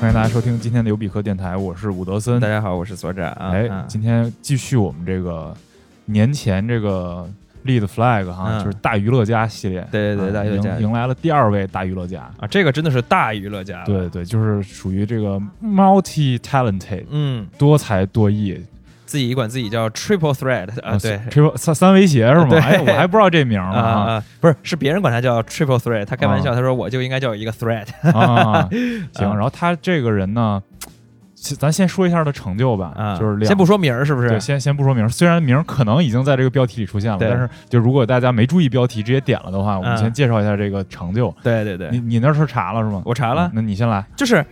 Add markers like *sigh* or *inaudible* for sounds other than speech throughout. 欢迎大家收听今天的有比克电台，我是伍德森。大家好，我是所长。啊嗯哎，啊今天继续我们这个年前这个立的 flag 哈，嗯就是大娱乐家系列。对对对啊大娱乐家迎迎来了第二位大娱乐家。啊，这个真的是大娱乐家了。啊对，对，就是属于这个 multi talented 嗯，多才多艺自己管自己叫 triple threat 啊，对。 triple 三三威胁是吗？对哎，我还不知道这名儿啊呢啊，啊啊不是，是别人管他叫 triple threat，他开玩笑，啊他说我就应该叫一个 threat。 *laughs* 啊！行，啊然后他这个人呢，其咱先说一下他的成就吧，啊，就是两先不说名儿，是不是对，？先先不说名，虽然名可能已经在这个标题里出现了，对但是就如果大家没注意标题直接点了的话，我们嗯先介绍一下这个成就。对对你对，你那是查了是吗？我查了嗯，那你先来。就是。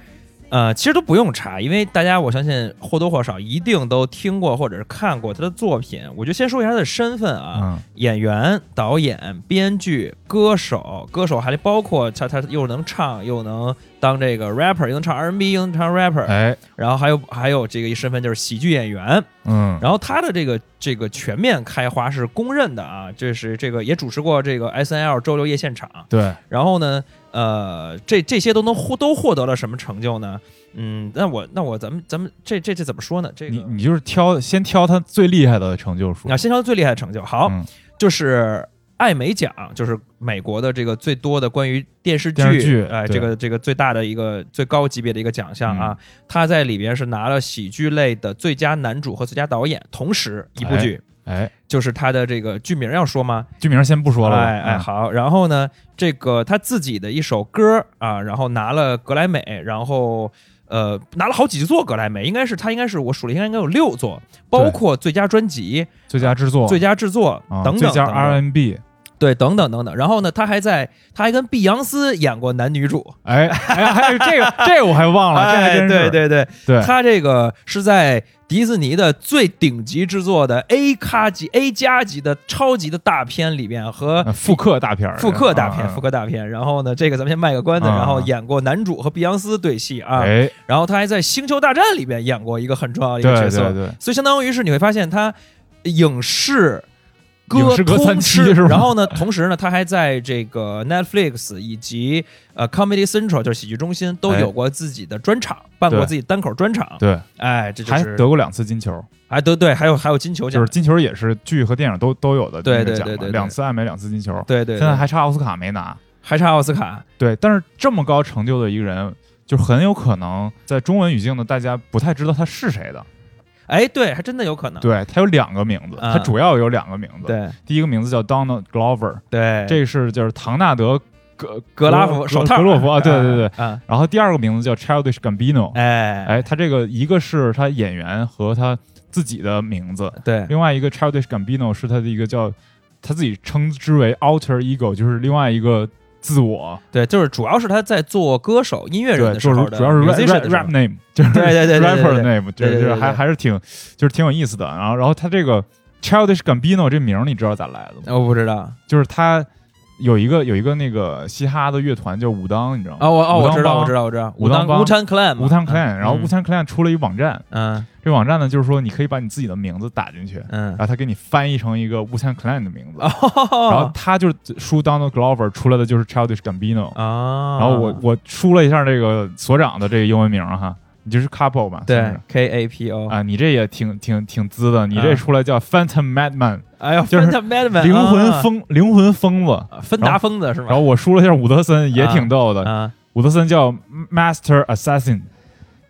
呃，其实都不用查，因为大家我相信或多或少一定都听过或者是看过他的作品。我就先说一下他的身份啊，嗯演员、导演、编剧、歌手，歌手还包括他，他又能唱，又能当这个 rapper，又能唱 R&B，又能唱 rapper，、哎，然后还有还有这个一身份就是喜剧演员。嗯，然后他的这个这个全面开花是公认的啊，就是这个也主持过这个 S N L 周六夜现场。对，然后呢，呃，这这些都能获都获得了什么成就呢？嗯，那我那我咱们咱们这这这怎么说呢？这个你你就是挑先挑他最厉害的成就说啊，。先说最厉害的成就，好，嗯就是艾美奖，就是美国的这个最多的关于电视剧，电视剧哎、对这个这个最大的一个最高级别的一个奖项啊。嗯他在里边是拿了喜剧类的最佳男主和最佳导演，同时一部剧。哎，就是他的这个剧名要说吗？剧名先不说了吧。哎哎嗯，好，然后呢，这个他自己的一首歌啊，然后拿了格莱美，然后呃拿了好几座格莱美，应该是他应该是我数了应该应该有六座，包对括最佳专辑、最佳制作，最佳制作啊等等最佳等等 *laughs* R&B。对，等等等等。然后呢，他还在，他还跟碧昂斯演过男女主。哎哎，还有这个这个我还忘了，哦这还哎，真对是对对，对他这个是在迪士尼的最顶级制作的 A 咖级、A 加级的超级的大片里边和呃复刻大片儿，复刻大片、嗯复刻大片。然后呢，这个咱们先卖个关子，啊然后演过男主和碧昂斯对戏啊。哎，然后他还在《星球大战》里边演过一个很重要的一个角对色对，对，所以相当于是你会发现他影视影歌视歌通三栖吃是吧然后呢，同时呢，他还在这个 Netflix 以及呃 Comedy Central 就是喜剧中心都哎有过自己的专场，办过对自己单口专场。对，哎，这就还是得过两次金球。哎对对，还有还有金球奖，就是金球也是剧和电影都都有的那对个对奖对嘛对对两次艾美，两次金球，对对，现在对还差奥斯卡没拿。还差奥斯卡。对，但是这么高成就的一个人，就很有可能在中文语境呢，大家不太知道他是谁的。哎，对，还真的有可能。对他有两个名字，啊他主要有两个名字。，对哎第一个名字叫 Donald Glover，对，这是就是唐纳德格格拉夫手套格洛夫啊，对对对。啊，然后第二个名字叫 Childish Gambino，哎哎，他这个一个是他演员和他自己的名字，对另外一个 Childish Gambino 是他的一个叫他自己称之为 alter ego，就是另外一个自我。对，就是主要是他在做歌手、音乐人对，的时就是候的主要是 rap musician rap 的时候 rap name，就是 *laughs* 对对对对对 rapper 的对 name，就对对对是对还还是挺就是挺有意思的。然后然后他这个 Childish Gambino 这名儿你知道咋来的吗？我不知道啊，就是他有一个有一个那个嘻哈的乐团叫武当，你知道吗？我哦武我当知道帮我知道我知道，武当帮乌坦 clan 嘛武探 clan，然后嗯武探 clan 出了一网站，嗯这网站呢就是说你可以把你自己的名字打进去，嗯 *laughs* 然，后他给你翻译成一个武探 clan 的名字。然后哦，他就是输 Donald Glover 出来的就是 Childish Gambino，、啊，然后我我输了一下这个所长的这个英文名儿哈，你就是 couple 嘛，算对是 K A P O，啊，你这也挺挺挺滋的，你这啊出来叫 Phantom Madman，、哎呦，就是 Phantom Madman，灵魂啊疯、灵魂疯子。啊芬达疯子是吗？然后我输了一下伍德森，也挺逗的。啊，伍德森叫 Master Assassin，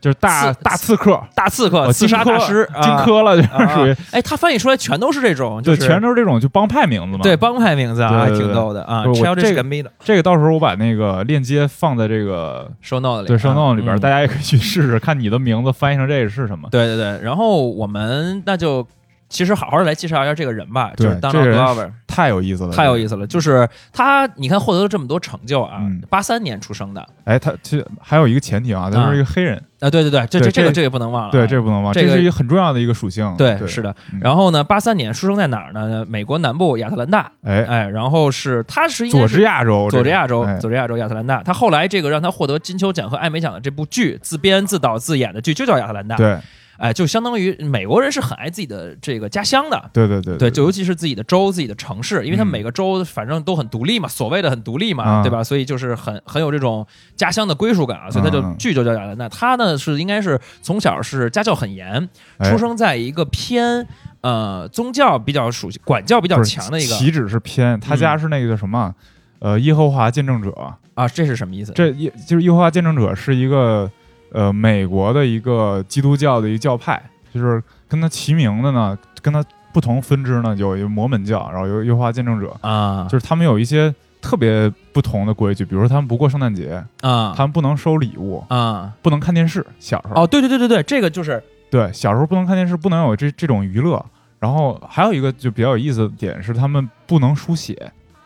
就是大刺大刺客，大刺呃客、刺杀大师、荆啊，轲了，就是啊 *laughs* 属于。哎，他翻译出来全都是这种，对，就是全都是这种就帮派名字嘛。对帮派名字啊，还对对对挺逗的啊。不是我 Childish 这个 Gambino 这个到时候我把那个链接放在这个 show note 里，对，生动里边，嗯大家也可以去试试，看你的名字翻译成这个是什么。对对对，然后我们那就其实好好的来介绍一下这个人吧，对就是当这个人 Glover，太有意思了，太有意思了。就是他，你看获得了这么多成就啊嗯，八三年出生的啊，哎，他其实还有一个前提啊，他啊是一个黑人，对对对，这对这个这这个不能忘了啊，对，这不能忘，这这个是一个很重要的一个属性。对是的嗯。然后呢，八三年出生在哪儿呢？美国南部亚特兰大，哎，哎，然后是他是应该佐是治亚州，佐治亚州哎，佐治亚州亚特兰大。他后来这个让他获得金球奖和艾美奖的这部剧，自编自导自演的剧就叫亚特兰大。，对哎，就相当于美国人是很爱自己的这个家乡的。对对对对，就尤其是自己的州、自己的城市，因为他嗯每个州反正都很独立嘛，所谓的很独立嘛，啊对吧？所以就是很很有这种家乡的归属感啊，所以他就嗯嗯剧就叫亚特兰大。他呢是应该是从小是家教很严，哎出生在一个偏呃宗教比较属管教比较强的一个嗯岂止是偏，他家是那个叫什么？呃，耶和华见证者，啊，这是什么意思？这耶就是耶和华见证者是一个呃美国的一个基督教的一个教派，就是跟他齐名的呢，跟他不同分支呢，有有摩门教，然后有耶和华见证者，啊就是他们有一些特别不同的规矩，比如说他们不过圣诞节，啊他们不能收礼物，啊！不能看电视。小时候，哦，对对对对对，这个就是对，小时候不能看电视，不能有这这种娱乐。然后还有一个就比较有意思的点是，他们不能书写，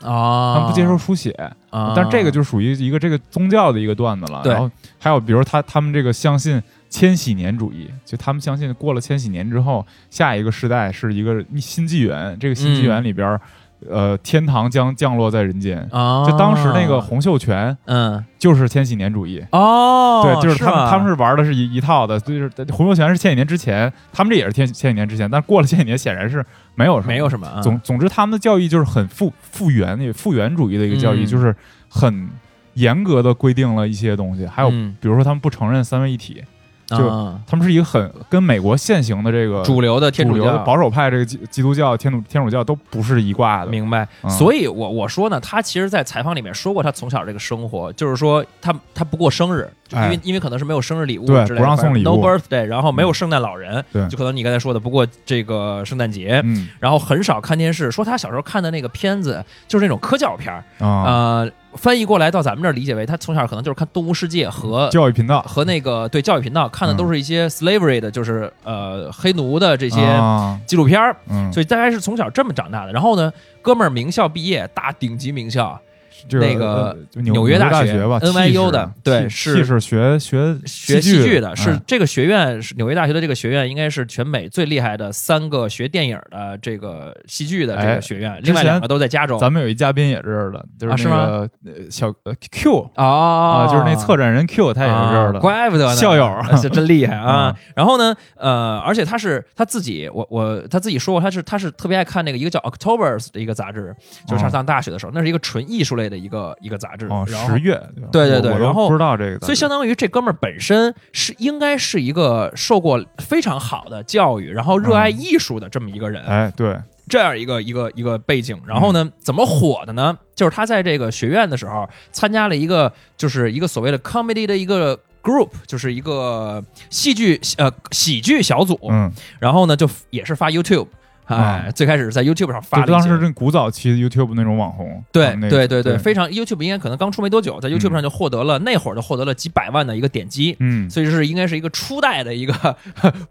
啊，他们不接受书写。啊，但这个就属于一个这个宗教的一个段子了。对然后还有比如他他们这个相信千禧年主义，就他们相信过了千禧年之后，下一个时代是一个新纪元，这个新纪嗯元里边儿，呃，天堂将降落在人间。啊，就当时那个洪秀全嗯就是千禧年主义。哦，对，就是他们，吧他们是玩的是一一套的，就是洪秀全是千禧年之前，他们这也是千千禧年之前，但过了千禧年显然是没有什么没有什么啊总总之，他们的教育就是很复复原也复原主义的一个教育，嗯就是很严格的规定了一些东西，还有。嗯比如说，他们不承认三位一体，就啊他们是一个很跟美国现行的这个主流的天呃主主流的教保守派，这个基基督教、天主天主教都不是一挂的。明白，嗯所以我我说呢，他其实，在采访里面说过，他从小这个生活，就是说他他不过生日，就因为、哎因为可能是没有生日礼物之对类的，不让送礼物嗯，no birthday，然后没有圣诞老人，对就可能你刚才说的，不过这个圣诞节，嗯然后很少看电视。说他小时候看的那个片子就是那种科教片儿，啊，呃，翻译过来到咱们这儿理解为他从小可能就是看《动物世界》和。教育频道和那个对教育频道看的嗯都是一些 slavery 的，就是呃黑奴的这这些纪录片儿，嗯，所以大概是从小这么长大的。然后呢，哥们儿名校毕业，大顶级名校，这那个呃就纽纽约大大学吧 NYU 的对是是是学学学戏剧的，的，是嗯这个学院，是纽约大学的这个学院，应该是全美最厉害的三个学电影的这个戏剧的这哎个学院，另外两个都在加州。咱们有一嘉宾也这儿的，就啊是是那吗个呃小呃 Q，啊啊，就是那策展人 Q，他也是这儿的。啊怪不得呢，校友嗯啊 *laughs* 这真厉 *laughs* 害啊！然后呢，呃，而且他是他自己，我我他自己说过，他是他是特别爱看那个一个叫 October's 的一个杂志，就是上哦上大学的时候，那是一个纯艺术类的一个一个杂志，哦，然后十月，对对对我我都然后不知道这个，所以相当于这哥们儿本身是应该是一个受过非常好的教育，然后热嗯爱艺术的这么一个人，哎，对，这样一个一个一个背景。然后嗯呢，怎么火的呢？就是他在这个学院的时候参加了一个就是一个所谓的 comedy 的一个。group 就是一个戏剧呃喜剧小组，嗯，然后呢就也是发 YouTube，哎，啊最开始是在 YouTube 上发就了一当时些，那古早期 YouTube 那种网红，对他们那对个对对对，非常 YouTube 应该可能刚出没多久，在 YouTube 上就获得了、那会儿就获得了几百万的一个点击，嗯，所以就是应该是一个初代的一个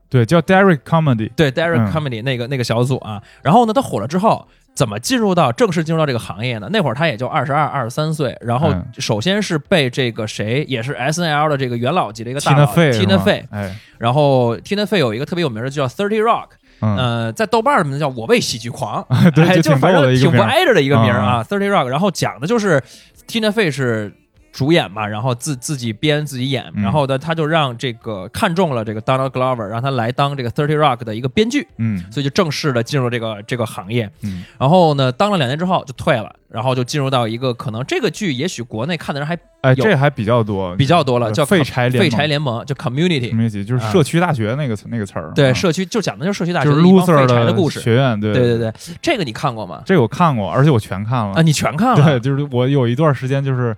对，叫 Derek Comedy，对 Derek 嗯 Comedy 那个、那个小组啊。然后呢，他火了之后，怎么进入到正式进入到这个行业呢？那会儿他也就二十二、二十三岁，然后嗯首先是被这个谁，也是 S N L 的这个元老级的一个大 Tina 佬 Fey，是 Tina 吗 Fey，哎，然后 Tina Fey 有一个特别有名的就叫 Thirty Rock，嗯，呃，在豆瓣儿里面叫“我为喜剧狂”， *laughs* 对哎就就挺反逗的正一个挺不名儿嗯挨着的一个名儿啊，Thirty Rock。然后讲的就是 Tina Fey 是主演嘛，然后自自己编自己演，嗯然后呢，他就让这个看中了这个 Donald Glover，让他来当这个 Thirty Rock 的一个编剧，嗯所以就正式的进入这个这个行业。嗯，然后呢，当了两年之后就退了，然后就进入到一个可能这个剧也许国内看的人还哎，有这还比较多，比较多了，对叫嗯废柴联废柴盟联盟，叫 Community。什么意思？就是啊社区大学那个词那个词儿，对，嗯社区就讲的就是社区大学就是一帮 loser 废柴的故事。学院，对对对对，这个你看过吗？这个我看过，而且我全看了啊，，你全看了？嗯对，就是我有一段时间就是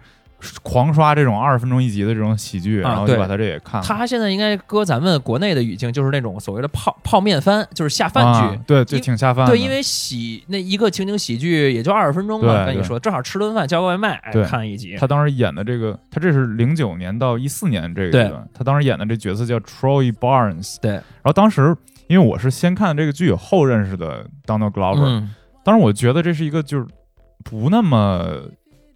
狂刷这种二十分钟一集的这种喜剧，啊然后就对把他这也看了。他现在应该搁咱们国内的语境，就是那种所谓的泡泡面番，就是下饭啊、对，就因挺下饭剧。的。对，因为喜那一个情景喜剧也就二十分钟对嘛，跟你对说，正好吃顿饭，叫个外卖，哎对看一集。他当时演的这个，他这是零九年到一四年这个对阶段，他当时演的这角色叫 Troy Barnes。对然后当时因为我是先看这个剧后认识的 Donald Glover，、嗯当然我觉得这是一个就是不那么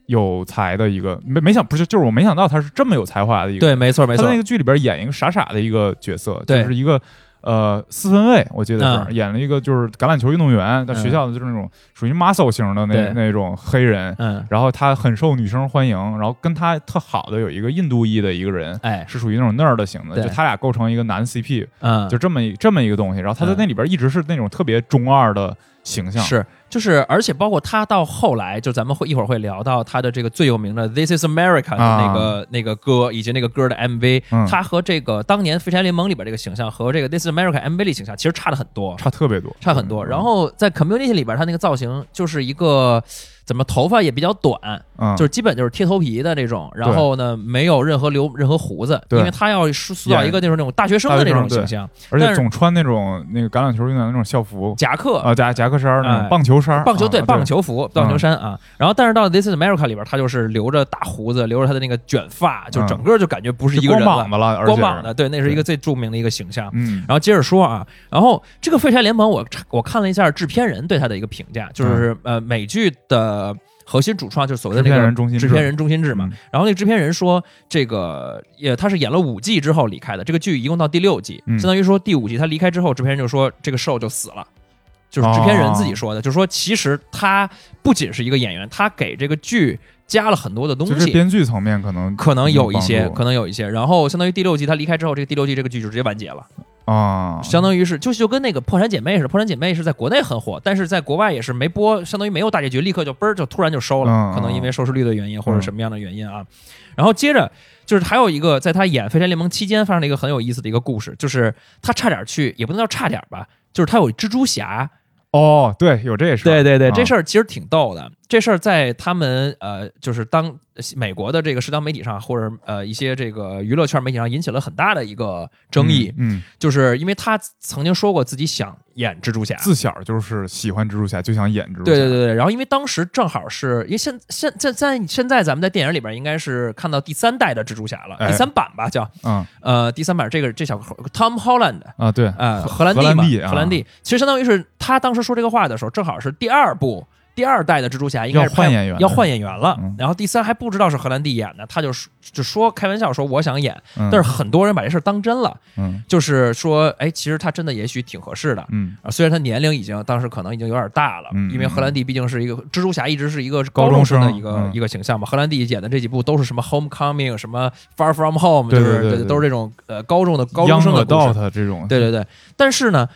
有才的一个，没没想不是就是我没想到他是这么有才华的一个对，没错没他错在那，个剧里边演一个傻傻的一个角色，就对是一个呃四分卫，我记得是、演了一个就是橄榄球运动员，在嗯学校的就是那种属于 muscle 型的那对那种黑人，嗯，然后他很受女生欢迎，然后跟他特好的有一个印度裔的一个人。哎，是属于那种 nerd 型的，对就他俩构成一个男 CP，嗯，就这么一这么一个东西。然后他在那里边一直是那种特别中二的形象，是，就是，而且包括他到后来，就咱们会一会儿会聊到他的这个最有名的《This Is America》的那个、那个歌，以及那个歌的 MV，、啊嗯他和这个当年《飞天联盟》里边这个形象和这个《This Is America》MV 里形象其实差的很多，差特别多，差很多。然后在《Community》里边，他那个造型就是一个怎么头发也比较短，嗯，就是基本就是贴头皮的这种，然后呢没有任何留任何胡子，对因为他要塑塑造演一个那种那种大学生大的学那生种形对象，而且但是总穿那种那个橄榄球运动员的那种校服，夹克啊夹夹克衫儿那哎种棒球衫儿，棒球啊对对棒球服、棒球衫啊。然后，但是到了 This is America 里边，他就是留着大胡子，留着他的那个卷发，就嗯整个就感觉不是是一个人光膀了，子了，而光且膀的。对，那是一个最著名的一个形象。嗯，然后接着说啊，然后这个《废柴联盟》，我查我看了一下制片人对他的一个评价，就是呃，美剧的核心主创就是所谓的嗯那制片个人中心制制片人中心制嘛嗯。然后那个制片人说，这个也他是演了五季之后离开的，这个剧一共到第六季，嗯相当于说第五季他离开之后，制片人就说这个 show 就死了。就是制片人自己说的，就是说其实他不仅是一个演员，他给这个剧加了很多的东就是西，编剧层面可能可能有一些，帮助可能有一些。然后相当于第六季他离开之后，这个第六季这个剧就直接完结了。啊，相当于是就就跟那个《破产姐妹》似的，《破产姐妹》是在国内很火，但是在国外也是没播，相当于没有大结局，立刻就嘣儿就突然就收了，嗯可能因为收视率的原因或者什么样的原因啊。然后接着就是还有一个，在他演《飞天联盟》期间发生了一个很有意思的一个故事，就是他差点去，也不能叫差点吧，就是他有蜘蛛侠，哦，对，嗯有这事儿，对对对，这事儿儿其实挺逗的。这事儿在他们呃，就是当美国的这个社交媒体上，或者呃一些这个娱乐圈媒体上引起了很大的一个争议。嗯，嗯就是因为他曾经说过自己想演蜘蛛侠。自小就是喜欢蜘蛛侠，就想演蜘蛛侠，对对对对，然后因为当时正好是因为现现现在现在咱们在电影里边应该是看到第三代的蜘蛛侠了，哎第三版吧叫嗯呃第三版这个这小伙 Tom Holland 啊，对，呃荷荷兰弟荷嘛兰弟啊荷兰弟，其实相当于是他当时说这个话的时候，正好是第二部第二代的蜘蛛侠应该是要换拍演员要了换演员了嗯，然后第三还不知道是荷兰弟演的，他就说就说开玩笑说我想演，嗯但是很多人把这事儿当真了，嗯就是说哎其实他真的也许挺合适的，嗯，啊，虽然他年龄已经当时可能已经有点大了，嗯因为荷兰弟毕竟是一个蜘蛛侠，一直是一个高中中生生的一个、嗯一个形象嘛。荷兰弟演的这几部都是什么 Homecoming，什么 Far From Home，对就是对对对都是这种呃高中的高中央生的乐故道事。他这种，对对对，但是呢，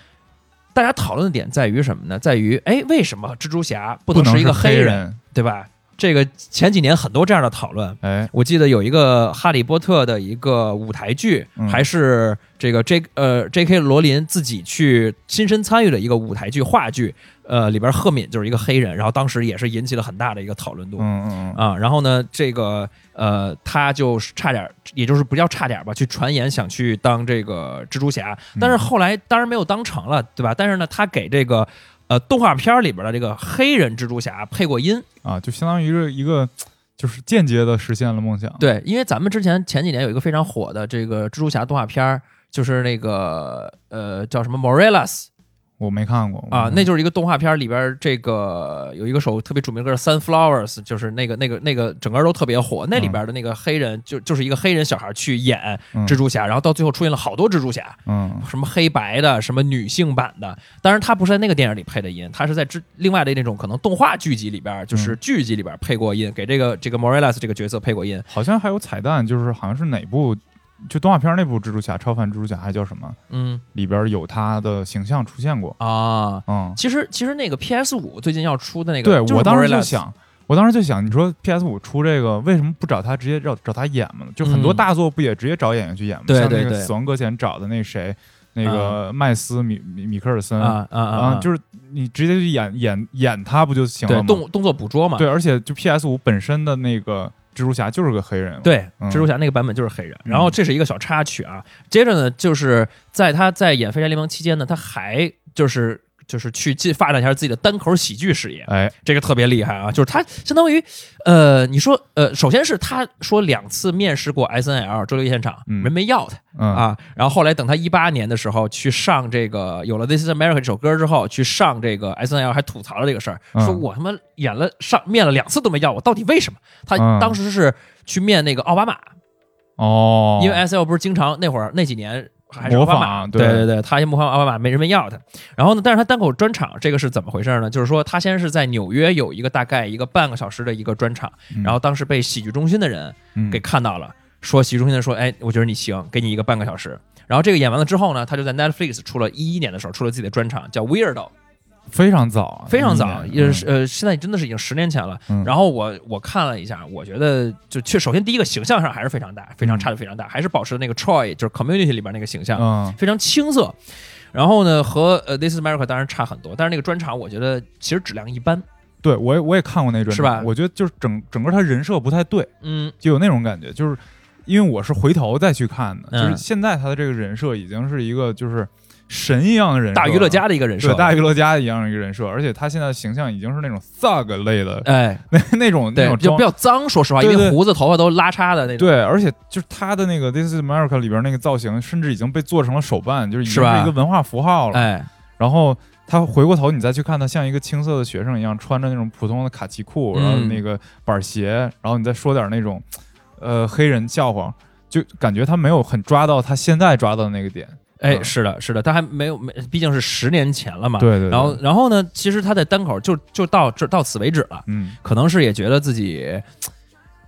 大家讨论的点在于什么呢？在于哎，为什么蜘蛛侠不不能能是一个黑黑人，，对吧？这个前几年很多这样的讨论，哎，我记得有一个《哈利波特》的一个舞台剧，嗯还是这个 J 呃 J.K. 罗琳自己去亲身参与的一个舞台剧话剧，呃，里边赫敏就是一个黑人，然后当时也是引起了很大的一个讨论度。嗯嗯嗯，啊，然后呢，这个呃，他就是差点，也就是不叫差点吧，去传言想去当这个蜘蛛侠，嗯但是后来当然没有当成了，对吧？但是呢，他给这个呃动画片里边的这个黑人蜘蛛侠配过音，啊，就相当于是一个，就是间接的实现了梦想，对，因为咱们之前前几年有一个非常火的这个蜘蛛侠动画片儿，就是那个呃叫什么 Morales 我没看过啊，嗯那就是一个动画片儿里边儿这个有一个首特别著名的歌《Sunflowers》，就是那个那个那个整个都特别火，那里边的那个黑人就就是一个黑人小孩去演蜘蛛侠，然后到最后出现了好多蜘蛛侠，嗯什么黑白的，什么女性版的。当然，他不是在那个电影里配的音，他是在之另外的那种可能动画剧集里边儿，就是剧集里边儿配过音，给这个这个 Morales 这个角色配过音。好像还有彩蛋，就是好像是哪部就动画片那部蜘蛛侠超凡蜘蛛侠还叫什么嗯里边有他的形象出现过，啊，嗯，其实其实那个 PS 五最近要出的那个，对就是我当时 Morales 就，想，我当时就想，你说 PS 五出这个，为什么不找他直接找找他演嘛？就很多嗯大作不也直接找演员去演吗？对像对那个对死亡搁浅找的那谁，那个麦斯米米米克尔森啊啊啊啊啊，，就是你直接去演演演他不就行了对吗？动动作捕捉嘛，对，而且就 PS 五本身的那个蜘蛛侠就是个黑人嘛，对，嗯蜘蛛侠那个版本就是黑人。嗯然后这是一个小插曲啊。接着呢，就是在他在演《飞侠联盟》期间呢，他还就是就是去进发展一下自己的单口喜剧事业，哎，这个特别厉害啊！就是他相当于，呃，你说，呃，首先是他说两次面试过 S N L 周六夜现场，嗯人没要他嗯，啊。然后后来等他一八年的时候去上这个有了《This Is America》这首歌之后，去上这个 S N L 还吐槽了这个事儿，嗯说我他妈演了上面了两次都没要我，到底为什么？他嗯当时是去面那个奥巴马，哦，因为 S L 不是经常那会儿那几年还是模奥巴仿马，对对对，他先模仿奥巴马，没人们要他。然后呢，但是他单口专场这个是怎么回事呢？就是说他先是在纽约有一个大概一个半个小时的一个专场，嗯然后当时被喜剧中心的人嗯给看到了，说喜剧中心的人说，哎，我觉得你行，给你一个半个小时。然后这个演完了之后呢，他就在 Netflix 出了一一年的时候出了自己的专场，叫 Weirdo，非常早，非常早，嗯也是呃，现在真的是已经十年前了。嗯然后我我看了一下，我觉得就确首先第一个形象上还是非常大，非常嗯差的非常大，还是保持那个 Troy 就是 Community 里边那个形象，嗯非常青涩。然后呢，和呃 This is America 当然差很多，但是那个专场我觉得其实质量一般。对我也我也看过那专场是吧我觉得就是整整个他人设不太对，嗯就有那种感觉，就是因为我是回头再去看的，嗯就是现在他的这个人设已经是一个就是神一样的人设了，大娱乐家的一个人设对，大娱乐家一样的一个人设，而且他现在的形象已经是那种 thug 类 *laughs* 的、哎，那那种那对，种就装比较脏，说实话，因对为对胡子头发都拉碴的那种。对，而且就是他的那个《This Is America》里边那个造型，甚至已经被做成了手办，就是已是经吧是一个文化符号了。哎，然后他回过头，你再去看他，像一个青涩的学生一样，穿着那种普通的卡其裤，嗯然后那个板鞋，然后你再说点那种，呃，黑人笑话，就感觉他没有很抓到他现在抓到的那个点。哎，嗯是的，是的，他还没有没，毕竟是十年前了嘛。对对对然后，然后呢？其实他的单口就就到这到此为止了。嗯，可能是也觉得自己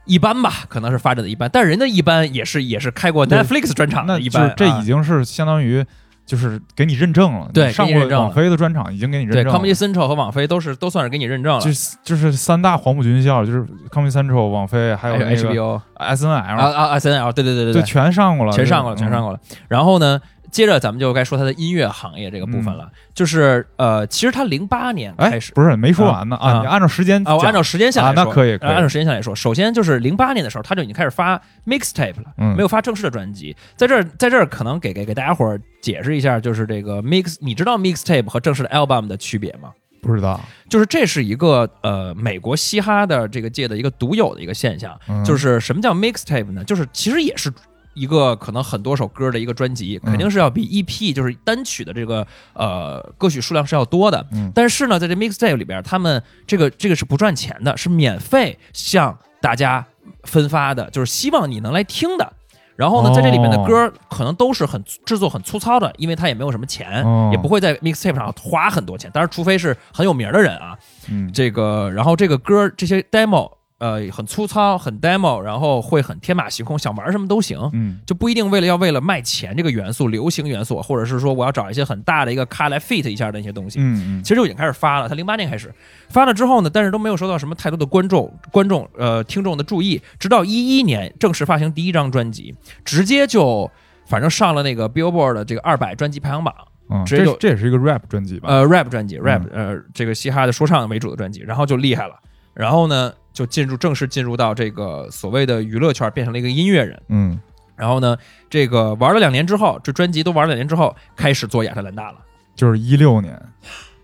一般吧，可能是发展的一般，但人家一般也是也是开过对 Netflix 专场那的，一就般是这啊已经是相当于就是给你认证了，对你上给你过认证了网飞的专场已经给你认对证了。 Comedy Central 和网飞都是都算是给你认证了，就是就是三大黄埔军校，就是 Comedy Central、网飞，还有哎还有那个 HBO S N L，啊啊 S N L，对对对就对，全上过了，嗯全上过了，全上过。过了。然后呢，接着咱们就该说他的音乐行业这个部分了，就是呃，其实他零八年嗯哎开始，。不是没说完呢啊啊！你按照时间啊，我讲按照时间线来说，啊那可以可以按照时间线来说，首先就是零八年的时候，他就已经开始发 mixtape 了，嗯没有发正式的专辑。在这儿，在这儿可能给给给大家伙儿解释一下，就是这个 mix，你知道 mixtape 和正式的 album 的区别吗？不知道，就是这是一个呃美国嘻哈的这个界的一个独有的一个现象，嗯就是什么叫 mixtape 呢？就是其实也是。一个可能很多首歌的一个专辑，嗯肯定是要比 EP 就是单曲的这个呃歌曲数量是要多的。嗯但是呢，在这 mixtape 里边，他们这个这个是不赚钱的，是免费向大家分发的，就是希望你能来听的。然后呢，在这里面的哦歌可能都是很制作很粗糙的，因为它也没有什么钱，哦也不会在 mixtape 上花很多钱。当然，除非是很有名的人啊，嗯这个，然后这个歌这些 demo，呃，很粗糙，很 demo，然后会很天马行空，想玩什么都行，嗯就不一定为了要为了卖钱这个元素、流行元素，或者是说我要找一些很大的一个咖来 fit 一下的一些东西。嗯嗯其实就已经开始发了，他零八年开始发了之后呢，但是都没有受到什么太多的观众、观众呃听众的注意，直到一一年正式发行第一张专辑，直接就反正上了那个 Billboard 的这个二百专辑排行榜，嗯，直接就这这也是一个 rap 专辑吧？嗯呃，rap 专辑，rap 呃，这个嘻哈的说唱为主的专辑，然后就厉害了，然后呢，就进入正式进入到这个所谓的娱乐圈，变成了一个音乐人。嗯，然后呢，这个玩了两年之后，这专辑都玩了两年之后，开始做亚特兰大了，就是一六年，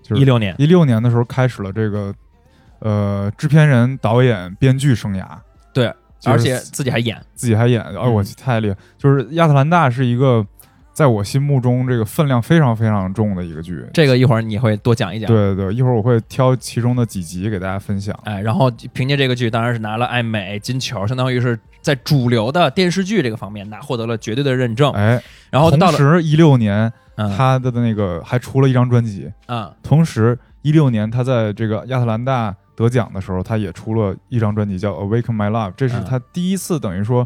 就是一六年，一六年的时候开始了这个呃制片人、导演、编剧生涯，对，就是而且嗯自己还演，自己还演，哎，我去太厉害！就是亚特兰大是一个在我心目中这个分量非常非常重的一个剧。这个一会儿你会多讲一讲。对对对，一会儿我会挑其中的几集给大家分享。哎，然后凭借这个剧，当然是拿了艾美金球，相当于是在主流的电视剧这个方面拿获得了绝对的认证。哎，哦然后同到了，时一六年嗯他的那个还出了一张专辑，嗯，同时一六年他在这个亚特兰大得奖的时候，他也出了一张专辑叫《Awaken My Love》，这是嗯他第一次等于说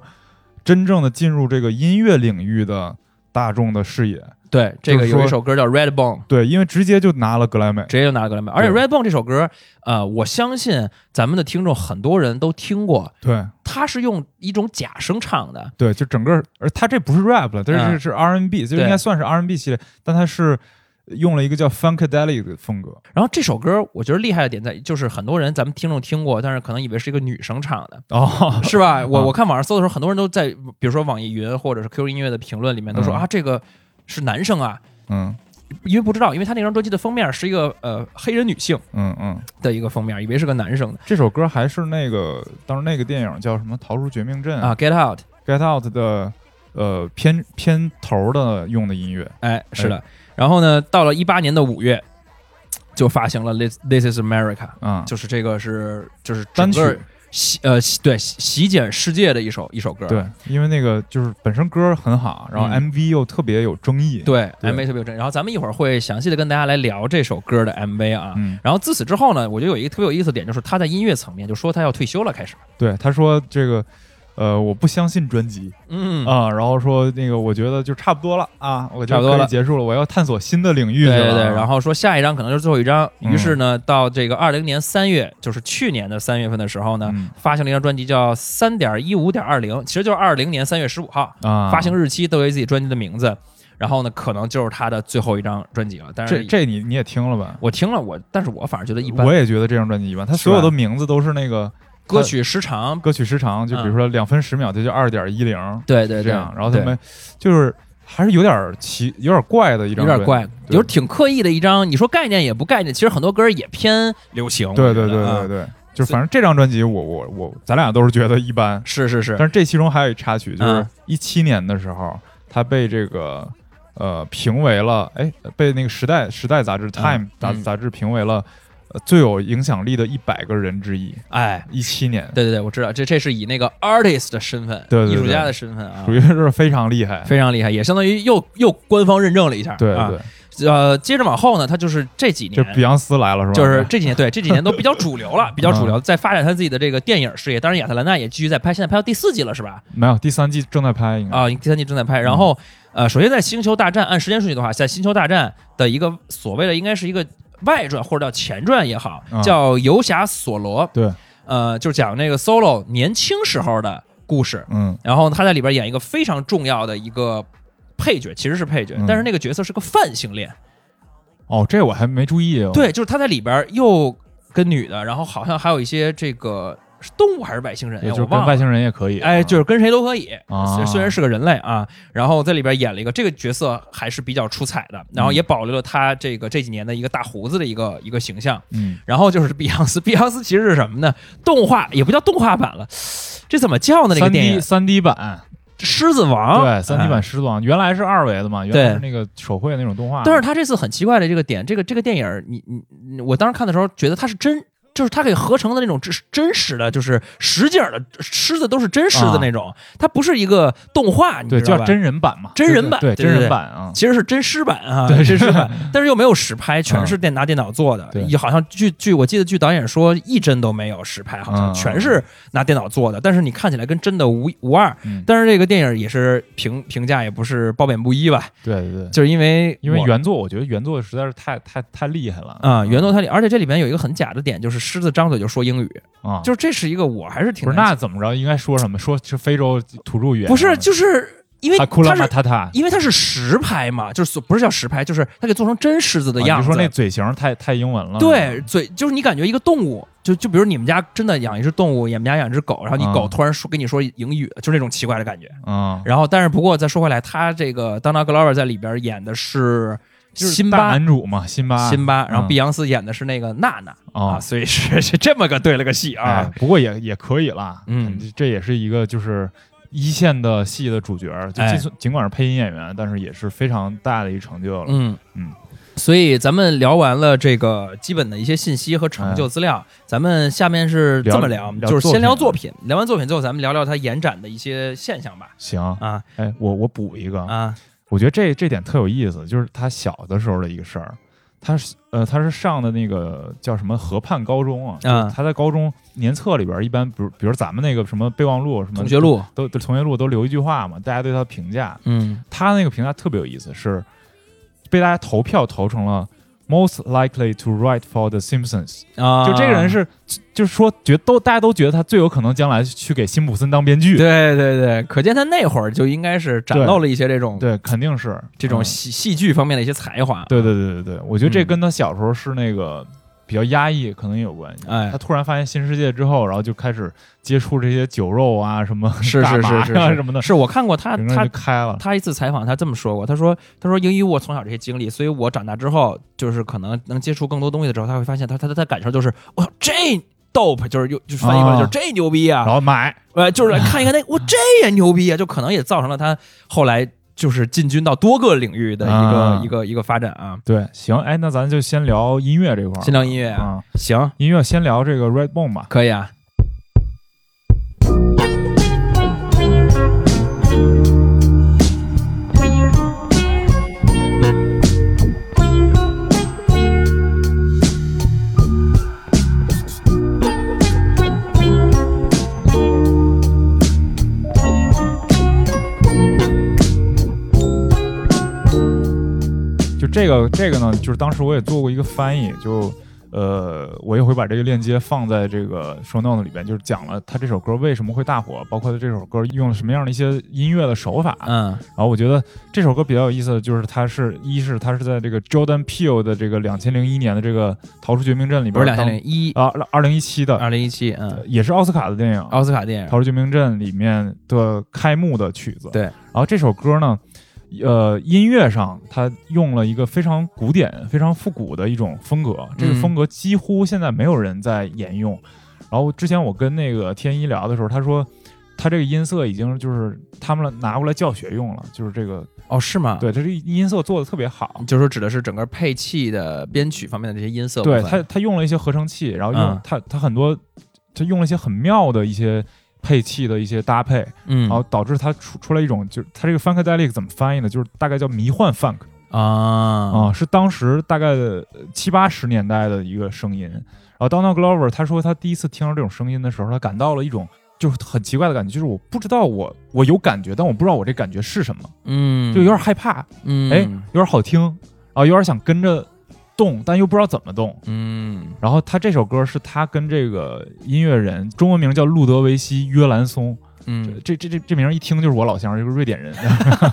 真正的进入这个音乐领域的大众的视野。对，这个就是有说一首歌叫《Red Bone》。对，因为直接就拿了格莱美。直接就拿了格莱美。而且《对 Redbone》这首歌，呃，我相信咱们的听众很多人都听过，对它是用一种假声唱的，对，就整个，而他这不是 rap 了，但嗯是是 R&B，就对应该算是 R&B 系列，但他是用了一个叫 funkadelic 的风格。然后这首歌我觉得厉害的点在于，就是很多人咱们听众听过，但是可能以为是一个女生 *laughs* 唱的，哦，是吧？我啊我看网上搜的时候，很多人都在，比如说网易云或者是 QQ 音乐的评论里面都说、嗯啊，这个是男生啊。嗯，因为不知道，因为他那张专辑的封面是一个呃黑人女性嗯嗯，的一个封面，以为是个男生的这首歌还是那个当时那个电影叫什么《逃出绝命镇》啊。Get out， g e t Out》的呃片片头的用的音乐，哎，是的。然后呢，到了一八年的五月，就发行了《This This Is America》，嗯，就是这个是就是单整曲个席呃席对席席卷世界的一首一首歌。对，因为那个就是本身歌很好，然后嗯 MV 又特别有争议，，对对 MV 特别有真。然后咱们一会儿会详细的跟大家来聊这首歌的 MV 啊。嗯，然后自此之后呢，我觉得有一个特别有意思的点，就是他在音乐层面就说他要退休了，开始，对，他说这个。呃，我不相信专辑嗯啊、然后说那个，我觉得就差不多了啊，我差就不多可以了结束了，我要探索新的领域去对了。啊对对，然后说下一张可能就是最后一张，嗯于是呢，到这个二零年三月，就是去年的三月份的时候呢，嗯发行了一张专辑叫《三点一五点二零》，其实就是二零年三月十五号，啊，发行日期都有自己专辑的名字，然后呢，可能就是他的最后一张专辑了。但这是这你你也听了吧？我听了我，但是我反而觉得一般我，也觉得这张专辑一般，它是所有吧的名字都是那个歌曲时长，歌曲时长，就比嗯如说两分十秒，这就二点一零对对这对样，然后他对们就是还是有点奇，有点怪的一张专有点辑，怪，对有挺刻意的一张。你说概念也不概念，其实很多歌也偏流行。对我觉对得对啊对对，就是反正这张专辑我我我咱俩都是觉得一般，是是是但，是这其中还有一插曲，就是嗯一七年的时候，他被这个呃评为了哎被那个时代时代杂志 Time 杂嗯杂志评为了呃最有影响力的一百个人之一，哎，一七年。对对对，我知道，这这是以那个 artist 的身份，对对对艺术家的身份啊属，于是非常厉害，非常厉害，也相当于又又官方认证了一下。对啊对，呃，接着往后呢，他就是这几就年。比昂斯来了是吧？就是这几年，对这几年都比较主流了，嗯比较主流，在发展他自己的这个电影事业。当然，亚特兰大也继续在拍，现在拍到第四季了，是吧？没有第三季正在拍，应该啊、第三季正在嗯拍。然后，呃，首先在《星球大战》按时间顺序的话，在《星球大战》的一个所谓的应该是一个外传或者叫前传也好嗯，叫《游侠索罗》。对，呃，就讲那个 Solo 年轻时候的故事。嗯然后他在里边演一个非常重要的一个配角，其实是配角嗯，但是那个角色是个泛性恋。哦，这我还没注意哦。对，就是他在里边又跟女的，然后好像还有一些这个是动物还是外星人也呀，就是哎我跟忘外了。星人也可以。哎，就是跟谁都可以，啊虽虽然是个人类啊，然后在里边演了一个这个角色还是比较出彩的，嗯然后也保留了他这个这几年的一个大胡子的一个一个形象。嗯然后就是碧昂斯，碧昂斯其实是什么呢？动画也不叫动画版了，这怎么叫呢？那个三电 D 影《三 D 版，狮子王》对，三 D 版《哎狮子王》原来是二维的嘛，原来是那个手绘那种动画。但是他这次很奇怪的这个点，这个这个电影，你你你我当时看的时候觉得它是真，就是它给合成的那种真真实的，就是实景的狮子都是真实的那种，它不是一个动画，你啊对知道叫吧？真人版嘛，真对人对版对对真对人对版啊，其实是真狮版啊，对啊真狮 *laughs* 版，但是又没有实拍，全是电拿电脑做的对，也好像据据我记得据导演说，一帧都没有实拍，好嗯像全是拿电脑做的，但是你看起来跟真的无一无二嗯。但是这个电影也是评评价也不是褒贬不一吧，对对对，就是因为因为我原作我觉得原作实在是太太太厉害了啊、原作它里，而且这里面有一个很假的点，就是狮子张嘴就说英语，啊，就是这是一个我还是挺不是难那啊怎么着应该说什么？说是非洲土著语言不是就是因为他哭了它吗？是他他。因为它是实拍嘛，就是所不是叫实拍，就是它给做成真狮子的啊样你子。说那啊嘴型太太英文了。对嘴就是你感觉一个动物，就就比如你们家真的养一只动物，你们家养一只狗，然后你嗯狗突然说跟你说英语，就是那种奇怪的感觉。嗯，然后但是不过再说回来，他这个 Donald Glover 在里边演的是就是辛大巴。男主嘛，辛巴，辛巴，然后嗯碧昂斯演的是那个娜娜、啊啊，，所以是是这么个对了个戏啊。哎，不过也也可以啦，嗯这这也是一个就是一线的戏的主角，就哎尽管尽管是配音演员，但是也是非常大的一成就了。嗯嗯，所以咱们聊完了这个基本的一些信息和成就资料，咱们下面是这么聊，哎聊就是先聊聊作啊作品，聊完作品之后，咱们聊聊他延展的一些现象吧。行，啊哎，我我补一个，啊，我觉得这这点特有意思，就是他小的时候的一个事儿。他是呃，他是上的那个叫什么河畔高中啊？嗯就是他在高中年册里边儿，一般比如比如咱们那个什么备忘录什么同学录，都都同学录都留一句话嘛，大家对他的评价。嗯他那个评价特别有意思，是被大家投票投成了 most likely to write for The Simpsons，、啊，就这个人，是，就是说觉得都大家都觉得他最有可能将来去给辛普森当编剧，对对对，可见他那会儿就应该是展露了一些这种对肯定是这种嗯戏戏剧方面的一些才华。对对对对对，我觉得这嗯跟他小时候是那个。比较压抑，可能也有关系。哎他突然发现新世界之后，然后就开始接触这些酒肉啊，什么是大是麻是呀是是什么的，是我看过他整个人他就开了。他一次采访，他这么说过，他说：“他说由于我从小这些经历，所以我长大之后，就是可能能接触更多东西的时候，他会发现他，他他他感受就是，哇，这 dope，就是又就是翻译过来啊就是这牛逼然啊，后买，呃，就是看一看那，我这也牛逼啊，就可能也造成了他后来就是进军到多个领域的一个、啊一个一个发展啊。对，行，哎，那咱就先聊音乐这块儿，新浪音乐啊，啊，行，音乐先聊这个 Redbone 吧。可以啊，就这个这个呢，就是当时我也做过一个翻译，就呃，我也会把这个链接放在这个 show note 里边，就是讲了他这首歌为什么会大火，包括他这首歌用了什么样的一些音乐的手法。嗯然后我觉得这首歌比较有意思的就是，它是一是它是在这个 Jordan Peele 的这个两千零一年的这个《逃出绝命镇》里不是边两当，千零一，啊二零一七的，二零一七，嗯呃，也是奥斯卡的电影奥斯卡电《影，逃出绝命镇》里面的开幕的曲子。对然后这首歌呢，呃，音乐上它用了一个非常古典、非常复古的一种风格，这个嗯风格几乎现在没有人在沿用。然后之前我跟那个天一聊的时候，他说。他这个音色已经就是他们拿过来教学用了，就是这个哦，是吗？。”对，他这音色做的特别好。就是指的是整个配器的编曲方面的这些音色部对分，他，他用了一些合成器，然后用、嗯他他很多，他用了一些很妙的一些配器的一些搭配，嗯然后导致它出出来一种，就是它这个 funkadelic 怎么翻译呢？就是大概叫迷幻 funk 啊啊、是当时大概的呃七八十年代的一个声音。然后 Donald Glover 他说他第一次听到这种声音的时候，他感到了一种就是很奇怪的感觉，就是我不知道我我有感觉，但我不知道我这感觉是什么，嗯，就有点害怕，嗯，哎有点好听，然后有点想跟着动，但又不知道怎么动。嗯，然后他这首歌是他跟这个音乐人，中文名叫路德维希·约兰松，嗯这这这这名儿一听就是我老乡，一个瑞典人。 *laughs*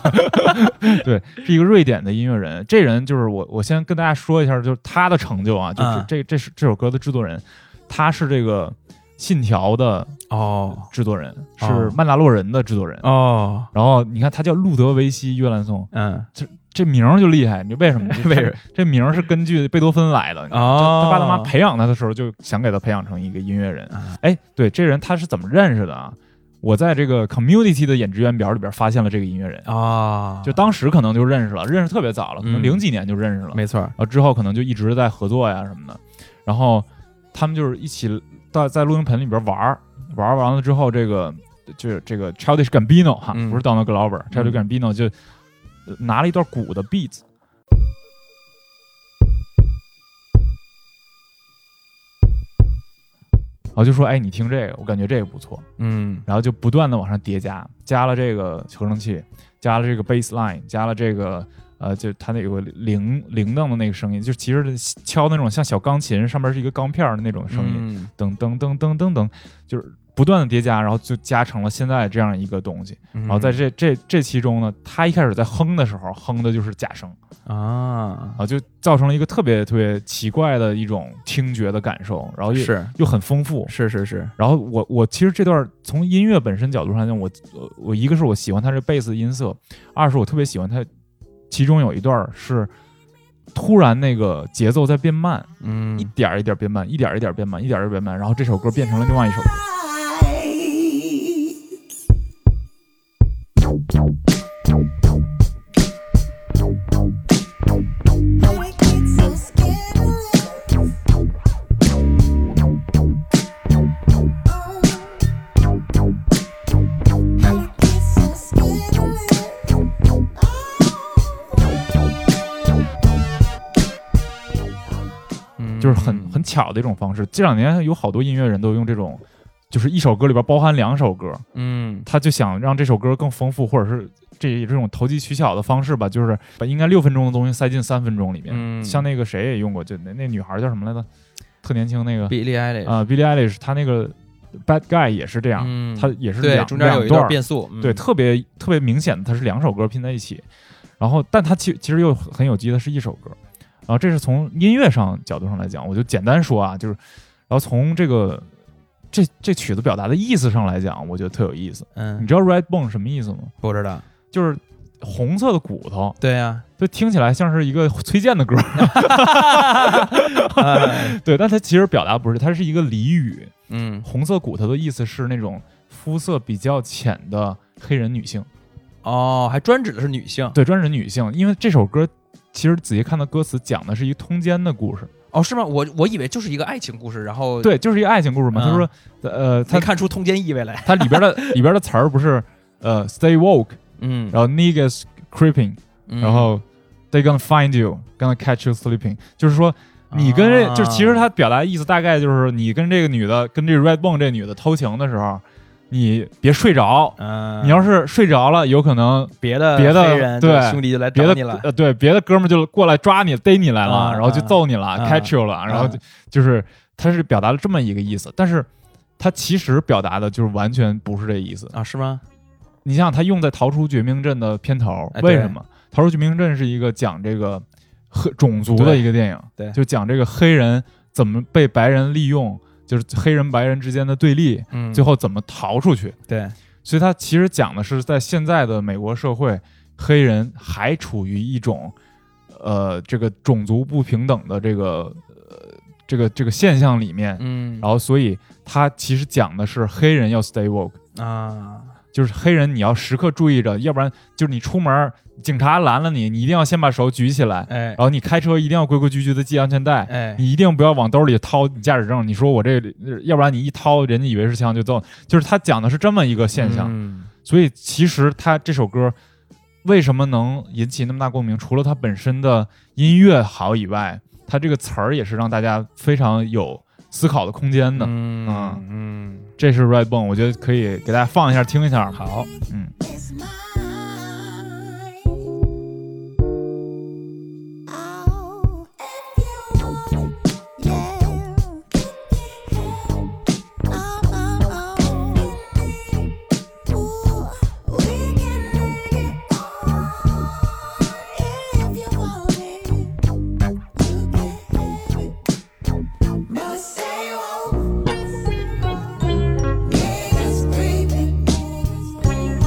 对，是一个瑞典的音乐人。这人就是我，我先跟大家说一下，就是他的成就啊，就是嗯这、这是这首歌的制作人，他是这个《信条》的哦制作人，哦是曼达洛人的制作人。哦，然后你看，他叫路德维希·约兰松，嗯这名儿就厉害。你为 *laughs* 什么？为什么？这名儿是根据贝多芬来的。哦，啊他爸他妈培养他的时候，就想给他培养成一个音乐人。哎，对，这人他是怎么认识的啊？我在这个 community 的演职员表里边发现了这个音乐人，啊，就当时可能就认识了，认识特别早了，可能嗯零几年就认识了，然没错儿，后之后可能就一直在合作呀什么的。然后他们就是一起在在录音棚里边玩儿，玩儿完了之后，这个就是这个 Childish Gambino 哈，嗯不是 Donald Glover，Childish Gambino 就呃拿了一段鼓的 beat，然后就说：“哎，你听这个，我感觉这个不错。”嗯然后就不断的往上叠加，加了这个合成器，加了这个 bass line，加了这个呃，就它那有个铃铃铛的那个声音，就其实是敲那种像小钢琴上面是一个钢片儿的那嗯种声音，音，噔噔噔噔噔噔，就是不断的叠加，然后就加成了现在这样一个东西。然然后在这这这其中呢，他一开始在哼的时候哼的就是假声啊啊，就造成了一个特别特别奇怪的一种听觉的感受，然后又是又很丰富，是是是，然后我我其实这段从音乐本身角度上讲，我我我一个是我喜欢它这贝斯的音色，二是我特别喜欢它，其中有一段是突然那个节奏在变慢，嗯一点儿一点儿变慢，一点儿一点儿变慢，一点儿一点儿变慢，然后这首歌变成了另外一嗯首歌。嗯就是很很巧的一种方式。这两年有好多音乐人都用这种，就是一首歌里边包含两首歌，嗯他就想让这首歌更丰富，或者是这也是这种投机取巧的方式吧，就是把应该六分钟的东西塞进三分钟里面。嗯像那个谁也用过，就那那女孩叫什么来着？特年轻那个比利艾利，啊、b i l l i Eilish，她那个 Bad Guy 也是这样，嗯她也是对两中间有两一段段儿，变速，嗯对，特别特别明显的，它是两首歌拼在一起。然后，但它其其实又很有机的是一首歌。然后这是从音乐上角度上来讲，我就简单说啊，就是，然后从这个这这曲子表达的意思上来讲，我觉得特有意思。你嗯，知道 red bone 什么意思吗？不知道，就是红色的骨头，对 *laughs* 呀，就听起来像是一个崔健的歌，哎 *laughs* 对，但它其实表达不是，它是一个俚语。嗯，红色骨头的意思是那种肤色比较浅的黑人女性，哦，还专指的是女性，对，专指女性，因为这首歌。其实仔细看它歌词，讲的是一通奸的故事，哦，是吗？我我以为就是一个爱情故事，然后对，就是一个爱情故事嘛。他说，呃，他没嗯看出通奸意味来，它里边的里边的词儿不是呃 stay woke，嗯然后 niggas creeping，、然后 they gonna find you, gonna catch you sleeping，就是说你跟这、啊就其实它表达意思大概就是你跟这个女的跟这 Redbone 这女的偷情的时候，你别睡着，嗯，你要是睡着了，有可能别的别的黑人对兄弟就来别找你的了，呃对别的哥们儿就过来抓你逮你来了，啊然后就啊揍你了、啊 catch you 了，然后就,、就是它是表达了这么一个意思，但是它其实表达的就是完全不是这意思。啊，是吗？你想想，他用在《逃出绝命镇》的片头，哎对为什么？《逃出绝命镇》是一个讲这个黑种族的对一个电影，对就讲这个黑人怎么被白人利用，就是黑人白人之间的对立，嗯，最后怎么逃出去。对，所以它其实讲的是在现在的美国社会，黑人还处于一种呃这个种族不平等的这个呃这个这个现象里面，嗯然后所以它其实讲的是黑人要 stay woke。啊，就是黑人，你要时刻注意着，要不然就是你出门，警察拦了你，你一定要先把手举起来，哎然后你开车一定要规规矩矩的系安全带，哎，你一定不要往兜里掏你驾驶证。你说我这里，要不然你一掏，人家以为是枪就揍。就是他讲的是这么一个现象，嗯所以其实他这首歌为什么能引起那么大共鸣，除了它本身的音乐好以外，它这个词儿也是让大家非常有思考的空间的。嗯啊嗯。这是 Redbone，我觉得可以给大家放一下听一下。好，嗯。 It's mine. Oh, if you want, yeah. Oh, oh, oh. Ooh, we can make it on if you want it. You can have it. But say, oh, make us breathe it. Ah!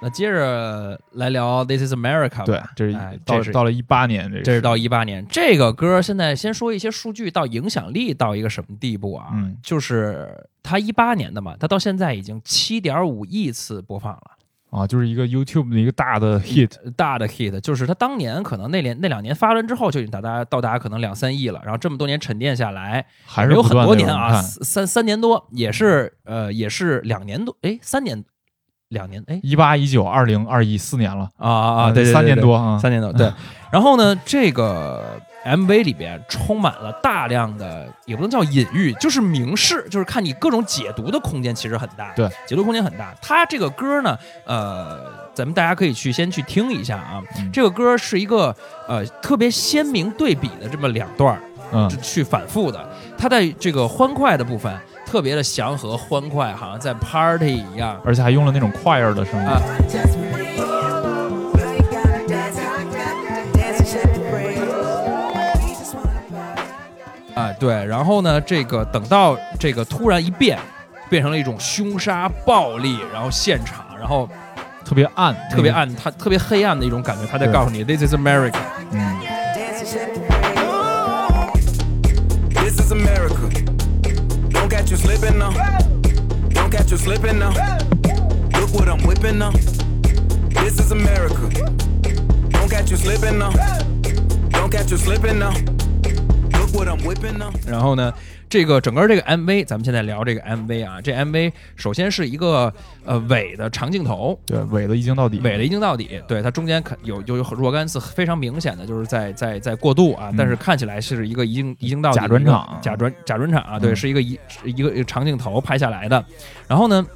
那接着来聊《This Is America》吧。对，这是哎一这到是到了一八年，这个这是是到一八年，这个歌现在先说一些数据，到影响力到一个什么地步啊？嗯就是它一八年的嘛，它到现在已经七点五亿次播放了，啊，就是一个 YouTube 的一个大嗯的 hit，大的 hit。就是它当年可能那年那两年发完之后就已经达达到达可能两三亿了，然后这么多年沉淀下来，还是有不很断多地年有人啊，看三三三年多也是呃也是两年多，哎三年两年哎一八一九二零二一四年了啊啊啊对对三年对多啊，三年多对。然后呢，这个 MV 里边充满了大量的，也不能叫隐喻，就是明示，就是看你各种解读的空间其实很大，对，解读空间很大。它这个歌呢，呃，咱们大家可以去先去听一下啊。嗯这个歌是一个呃特别鲜明对比的这么两段儿嗯这，去反复的，它在这个欢快的部分特别的祥和欢快，好像在 party 一样。而且还用了那种 choir 的声音啊，啊，对，然后呢，这个等到这个突然一变，变成了一种凶杀、暴力，然后现场，然后特别暗，特别暗，它特别黑暗的一种感觉，他在嗯对告诉你，This is America。那个，嗯， This is America. Don't catch you slipping now. Don't catch you slipping now. Look what I'm whipping now. This is America. Don't catch you slipping now. Don't catch you slipping now. Look what I'm whipping now. 然后呢，这个整个这个 MV，咱们现在聊这个 MV 啊，这 MV 首先是一个呃尾的长镜头，对，尾的一镜到底，尾了一镜到底，对它中间看有有有若干次非常明显的就是在在在过渡啊，但是看起来是一个一镜一镜到底嗯假专场假专假专场啊，对，嗯是一个一一个一个长镜头拍下来的。然后呢，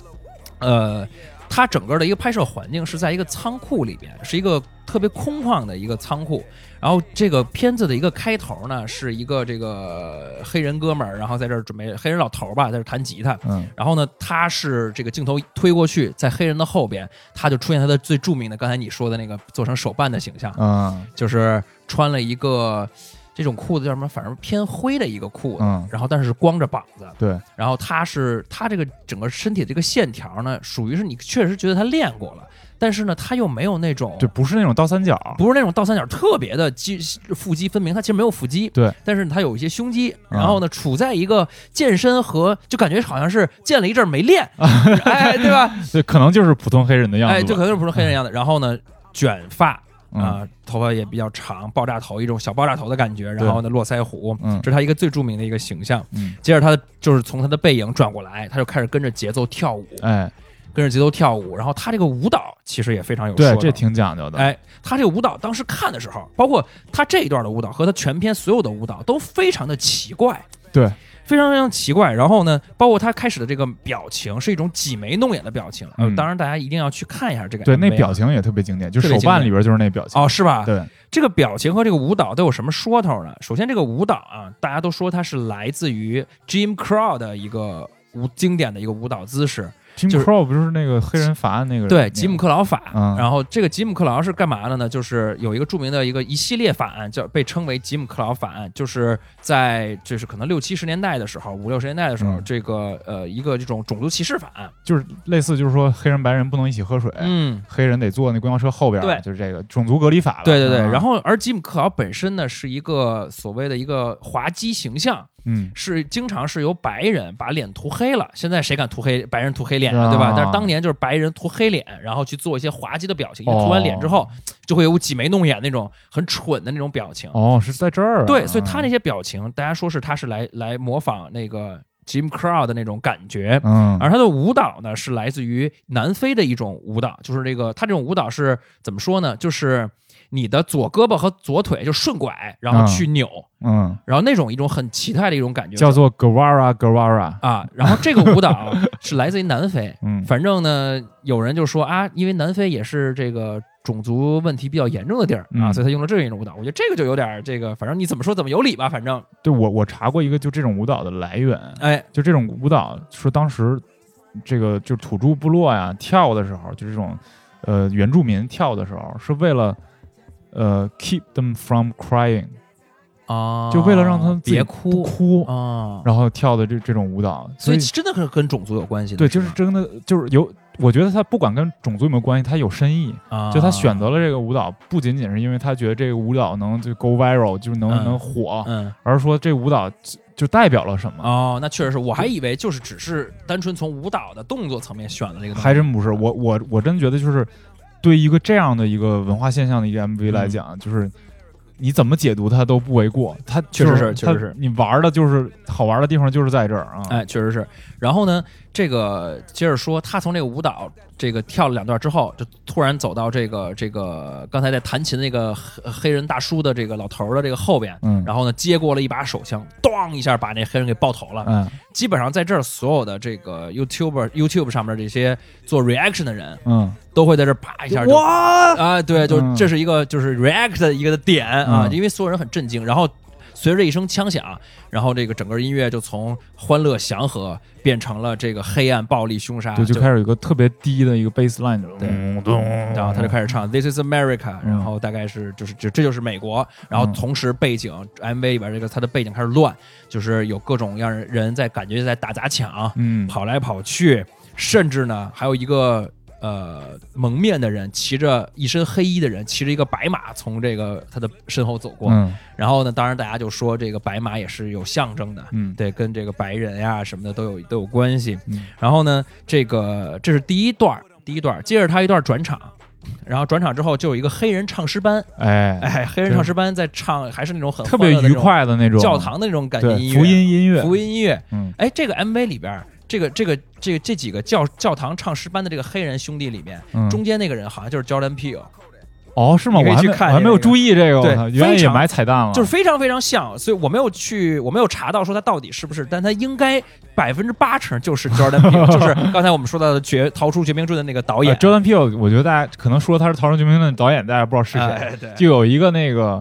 呃，它整个的一个拍摄环境是在一个仓库里边，是一个特别空旷的一个仓库。然后这个片子的一个开头呢，是一个这个黑人哥们儿，然后在这儿准备黑人老头儿吧，在这儿弹吉他，嗯，然后呢，他是这个镜头推过去，在黑人的后边，他就出现他的最著名的刚才你说的那个做成手办的形象，嗯就是穿了一个这种裤子叫什么，反正偏灰的一个裤子，嗯，然后但是是光着膀子，对，然后他是他这个整个身体这个线条呢，属于是你确实觉得他练过了，但是呢，他又没有那种对，不是那种倒三角，不是那种倒三角特别的肌腹肌分明，他其实没有腹肌，对，但是他有一些胸肌，嗯然后呢，处在一个健身和就感觉好像是健了一阵儿 *laughs* 没练，哎，对吧？对，可能就是普通黑人的样子吧，哎，就可能是不是黑人一样的，然后呢，卷发嗯啊、头发也比较长，爆炸头一种小爆炸头的感觉，然后呢，络腮胡，嗯这是他一个最著名的一个形象。嗯，接着他就是从他的背影转过来，他就开始跟着节奏跳舞，哎，跟着节奏跳舞，然后他这个舞蹈其实也非常有对说，这道挺讲究的，哎，他这个舞蹈当时看的时候，包括他这一段的舞蹈和他全篇所有的舞蹈都非常的奇怪，对，非常非常奇怪。然后呢，包括他开始的这个表情是一种挤眉弄眼的表情。呃嗯当然大家一定要去看一下这个 MV 啊。对，那表情也特别经典，就特别手经办典里边就是那表情，哦，是吧？对，这个表情和这个舞蹈都有什么说头呢？首先，这个舞蹈啊，大家都说它是来自于 Jim Crow 的一个舞经典的一个舞蹈姿势。 Jim 就是 Crow 不是那个黑人法案那个人那对，个吉姆克劳法。嗯然后这个吉姆克劳是干嘛的呢？就是有一个著名的一个一系列法案，叫被称为吉姆克劳法案，就是在就是可能六七十年代的时候，五六十年代的时候，嗯这个呃一个这种种族歧视法案。就是类似就是说黑人白人不能一起喝水，嗯。黑人得坐那公交车后边儿，对就是这个种族隔离法了，对对对，嗯然后而吉姆克劳本身呢是一个所谓的一个滑稽形象，嗯，是经常是由白人把脸涂黑了。现在谁敢涂黑白人涂黑脸啊，啊对吧？但是当年就是白人涂黑脸，然后去做一些滑稽的表情，因为哦涂完脸之后就会有挤眉弄眼那种很蠢的那种表情。哦是在这儿啊，对，所以他那那些表情，大家说是他是来来模仿那个 Jim Crow 的那种感觉。嗯而他的舞蹈呢，是来自于南非的一种舞蹈，就是这个他这种舞蹈是怎么说呢？就是你的左胳膊和左腿就顺拐，然后嗯去扭，嗯然后那种一种很奇态的一种感觉，叫做 Guevara Guevara，啊，然后这个舞蹈是来自于南非，嗯反正呢，有人就说啊，因为南非也是这个种族问题比较严重的地儿啊，嗯所以他用了这样一种舞蹈。我觉得这个就有点儿这个，反正你怎么说怎么有理吧，反正对我我查过一个就这种舞蹈的来源，哎，就这种舞蹈说当时这个就是土著部落呀跳的时候，就这种呃原住民跳的时候是为了呃 keep them from crying，啊就为了让他们自己别不哭哭，啊，然后跳的这这种舞蹈，所以以真的是跟种族有关系的，对，就是吗真的就是有我觉得他不管跟种族有没有关系，他有深意。啊就他选择了这个舞蹈，不仅仅是因为他觉得这个舞蹈能就 go viral，就是能、嗯能火，嗯而是说这舞蹈就就代表了什么。哦，那确实是我还以为就是只是单纯从舞蹈的动作层面选的这个东西，还真不是，我我我真觉得就是对一个这样的一个文化现象的一个 MV 嗯来讲，就是你怎么解读它都不为过。它确实就是确实它是你玩的就是好玩的地方就是在这儿啊。哎，确实是。然后呢，这个接着说，他从这个舞蹈这个跳了两段之后，就突然走到这个这个刚才在弹琴那个黑黑人大叔的这个老头儿的这个后边，嗯然后呢接过了一把手枪，咚一下把那黑人给爆头了。嗯基本上在这儿所有的这个 YouTuber YouTube 上面这些做 reaction 的人嗯，都会在这儿啪一下就哇，啊，对，就嗯这是一个就是 react 的一个点啊，嗯因为所有人很震惊，然后随着一声枪响，然后这个整个音乐就从欢乐祥和变成了这个黑暗暴力凶杀，对，就开始有一个特别低的一个 bass line，咚咚，然啊后他就开始唱 This is America，嗯然后大概是就是这这就是美国，然后嗯同时背景 MV 里边这个它的背景开始乱，就是有各种让人人在感觉在打砸抢，嗯跑来跑去，甚至呢还有一个呃蒙面的人骑着一身黑衣的人骑着一个白马从这个他的身后走过，嗯然后呢，当然大家就说这个白马也是有象征的，嗯对，跟这个白人呀什么的都有都有关系。嗯然后呢，这个这是第一段儿，第一段儿，接着他一段转场，然后转场之后就有一个黑人唱诗班，哎，哎，黑人对唱诗班在唱，还是那种很特呃欢别乐愉的那种快的那种教堂的那种感觉对音乐，福音音乐，福音音乐。嗯哎，这个 MV 里边儿，这个这个这个这几个教教堂唱诗班的这个黑人兄弟里面，嗯中间那个人好像就是 Jordan Peele，哦是吗？你可以我还去没我看还没有这个注意这个，对我操原来非也常埋彩蛋了，就是非常非常像，所以我没有去，我没有查到说他到底是不是，但他应该百分之八成就是 Jordan Peele，就是刚才我们说到的绝逃出绝命镇的那个导演呃。Jordan Peele，我觉得大家可能说他是《逃生绝命镇》的导演，大家不知道是谁。哎对就有一个那个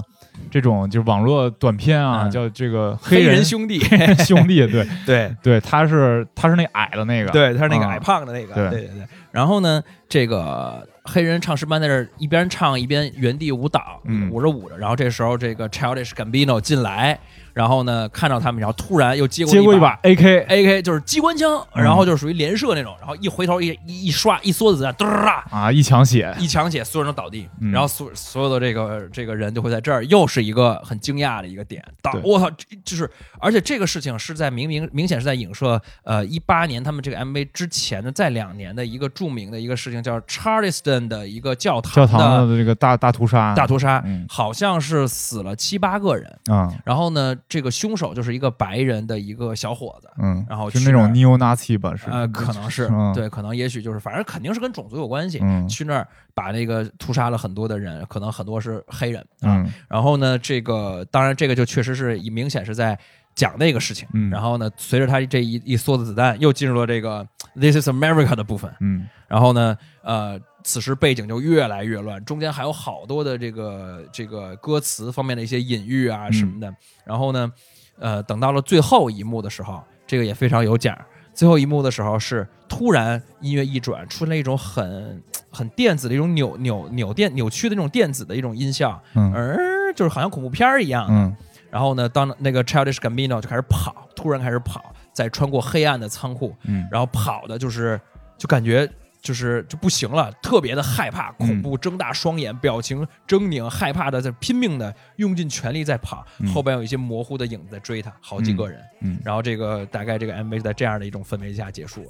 这种就是网络短片啊，嗯叫这个黑人人兄弟，人兄弟，对对对，他是他是那矮的那个，对，他是那个啊矮胖的那个，对对对对。然后呢，这个黑人唱诗班在这儿一边唱一边原地舞蹈，嗯舞着舞着，然后这时候这个 Childish Gambino 进来，然后呢看到他们，然后突然又接过接过一一把 AK， AK 就是机关枪，嗯然后就是属于连射那种，然后一回头一一一刷一梭子子弹，嘟儿啊，啊，一抢血，一抢血，所有人都倒地，嗯然后所所有的这个这个人就会在这儿，又是一个很惊讶的一个点。倒对，我操，这就是而且这个事情是在明明明显是在影射呃一八年他们这个 MV 之前的在两年的一个著名的一个事情，叫 Charleston 的一个教堂教的堂的这个大大屠杀，大屠杀，嗯好像是死了七八个人。啊，然后呢，这个凶手就是一个白人的一个小伙子，嗯，然后是去那种那 neo Nazi 吧，是呃，可能是吗对，可能也许就是，反正肯定是跟种族有关系。嗯去那儿把那个屠杀了很多的人，可能很多是黑人啊。嗯然后呢，这个当然这个就确实是明显是在讲那个事情。嗯然后呢，随着他这一一梭子子弹，又进入了这个 This is America 的部分。嗯然后呢，呃，此时背景就越来越乱，中间还有好多的这个这个歌词方面的一些隐喻啊什么的。嗯然后呢，呃，等到了最后一幕的时候，这个也非常有讲儿。最后一幕的时候是突然音乐一转，出现了一种很很电子的一种扭扭扭电扭曲的那种电子的一种音效，嗯而就是好像恐怖片儿一样。嗯然后呢，当那个 Childish Gambino 就开始跑，突然开始跑，再穿过黑暗的仓库，嗯，然后跑的就是就感觉就是就不行了，特别的害怕、恐怖，嗯睁大双眼，表情狰狞，害怕的在拼命的用尽全力在跑，嗯后边有一些模糊的影子在追他，好几个人。嗯然后这个大概这个 MV 就在这样的一种氛围下结束了。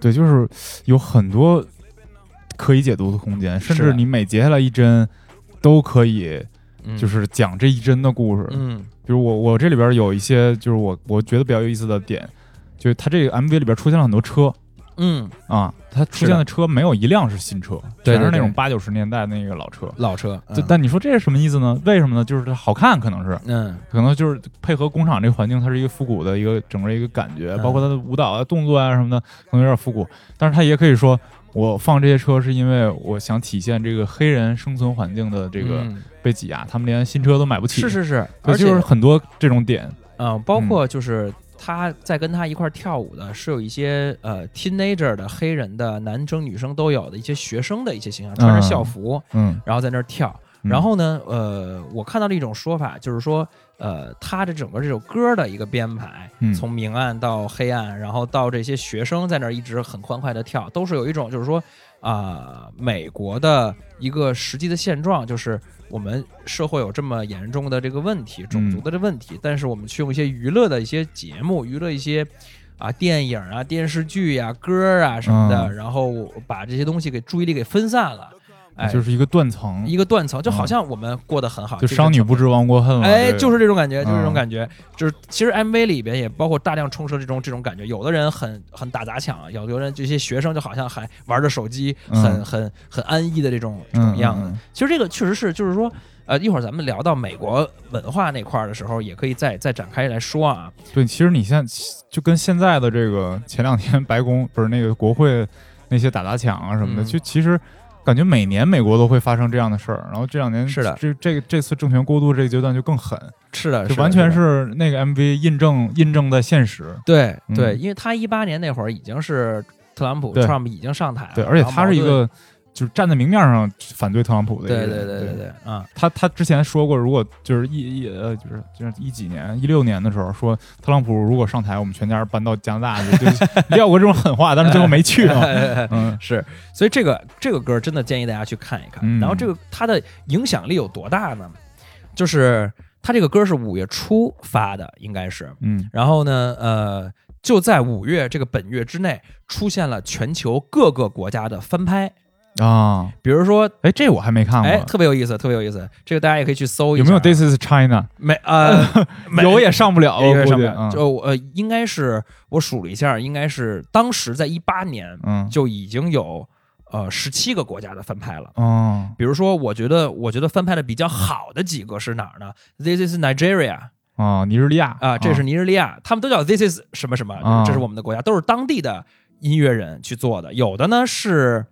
对，就是有很多可以解读的空间，甚是至的你每截下来一帧都可以。嗯就是讲这一帧的故事。嗯比如我我这里边有一些就是我我觉得比较有意思的点，就是它这个 MV 里边出现了很多车嗯，啊，它出是的现的车没有一辆是新车，对对全是那种对嗯八九十年代那个老车。老车，就但你说这是什么意思呢？为什么呢？就是它好看，可能是，嗯可能就是配合工厂这个环境，它是一个复古的一个整个一个感觉，嗯包括它的舞蹈啊、动作啊什么的，可能有点复古。但是它也可以说，我放这些车是因为我想体现这个黑人生存环境的这个嗯被挤压，他们连新车都买不起。是是是，对，而且就是很多这种点，嗯，包括就是他在跟他一块儿跳舞的是有一些呃 teenager 的黑人的男生女生都有的一些学生的一些形象，穿着校服，嗯然后在那儿跳。然后呢，呃，我看到了一种说法，就是说，呃，他的整个这首歌的一个编排，嗯从明暗到黑暗，然后到这些学生在那儿一直很欢快的跳，都是有一种就是说，啊、美国的一个实际的现状，就是我们社会有这么严重的这个问题，种嗯族的这问题，但是我们去用一些娱乐的一些节目，娱乐一些。啊，电影啊、电视剧呀、歌啊什么的，嗯然后把这些东西给注意力给分散了，哎，就是一个断层，一个断层，就好像我们过得很好，嗯就这个商女不知亡国恨了。哎，这个就是这种感觉，嗯就是这种感觉，就是其实 MV 里边也包括大量充斥这种这种感觉，有的人很很打砸抢，啊有的人这些学生就好像还玩着手机，嗯很很很安逸的这种嗯这种样子。嗯嗯其实这个确实是，就是说，呃，一会儿咱们聊到美国文化那块儿的时候，也可以再再展开来说啊。对，其实你现在就跟现在的这个前两天白宫不是那个国会那些打砸抢啊什么的，嗯就其实感觉每年美国都会发生这样的事儿。然后这两年是的啊这这个这次政权过渡这个阶段就更狠，是的，就是的完全是的是那个 MV 印证印证在现实。对对，嗯因为他一八年那会儿已经是特朗普对 Trump 已经上台了，对，而且啊然后他是一矛盾。个就是站在明面上反对特朗普的一个对人。对对对对啊，他他之前说过，如果就是一一呃，就是就是一几年一六年的时候，说特朗普如果上台，我们全家搬到加拿大去，就 *laughs* 撂过这种狠话， *laughs* 但是最后没去 *laughs* 嘛。嗯是，所以这个这个歌真的建议大家去看一看。嗯然后这个它的影响力有多大呢？就是它这个歌是五月初发的，应该是。嗯然后呢，呃，就在五月这个本月之内，出现了全球各个国家的翻拍。啊，比如说，哎，这我还没看过，哎，特别有意思，特别有意思。这个大家也可以去搜一有下。没有 This is China？没呃， *laughs* 没有也上不了，也我估上计面嗯就呃，应该是我数了一下，应该是当时在一八年嗯就已经有呃十七个国家的翻拍了。哦比如说，我觉得我觉得翻拍的比较好的几个是哪儿呢？This is Nigeria 哦，尼日利亚啊，这是尼日利亚，他们都叫 This is 什么什么，啊这是我们的国家，都是当地的音乐人去做的。有的呢是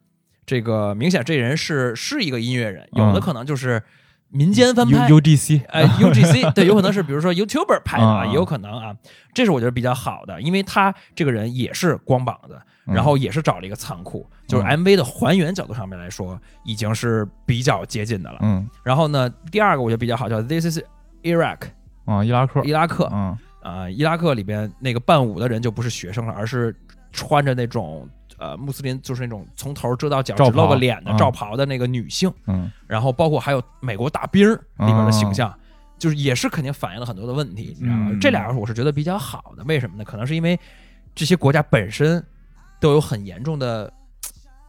这个明显这人是是一个音乐人，有的嗯可能就是民间翻 U 拍。 U G C 呃 *laughs* UGC 对，有可能是比如说 YouTuber 拍的啊，啊也有可能啊，这是我觉得比较好的，因为他这个人也是光膀子，然后也是找了一个仓库，就是嗯 MV 的还原角度上面来说，已经是比较接近的了。嗯然后呢，第二个我觉得比较好，叫 This is Iraq 啊，伊拉克伊拉克啊、嗯伊拉克里边那个伴舞的人就不是学生了，而是穿着那种呃穆斯林，就是那种从头遮到脚罩只露袍个脸的嗯罩袍的那个女性。嗯然后包括还有美国大兵儿里边的形象，就是也是肯定反映了很多的问题，你知道吗？嗯这俩我是觉得比较好的，为什么呢？可能是因为这些国家本身都有很严重的，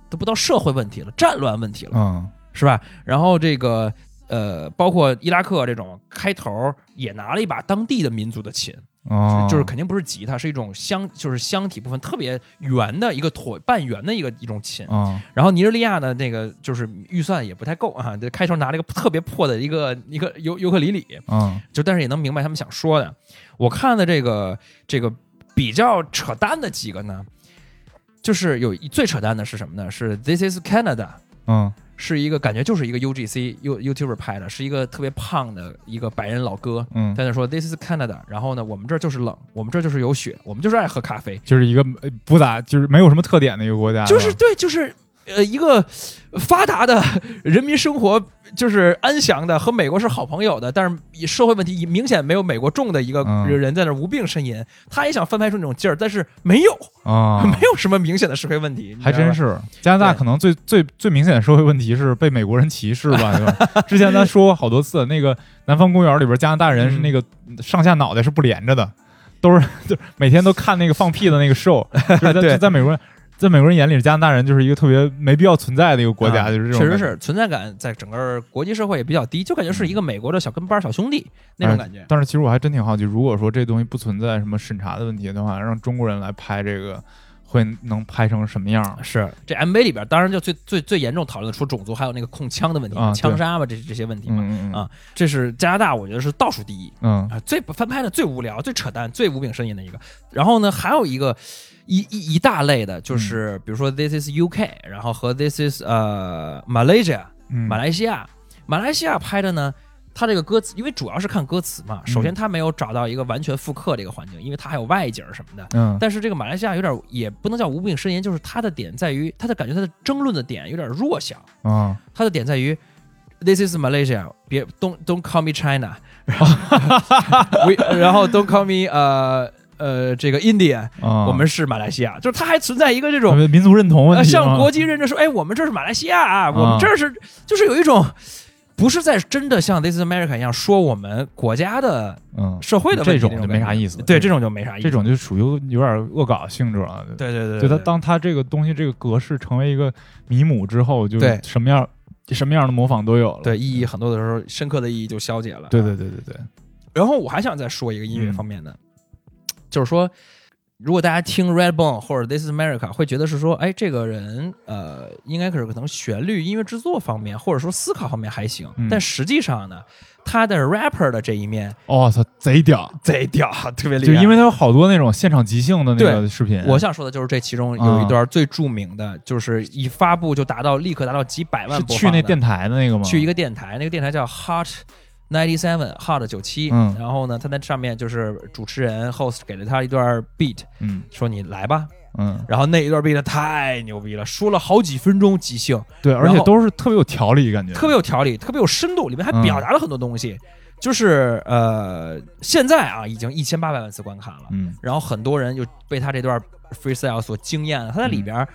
都不到社会问题了，战乱问题了，嗯是吧？然后这个呃，包括伊拉克这种开头也拿了一把当地的民族的琴，哦，嗯就是肯定不是吉他，是一种箱，就是箱体部分特别圆的一个椭半圆的一个一种琴，啊然后尼日利亚呢，那个就是预算也不太够啊，这开头拿了一个特别破的一个一个尤尤克里里，嗯就但是也能明白他们想说的。我看的这个这个比较扯淡的几个呢，就是有一最扯淡的是什么呢？是 This is Canada，嗯是一个感觉就是一个 UGC You YouTuber 拍的，是一个特别胖的一个白人老哥。嗯，在那说 This is Canada，然后呢，我们这儿就是冷，我们这儿就是有雪，我们就是爱喝咖啡，就是一个呃不咋就是没有什么特点的一个国家，就是吧对，就是呃，一个发达的人民生活就是安详的，和美国是好朋友的，但是以社会问题明显没有美国重的一个嗯人在那儿无病呻吟。他也想翻拍出那种劲儿，但是没有，啊 *laughs* 没有什么明显的社会问题，你知还道真吧。是，加拿大对可能最最最明显的社会问题是被美国人歧视吧？对吧？之前咱说过好多次，那个南方公园里边加拿大人是那个上下脑袋是不连着的，都是就是每天都看那个放屁的那个 show，就是在对就在美国人在美国人眼里，加拿大人就是一个特别没必要存在的一个国家，啊就是这种确实感觉嗯是存在感在整个国际社会也比较低，就感觉是一个美国的小跟班、小兄弟那哎种感觉。但是其实我还真挺好奇，如果说这东西不存在什么审查的问题的话，让中国人来拍这个，会能拍成什么样儿？是这 MV 里边，当然就最最最严重讨论的除种族，还有那个控枪的问题嘛、啊对枪杀嘛，这这些问题嘛。嗯嗯嗯啊，这是加拿大，我觉得是倒数第一。嗯啊，最翻拍的最无聊、最扯淡、最无病呻吟的一个。然后呢，还有一个一一一大类嗯的，就是比如说 This is UK，然后和 This is 呃 Malaysia 嗯，马来西亚，马来西亚拍的呢。它这个歌词，因为主要是看歌词嘛。首先，它没有找到一个完全复刻这个环境，因为它还有外景什么的。嗯但是这个马来西亚有点也不能叫无病呻吟，就是它的点在于它的感觉，它的争论的点有点弱小。啊它的点在于 This is Malaysia，别 don't don't call me China，然后 *laughs* we 然后 don't call me 呃呃这个 India，、啊，我们是马来西亚，就是它还存在一个这我种、们民族认同问呃、题吗，向国际认证说，哎，我们这是马来西亚啊，我啊们这是、就是有一种不是在真的像 This is America 一样说我们国家的嗯，社会的问这题种那就感没觉啥意思，对，这种就没啥意思，这种就属于有点恶搞性质了。对对对，就它对当它这个东西这个格式成为一个迷母之后，就对什么样什么样的模仿都有了。对意义很多的时候，深刻的意义就消解了。啊对对对对对，然后我还想再说一个音乐嗯方面的，就是说，如果大家听 Redbone 或者 This Is America，会觉得是说，哎，这个人呃，应该是可能旋律、音乐制作方面，或者说思考方面还行，嗯但实际上呢，他的 rapper 的这一面哦操，贼屌！ *laughs* 贼屌，特别就因为它有好多那种现场即兴的那个视频，我想说的就是这其中有一段最著名的，就是一发布就达到立刻达到几百万是播去放那的电台的那个吗？去一个电台，那个电台叫 Hot Ninety Seven Hot 九七，嗯然后呢，他在上面就是主持人 host 给了他一段 beat，嗯说你来吧，嗯，然后那一段 beat 太牛逼了，说了好几分钟即兴，对，而然且后都是特别有条理感觉，特别有条理，特别有深度，里面还嗯表达了很多东西，就是呃，现在啊已经一千八百万次观看了，嗯然后很多人就被他这段 freestyle 所惊艳了。他在嗯里边儿、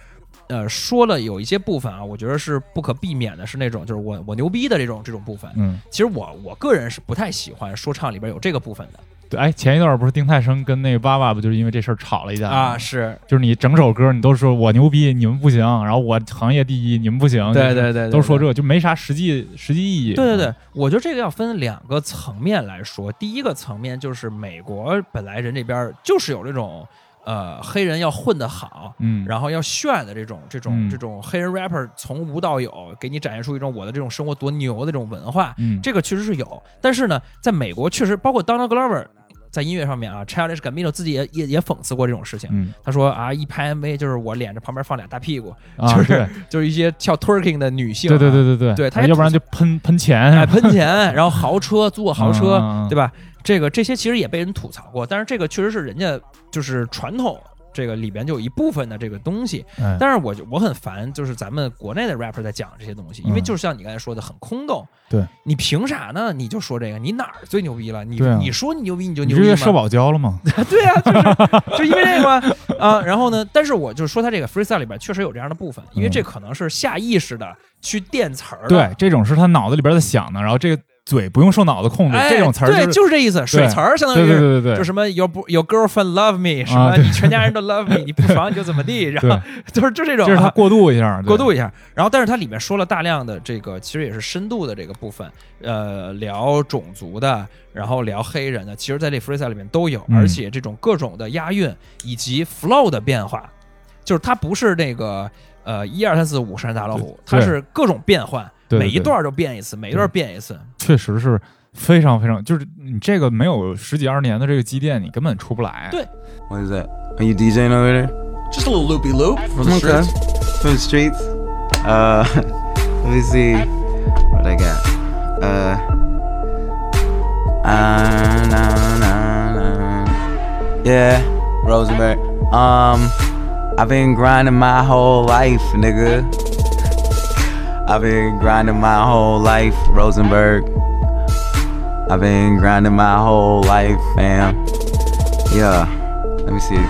呃，说了有一些部分啊，我觉得是不可避免的，是那种就是我我牛逼的这种这种部分。嗯。其实我我个人是不太喜欢说唱里边有这个部分的对，哎，前一段不是丁太升跟那个娃娃不就是因为这事儿吵了一架吗啊，是就是你整首歌你都说我牛逼，你们不行，然后我行业第一，你们不行，对就是对对对都说这就没啥实际实际意义。对对对，我觉得这个要分两个层面来说。第一个层面就是美国本来人这边儿就是有这种呃黑人要混得好，嗯，然后要炫的这种这种嗯这种黑人 rapper 从无到有，给你展现出一种我的这种生活多牛的这种文化，嗯，这个确实是有。但是呢，在美国确实包括 Donald Glover 在音乐上面啊，Childish Gambino 自己也也也讽刺过这种事情。 *laughs* 嗯他说啊，一拍 MV 就是我脸着旁边放俩大屁股，啊，就是对就是一些跳 twerking 的女性、对对。对对对啊对他也要不吐然就喷喷钱，啊哎，喷钱，然后豪车，租个豪车，嗯嗯嗯对吧？这个这些其实也被人吐槽过，但是这个确实是人家就是传统这个里边就有一部分的这个东西，哎但是我就我很烦，就是咱们国内的 rapper 在讲这些东西，因为嗯就是像你刚才说的，很空洞。对，你凭啥呢？你就说这个，你哪儿最牛逼了？你、对啊你说你牛逼，你就你牛这逼月吗？社保交了吗？对啊，就是 *laughs* 就因为这个嘛啊。然后呢，但是我就说他这个 freestyle 里边确实有这样的部分，因为这可能是下意识的去垫词儿嗯的。对，这种是他脑子里边在想的，然后这个嘴不用受脑子控制，哎。这种词儿对，就是这意思，水词儿相当于对是对对对就对，什么 your bo- your girlfriend love me，什么、啊对你全家人都 love me，你不爽你就怎 *laughs* 么地，然后就是就这种、啊，这是他过渡一下，对过渡一下。然后，但是它里面说了大量的这个，其实也是深度的这个部分，呃，聊种族的，然后聊黑人的，其实在这 freestyle 里面都有，嗯而且这种各种的押韵以及 flow 的变化，就是它不是那个呃一二三四五山大老虎，对它是各种变换，对对每一段就变一次，每一段变一次。确实是非常非常，就是你这个没有十几二十年的这个积淀，你根本出不来。对 What is that? Are you DJing over there? Just a little loopy loop from the Okay. streets. From the streets. Uh, *laughs* let me see what I got. Uh, uh, nah, nah, nah. yeah, Rosenberg. Um, I've been grinding my whole life, nigga. I've been grinding my whole life, Rosenberg. I've been grinding my whole life, fam. Yeah, let me see.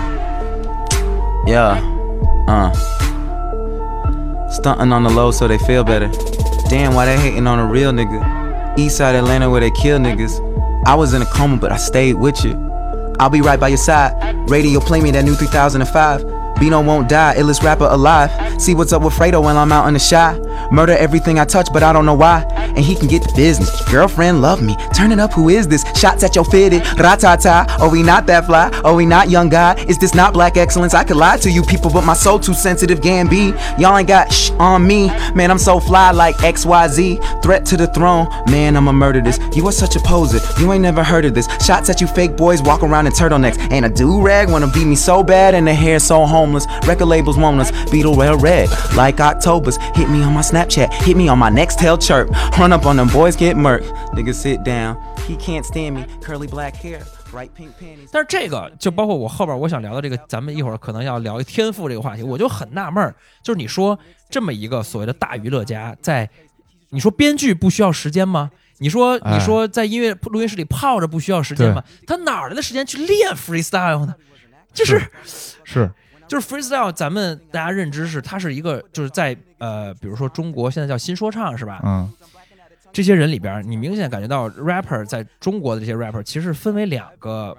Yeah, uh. Stunting on the low so they feel better. Damn, why they hating on a real nigga? East side Atlanta where they kill niggas. I was in a coma, but I stayed with you. I'll be right by your side. Radio play me that new 3005. Bino won't die, illest rapper alive. See what's up with Fredo while I'm out in the shy. Murder everything I touch, but I don't know why. And he can get the business. Girlfriend love me. Turn it up, who is this? Shots at your fitted. Ratata. Are we not that fly? Are we not young guy? Is this not black excellence? I could lie to you people, but my soul too sensitive, Gambi. Y'all ain't got shh on me. Man, I'm so fly like XYZ. Threat to the throne. Man, I'ma murder this. You are such a poser. You ain't never heard of this. Shots at you fake boys walk around in turtlenecks. And a do-rag wanna beat me so bad and the hair so homeless. Record labels want us. Beetle rail red. Like October's. Hit me on my Snapchat. Hit me on my next tail chirp. Run up on them boys, get murked. Nigga, sit down. He can't stand me. Curly black hair. Bright pink panties. 但是这个就包括我后边我想聊的这个，咱们一会儿可能要聊天赋这个话题，我就很纳闷儿，就是你说这么一个所谓的大娱乐家，在你说编剧不需要时间吗？你说哎你说在音乐录音室里泡着不需要时间吗？他哪儿来的时间去练 freestyle 呢？就是是就是 freestyle，咱们大家认知是它是一个就是在呃，比如说中国现在叫新说唱是吧？嗯这些人里边儿，你明显感觉到 rapper 在中国的这些 rapper 其实分为两个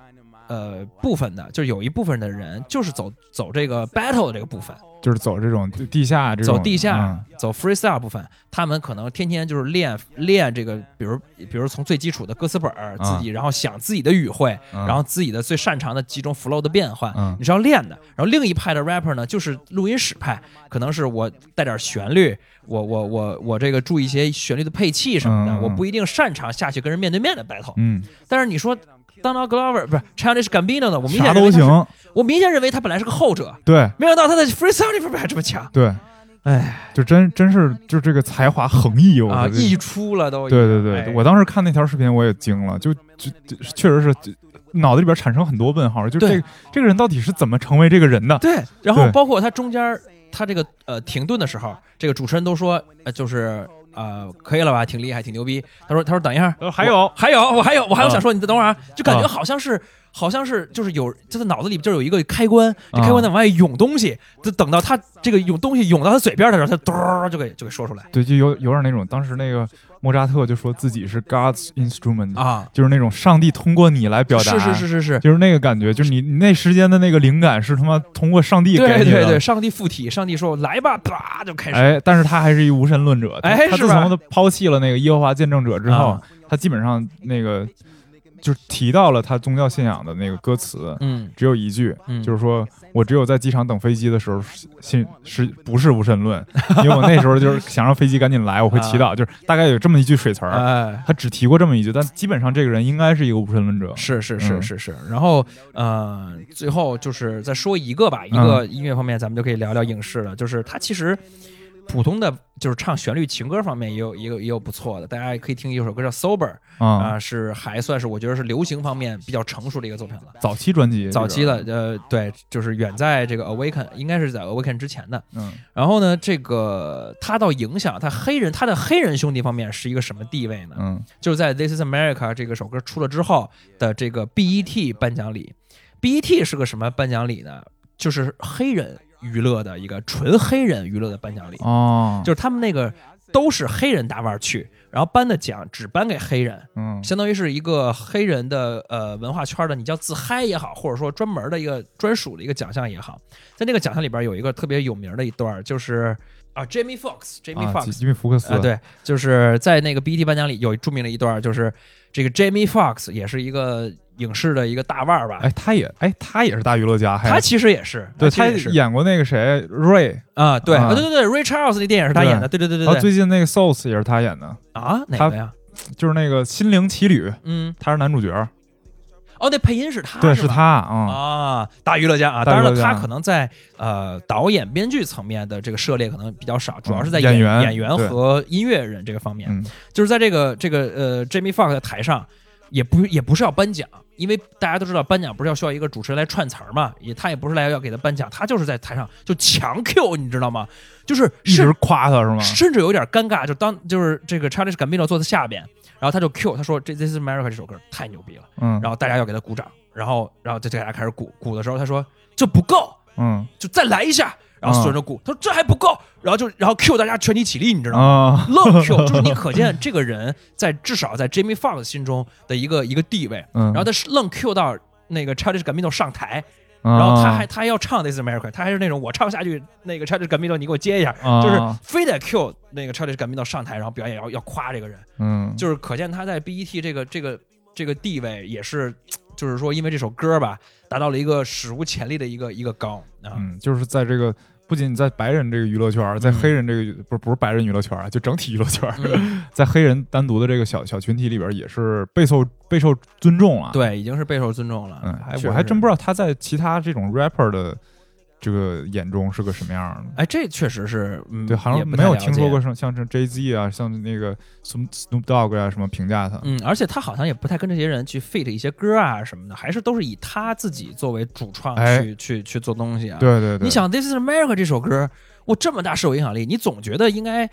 呃部分的，就是有一部分的人就是走走这个 battle 的这个部分，就是走这种地下这种走地下、嗯走 freestyle 部分，他们可能天天就是练练这个，比如比如从最基础的歌词本儿自啊己，然后想自己的语汇，嗯然后自己的最擅长的几种 flow 的变换，嗯你是要练的。然后另一派的 rapper 呢，就是录音室派，可能是我带点旋律，我我我我这个注意一些旋律的配器什么的，嗯嗯嗯我不一定擅长下去跟人面对面的 battle。嗯，但是你说 Donald Glover 不是 Childish Gambino 呢，我明显啥认为都他是，行，我明显认为他本来是个后者，对没想到他在 freestyle 里边还这么强。对，哎，就真真是就这个才华横溢，我啊，觉得溢出了都已经。对对对，哎我当时看那条视频我也惊了，就就就确实是就脑子里边产生很多问号，就这对个这个人到底是怎么成为这个人的？对，然后对包括他中间儿他这个呃停顿的时候，这个主持人都说呃就是呃可以了吧，挺厉害，挺牛逼。他说他说等一下呃，还有我还有我还有我还有啊想说，你等会儿啊，就感觉啊好像是。好像是就是有，就在脑子里就有一个开关，这开啊关在往外涌东西，就等到他这个涌东西涌到他嘴边的时候，他嘟儿就给就给说出来对，就有有点那种，当时那个莫扎特就说自己是 God's instrument，、啊！就是那种上帝通过你来嗯表达，是是是是是，就是那个感觉，就是你你那时间的那个灵感是他妈通过上帝给对你的。对对，上帝附体，上帝说来吧，啪就开始啊哎，但是他还是一无神论者。他哎他是自吧从他抛弃了那个耶和华见证者之后，啊他基本上那个就是提到了他宗教信仰的那个歌词，嗯只有一句，嗯就是说我只有在机场等飞机的时候 *laughs* 信是不是无神论，因为我那时候就是想让飞机赶紧来，我会祈祷，就是大概有这么一句水词儿。啊哎，他只提过这么一句，但基本上这个人应该是一个无神论者。是是是嗯是是，然后呃，最后就是再说一个吧，一个音乐方面，咱们就可以聊聊影视了。就是它其实普通的，就是唱旋律情歌方面也有也有也有不错的，大家也可以听一首歌叫《Sober》啊、啊，是还算是我觉得是流行方面比较成熟的一个作品了。早期专辑，早期这的个，呃，对，就是远在这个 Awaken，应该是在 Awaken 之前的。嗯然后呢，这个他倒影响他黑人，他的黑人兄弟方面是一个什么地位呢？嗯就是在《This Is America》这个首歌出了之后的这个 BET 颁奖礼。BET 是个什么颁奖礼呢？就是黑人娱乐的一个纯黑人娱乐的颁奖礼，哦，就是他们那个都是黑人大腕儿去，然后颁的奖只颁给黑人，嗯相当于是一个黑人的呃文化圈的，你叫自嗨也好，或者说专门的一个专属的一个奖项也好，在那个奖项里边有一个特别有名的一段儿，就是啊，Jamie Fox，Jamie 啊 Fox，、吉米福克斯啊，，对，就是在那个 BET 颁奖礼有著名的一段儿，就是这个 Jamie Foxx 也是一个影视的一个大腕儿吧，哎，他也哎，他也是大娱乐家，还他其实也是，对他他其实也是演过那个谁 Ray，啊，对啊啊，对对对，Ray Charles 那电影是他演的，对对对然后对对，最近那个 Souls 也是他演的，啊，哪他个呀？就是那个《心灵奇旅》，嗯，他是男主角，哦，那配音是他，对，是是吧他啊，啊，大娱乐家啊，大当娱乐然了，家他可能在呃导演、编剧层面的这个涉猎可能比较少，主要是在嗯演演员演员对和音乐人这个方面。嗯就是在这个这个呃 Jamie Foxx 的台上，也不也不是要颁奖，因为大家都知道颁奖不是要需要一个主持人来串词儿嘛，也他也不是来要给他颁奖，他就是在台上就强 Q，你知道吗？就是一直甚夸他是吗？甚至有点尴尬，就当就是这个 Charlie Gambino 坐在下边，然后他就 Q 他说这 This is America 这首歌太牛逼了，嗯，然后大家要给他鼓掌，然后然后就大家开始鼓鼓的时候，他说这不够，嗯就再来一下，然后所有人都鼓，他说这还不够，然后就然后 Q 大家全体起立，你知道吗？啊， *laughs* 愣 Q，就是你可见这个人在至少在 Jimmy Fox 心中的一个一个地位。嗯然后他是愣 Q 到那个 Childish Gambino 上台，然然后他还他还要唱 This Is America，他还是那种我唱下去，那个 Childish Gambino 你给我接一下，啊就是非得 Q 那个 Childish Gambino 上台，然后表演要要夸这个人，嗯就是可见他在 BET 这个这个这个地位也是，就是说因为这首歌吧，达到了一个史无前例的一个一个高啊。嗯，就是在这个不仅在白人这个娱乐圈嗯儿，在黑人这个娱不是不是白人娱乐圈儿啊，就整体娱乐圈儿，嗯 *laughs* 在黑人单独的这个小小群体里边儿也是备受备受尊重啊。，对，已经是备受尊重了。嗯，还还我还真不知道。知道他在其他这种 rapper 的这个眼中是个什么样儿的。哎，这确实是，嗯，对，好也像不没太有了听说解过什么像这 Jay Z 啊，像那个 Snoop Snoop Dogg 啊什么评价他。嗯，而且他好像也不太跟这些人去 fit 一些歌啊什么的，还是都是以他自己作为主创去、哎去去做东西啊。，对对对，你想《This Is America》这首歌，我这么大受影响力，你总觉得应该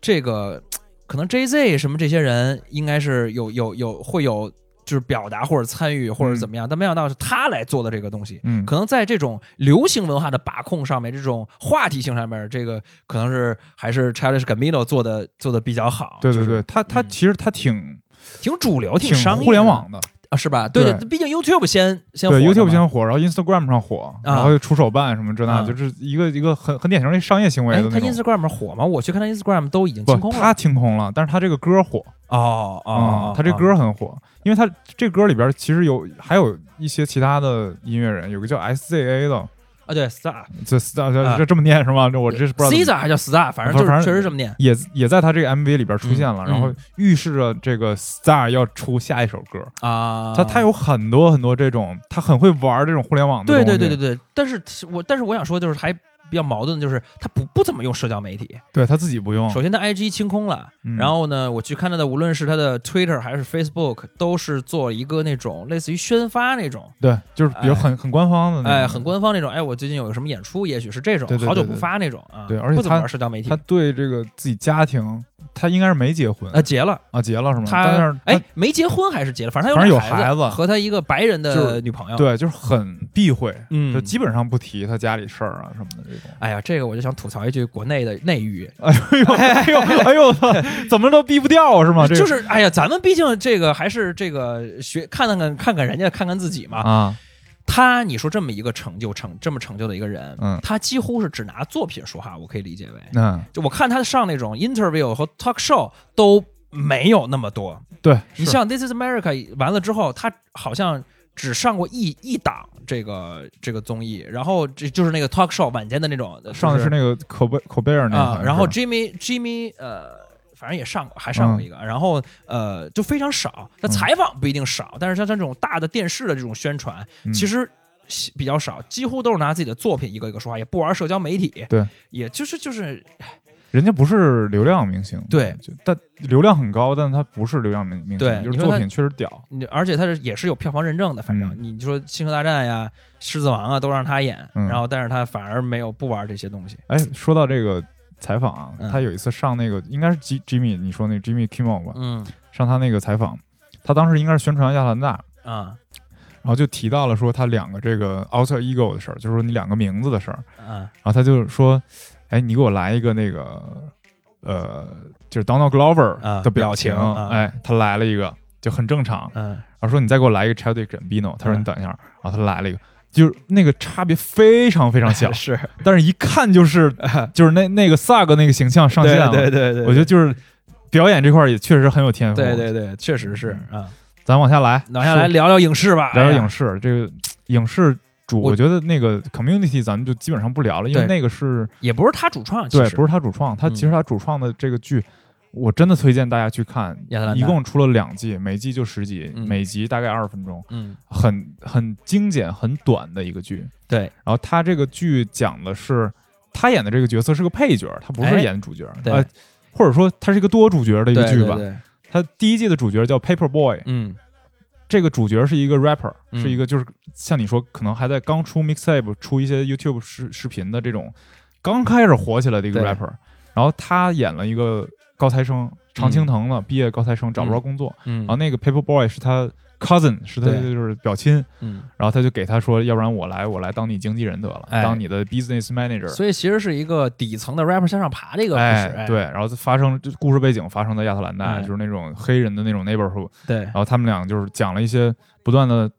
这个可能 J Z 什么这些人应该是有有有会有就是表达或者参与或者怎么样，但没想到是他来做的这个东西。嗯可能在这种流行文化的把控上面，这种话题性上面，这个可能是还是 Childish Gambino 做的做的比较好。对对就是对，他他嗯其实他挺挺主流，挺商业的互联网的，啊，是吧？对对毕竟 YouTube 先先火对的嘛 YouTube 先火，然后 Instagram 上火，然后又出手办什么这那，啊就是一个一个很很典型的商业行为哎的，他那种。 Instagram 火吗？我去看他 Instagram 都已经清不，空他了。清空了，但是他这个歌火哦啊哦，，他这哦歌很火，因为他这歌里边其实有还有一些其他的音乐人，有个叫 SZA 的，啊，对，Star 这这啊这这么念是吗？这我这是不知道怎么 Caesar 还叫 Star，反正反就正是确实这么念。也也在他这个 MV 里边出现了，嗯然后嗯预示着这个 Star 要出下一首歌。啊，他他有很多很多这种，他很会玩这种互联网的对对东对西对对，但是我但是我想说就是还比较矛盾，的就是他不不怎么用社交媒体。对他自己不用。首先他 IG 清空了，哦嗯然后呢，我去看他的无论是他的 Twitter 还是 Facebook，都是做一个那种类似于宣发那种，对，就是比如哎很、很官方的那种，哎，很。官方那种，哎，我最近有什么演出，也许是这种嗯对，对对好久对不发那种啊，对而且不怎么他玩社交媒体他。对这个自己家庭，他应该是没结婚啊，结了，啊，结了是吗？但他是哎没结婚还是结了，反正反正他有俩孩子子和他一个白人就的是女朋友。，对，就是很避讳，嗯就基本上不提他家里事儿啊什么的这种。哎呀，这个我就想吐槽一句国内的内娱， *laughs* 哎呦哎呦哎呦我操，怎么都避不掉是吗？啊这个、就是哎呀，咱们毕竟这个还是这个学看看看看人家看看自己嘛。啊，他你说这么一个成就成这么成就的一个人，嗯他几乎是只拿作品说话，我可以理解为，嗯，就我看他上那种 interview 和 talk show 都没有那么多。对，你是像 This is America 完了之后，他好像只上过一一档这个这个综艺，然后这就是那个 talk show 晚间的那种，就是上的是那个口碑口碑尔那个好啊像，是，然后 Jimmy Jimmy 呃。反正也上过，还上过一个，然后呃，就非常少。那嗯采访不一定少，但是像像这种大的电视的这种宣传，嗯其实喜比较少，几乎都是拿自己的作品一个一个说话，也不玩社交媒体，对，也就是就是人家不是流量明星，对就，但流量很高，但他不是流量明明星，对就是你说作他品确实屌，你而且他是也是有票房认证的，反正、嗯你说《星球大战》呀、《狮子王》啊，都让他演，嗯然后但是他反而没有不玩这些东西。哎，说到这个采访啊，嗯他有一次上那个应该是 G Jimmy，你说那 Jimmy Kimmel 吧，嗯上他那个采访，他当时应该是宣传亚特兰大，啊然后就提到了说他两个这个 alter ego 的事儿，就是说你两个名字的事儿，啊然后他就说，哎，你给我来一个那个呃，就是 Donald Glover 啊的情，表情啊哎，他来了一个就很正常，嗯然后说你再给我来一个 Childish Gambino，他说嗯，你等一下，然后他来了一个。就是那个差别非常非常小 *laughs* 是但是一看 *laughs* 就是就是那那个 Sag 那个形象上线了，对对对，我觉得就是表演这块儿也确实很有天赋。对对对，确实是嗯啊。咱往下来，拿下来是聊聊影视吧，哎聊聊影视。视。这个影视主，我我觉得那个 community 咱们就基本上不聊了，因为对那个是也不是他主创，对其，实不是他主创，他嗯其实他主创的这个剧。我真的推荐大家去看亚特兰，大一共出了两季，每季就十集，嗯每集大概二十分钟，嗯，很很精简、很短的一个剧。对，然后他这个剧讲的是他演的这个角色是个配角，他不哎是演主角，对呃，或者说他是一个多主角的一对个剧对吧。对他第一季的主角叫 Paper Boy，嗯这个主角是一个 rapper，嗯是一个就是像你说，可能还在刚出 mixtape、出一些 YouTube 视视频的这种刚开始火起来的一个对 rapper。然后他演了一个高材生，常青藤的、毕业高材生，找不着工作。嗯然后那个 Paper Boy 是他 cousin，是他对就是表亲。嗯，然后他就给他说，要不然我来，我来当你经纪人得了，哎当你的 business manager。所以其实是一个底层的 rapper 向上爬的一个故事，哎哎，对，然后发生就故事背景发生在亚特兰大，哎就是那种黑人的那种 neighborhood，对然，后他们俩就是讲了一些不断的、呃、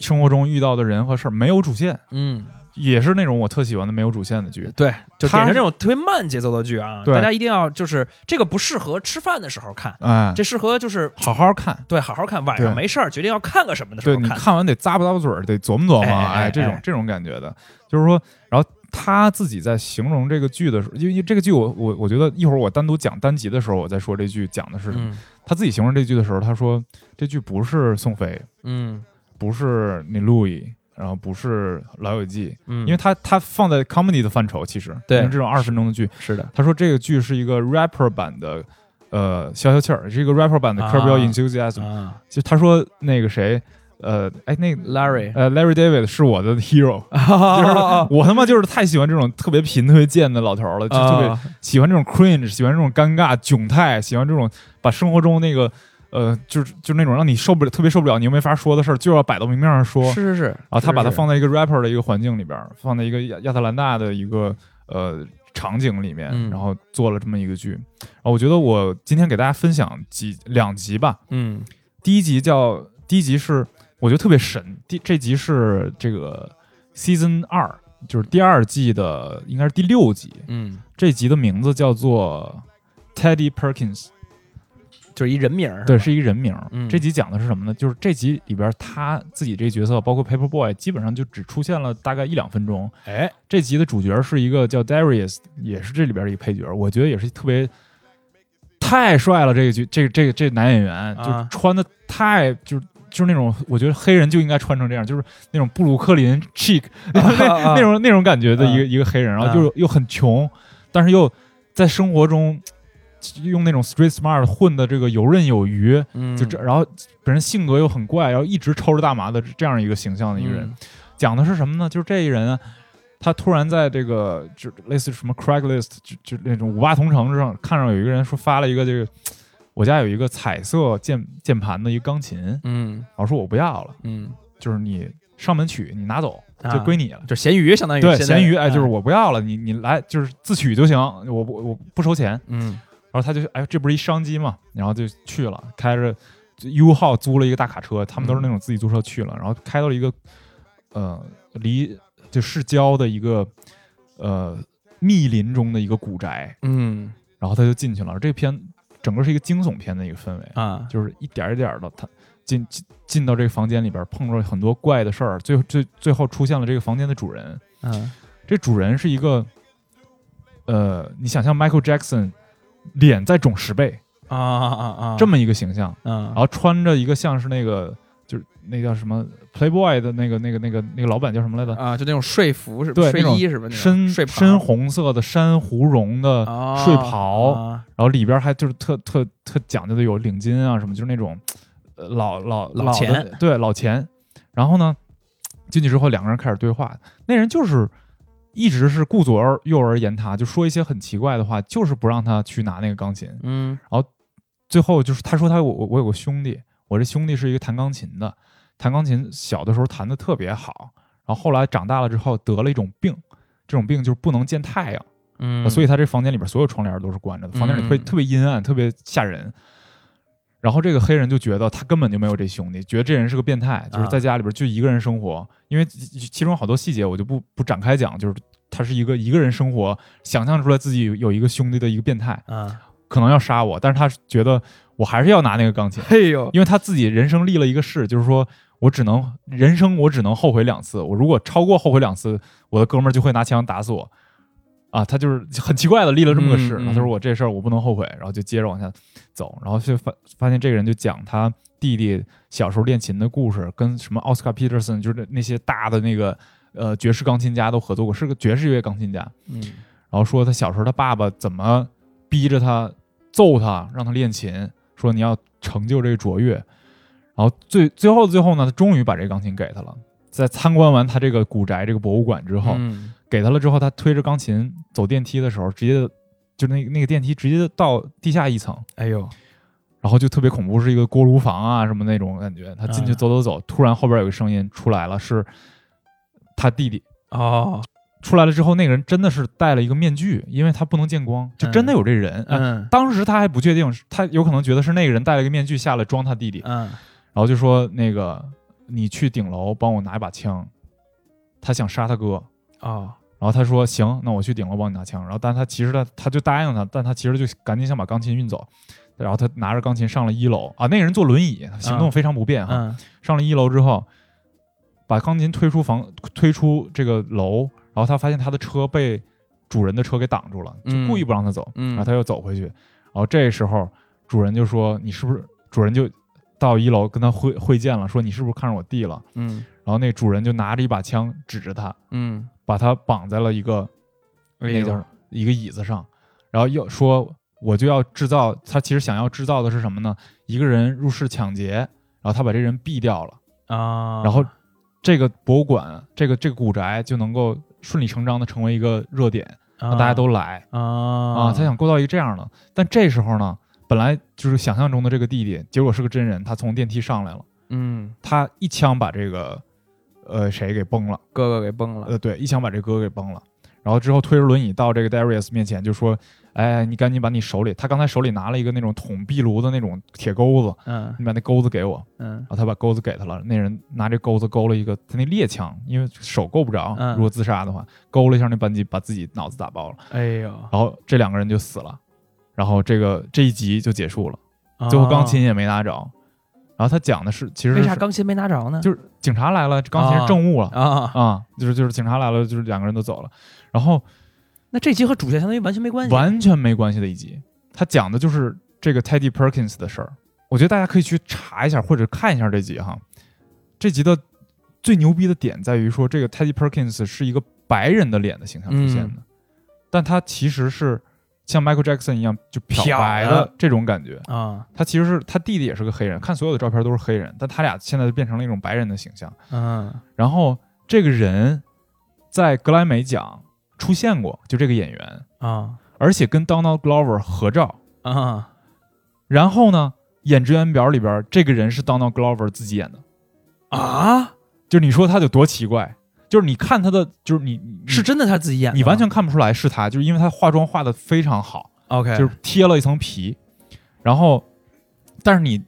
生活中遇到的人和事儿，没有主线，嗯，也是那种我特喜欢的没有主线的剧。对，就他典是成这种特别慢节奏的剧啊，对大家一定要就是这个不适合吃饭的时候看，哎，嗯这适合就是好好看。对好好看，晚上对没事儿决定要看个什么的时对候你看，看完得咂吧咂吧嘴儿，得琢磨琢磨，哎哎哎哎，这种哎这种感觉的，就是说，然后他自己在形容这个剧的时候，因为因为这个剧我我我觉得一会儿我单独讲单集的时候，我再说这剧讲的是什么。嗯他自己形容这剧的时候，他说这剧不是宋飞，嗯不是那路易，然后不是老友记，嗯，因为他他放在 comedy 的范畴，其实对因为这种二十分钟的剧，是的，他说这个剧是一个 rapper 版的，呃，消消气儿，是一个 rapper 版的啊 Curb Your Enthusiasm、啊就他说那个谁，呃，哎，那 Larry，呃，Larry David 是我的 *laughs* hero，就是我他妈就是太喜欢这种特别贫、特别贱的老头儿了，就 *laughs* 啊特别喜欢这种 cringe，喜欢这种尴尬、窘态，喜欢这种把生活中那个呃，就是就是那种让你受不了、特别受不了、你又没法说的事儿，就要摆到明面上说。是是是啊，他把它是放在一个 rapper 的一个环境里边儿，放在一个亚亚特兰大的一个呃场景里面，嗯然后做了这么一个剧。然后我觉得我今天给大家分享几两集吧，嗯第一集叫第一集是我觉得特别神，第这集是这个 season 二，就是第二季的应该是第六集，嗯，这集的名字叫做 Teddy Perkins，就是一人名儿对，是一个人名。嗯这集讲的是什么呢？就是这集里边他自己这角色，包括 Paper Boy，基本上就只出现了大概一两分钟。哎，这集的主角是一个叫 Darius，也是这里边的一个配角，我觉得也是特别太帅了。这个剧，这个这个这男演员就啊穿的太就是。就是那种，我觉得黑人就应该穿成这样，就是那种布鲁克林 chic 啊那 *laughs* 那种那种感觉的一个、嗯一个黑人，然后就是又很穷，但是又在生活中用那种 street smart 混的这个游刃有余，嗯就这，然后本人性格又很怪，然后一直抽着大麻的这样一个形象的一个人，嗯讲的是什么呢？就是这一人啊，他突然在这个就类似于什么 Craigslist 就就那种五八同城上看上有一个人说发了一个这个，我家有一个彩色键键盘的一个钢琴，然嗯后说我不要了，嗯，就是你上门取，你拿走啊就归你了。就咸鱼相当于对，现在啊嗯咸鱼，哎，就是，我不要了，你你来就是自取就行，我不我不收钱。嗯然后他就哎，这不是一商机嘛，然后就去了，开着 U 号租了一个大卡车，他们嗯都是那种自己租车去了，然后开到了一个呃离就市郊的一个呃密林中的一个古宅，嗯然后他就进去了。这片整个是一个惊悚片的一个氛围，啊，就是一点儿一点的他进进进到这个房间里边，碰着很多怪的事儿，最后最最后出现了这个房间的主人，嗯这主人是一个呃，你想象 Michael Jackson 脸再肿十倍。啊啊啊啊，这么一个形象，嗯然后穿着一个像是那个就是那叫什么 Playboy 的那个那个那个那个老板叫什么来着？啊，就那种睡服是吧对睡那种衣是吧？那种深睡袍深红色的珊瑚绒的啊睡袍，啊然后里边还就是特特特讲究的有领巾啊什么，就是那种呃老老老的钱对老钱。然后呢，进去之后两个人开始对话，那人就是一直是顾左而右而言他，就说一些很奇怪的话，就是不让他去拿那个钢琴。嗯最后就是他说他我我我有个兄弟，我这兄弟是一个弹钢琴的，弹钢琴小的时候弹的特别好，然后后来长大了之后得了一种病，这种病就是不能见太阳，嗯，所以以他这房间里边所有窗帘都是关着的，房间里特别、嗯特别阴暗，特别吓人。然后这个黑人就觉得他根本就没有这兄弟，觉得这人是个变态，就是啊在家里边就一个人生活，因为其其中好多细节我就不不展开讲，就是他是一个一个人生活，想象出来自己有有一个兄弟的一个变态，啊，可能要杀我，但是他觉得我还是要拿那个钢琴，嘿哎呦，因为他自己人生立了一个誓，就是说我只能人生我只能后悔两次，我如果超过后悔两次，我的哥们儿就会拿枪打死我。啊，他就是很奇怪的立了这么个誓，然嗯嗯后他说我这事儿我不能后悔，然后就接着往下走，然后就发发现这个人就讲他弟弟小时候练琴的故事，跟什么奥斯卡·皮特森，就是那些大的那个呃爵士钢琴家都合作过，是个爵士乐钢琴家，嗯然后说他小时候他爸爸怎么逼着他揍他，让他练琴，说你要成就这个卓越。然后最最后最后呢，他终于把这钢琴给他了。在参观完他这个古宅这个博物馆之后，嗯给他了之后，他推着钢琴走电梯的时候，直接就那那个电梯直接到地下一层，哎呦，然后就特别恐怖，是一个锅炉房啊什么那种感觉。他进去啊走走走，突然后边有个声音出来了，是他弟弟哦，出来了之后，那个人真的是戴了一个面具，因为他不能见光，就真的有这人。呃嗯当时他还不确定，他有可能觉得是那个人戴了个面具下来装他弟弟，然嗯后就说那个你去顶楼帮我拿一把枪，他想杀他哥。哦，然后他说行，那我去顶楼帮你拿枪。然后但他其实他他就答应他，但他其实就赶紧想把钢琴运走。然后他拿着钢琴上了一楼啊，那个人坐轮椅，行动非常不便哈。嗯上了一楼之后，把钢琴推出房，推出这个楼，然后他发现他的车被主人的车给挡住了，就嗯故意不让他走，嗯然后他又走回去，然后这时候主人就说：“你是不是？”主人就到一楼跟他会会见了，说：“你是不是看上我弟了嗯？”然后那主人就拿着一把枪指着他，嗯，哎把他绑在了一个那叫什么一个椅子上，然后又说我就要制造，他其实想要制造的是什么呢？一个人入室抢劫，然后他把这人毙掉了，啊，然后这个博物馆，这个这个古宅就能够顺理成章的成为一个热点，啊让大家都来啊啊。啊他想过到一个这样的，但这时候呢，本来就是想象中的这个弟弟，结果是个真人，他从电梯上来了，嗯，他一枪把这个呃谁给崩了，哥哥给崩了，呃对，一枪把这哥给崩了。然后之后推着轮椅到这个 Darius 面前，就说：“哎，你赶紧把你手里，他刚才手里拿了一个那种捅壁炉的那种铁钩子，嗯你把那钩子给我。”嗯然后他把钩子给他了，那人拿这钩子勾了一个他那猎枪，因为手够不着，嗯如果自杀的话，勾了一下那扳机，把自己脑子打爆了，哎呦，然后这两个人就死了，然后这个这一集就结束了，最后钢琴也没拿着，然后他讲的是其实哦为啥是钢琴没拿着呢？就是警察来了，钢琴是证物了啊，啊，就是就是警察来了，就是两个人都走了，然后那这集和主线相当于完全没关系，完全没关系的一集，他讲的就是这个 Teddy Perkins 的事儿。我觉得大家可以去查一下或者看一下这集哈。这集的最牛逼的点在于说，这个 Teddy Perkins 是一个白人的脸的形象出现的，但他其实是像 Michael Jackson 一样就漂白漂的的这种感觉。啊，他其实是他弟弟也是个黑人，看所有的照片都是黑人，但他俩现在就变成了一种白人的形象。嗯然后这个人在格莱美奖出现过，就这个演员，啊而且跟 Donald Glover 合照。啊然后呢，演职员表里边这个人是 Donald Glover 自己演的，啊，就是你说他有多奇怪，就是你看他的，就是你你是真的他自己演的吗，你完全看不出来是他，就是因为他化妆化的非常好， OK，就是贴了一层皮，然后但是你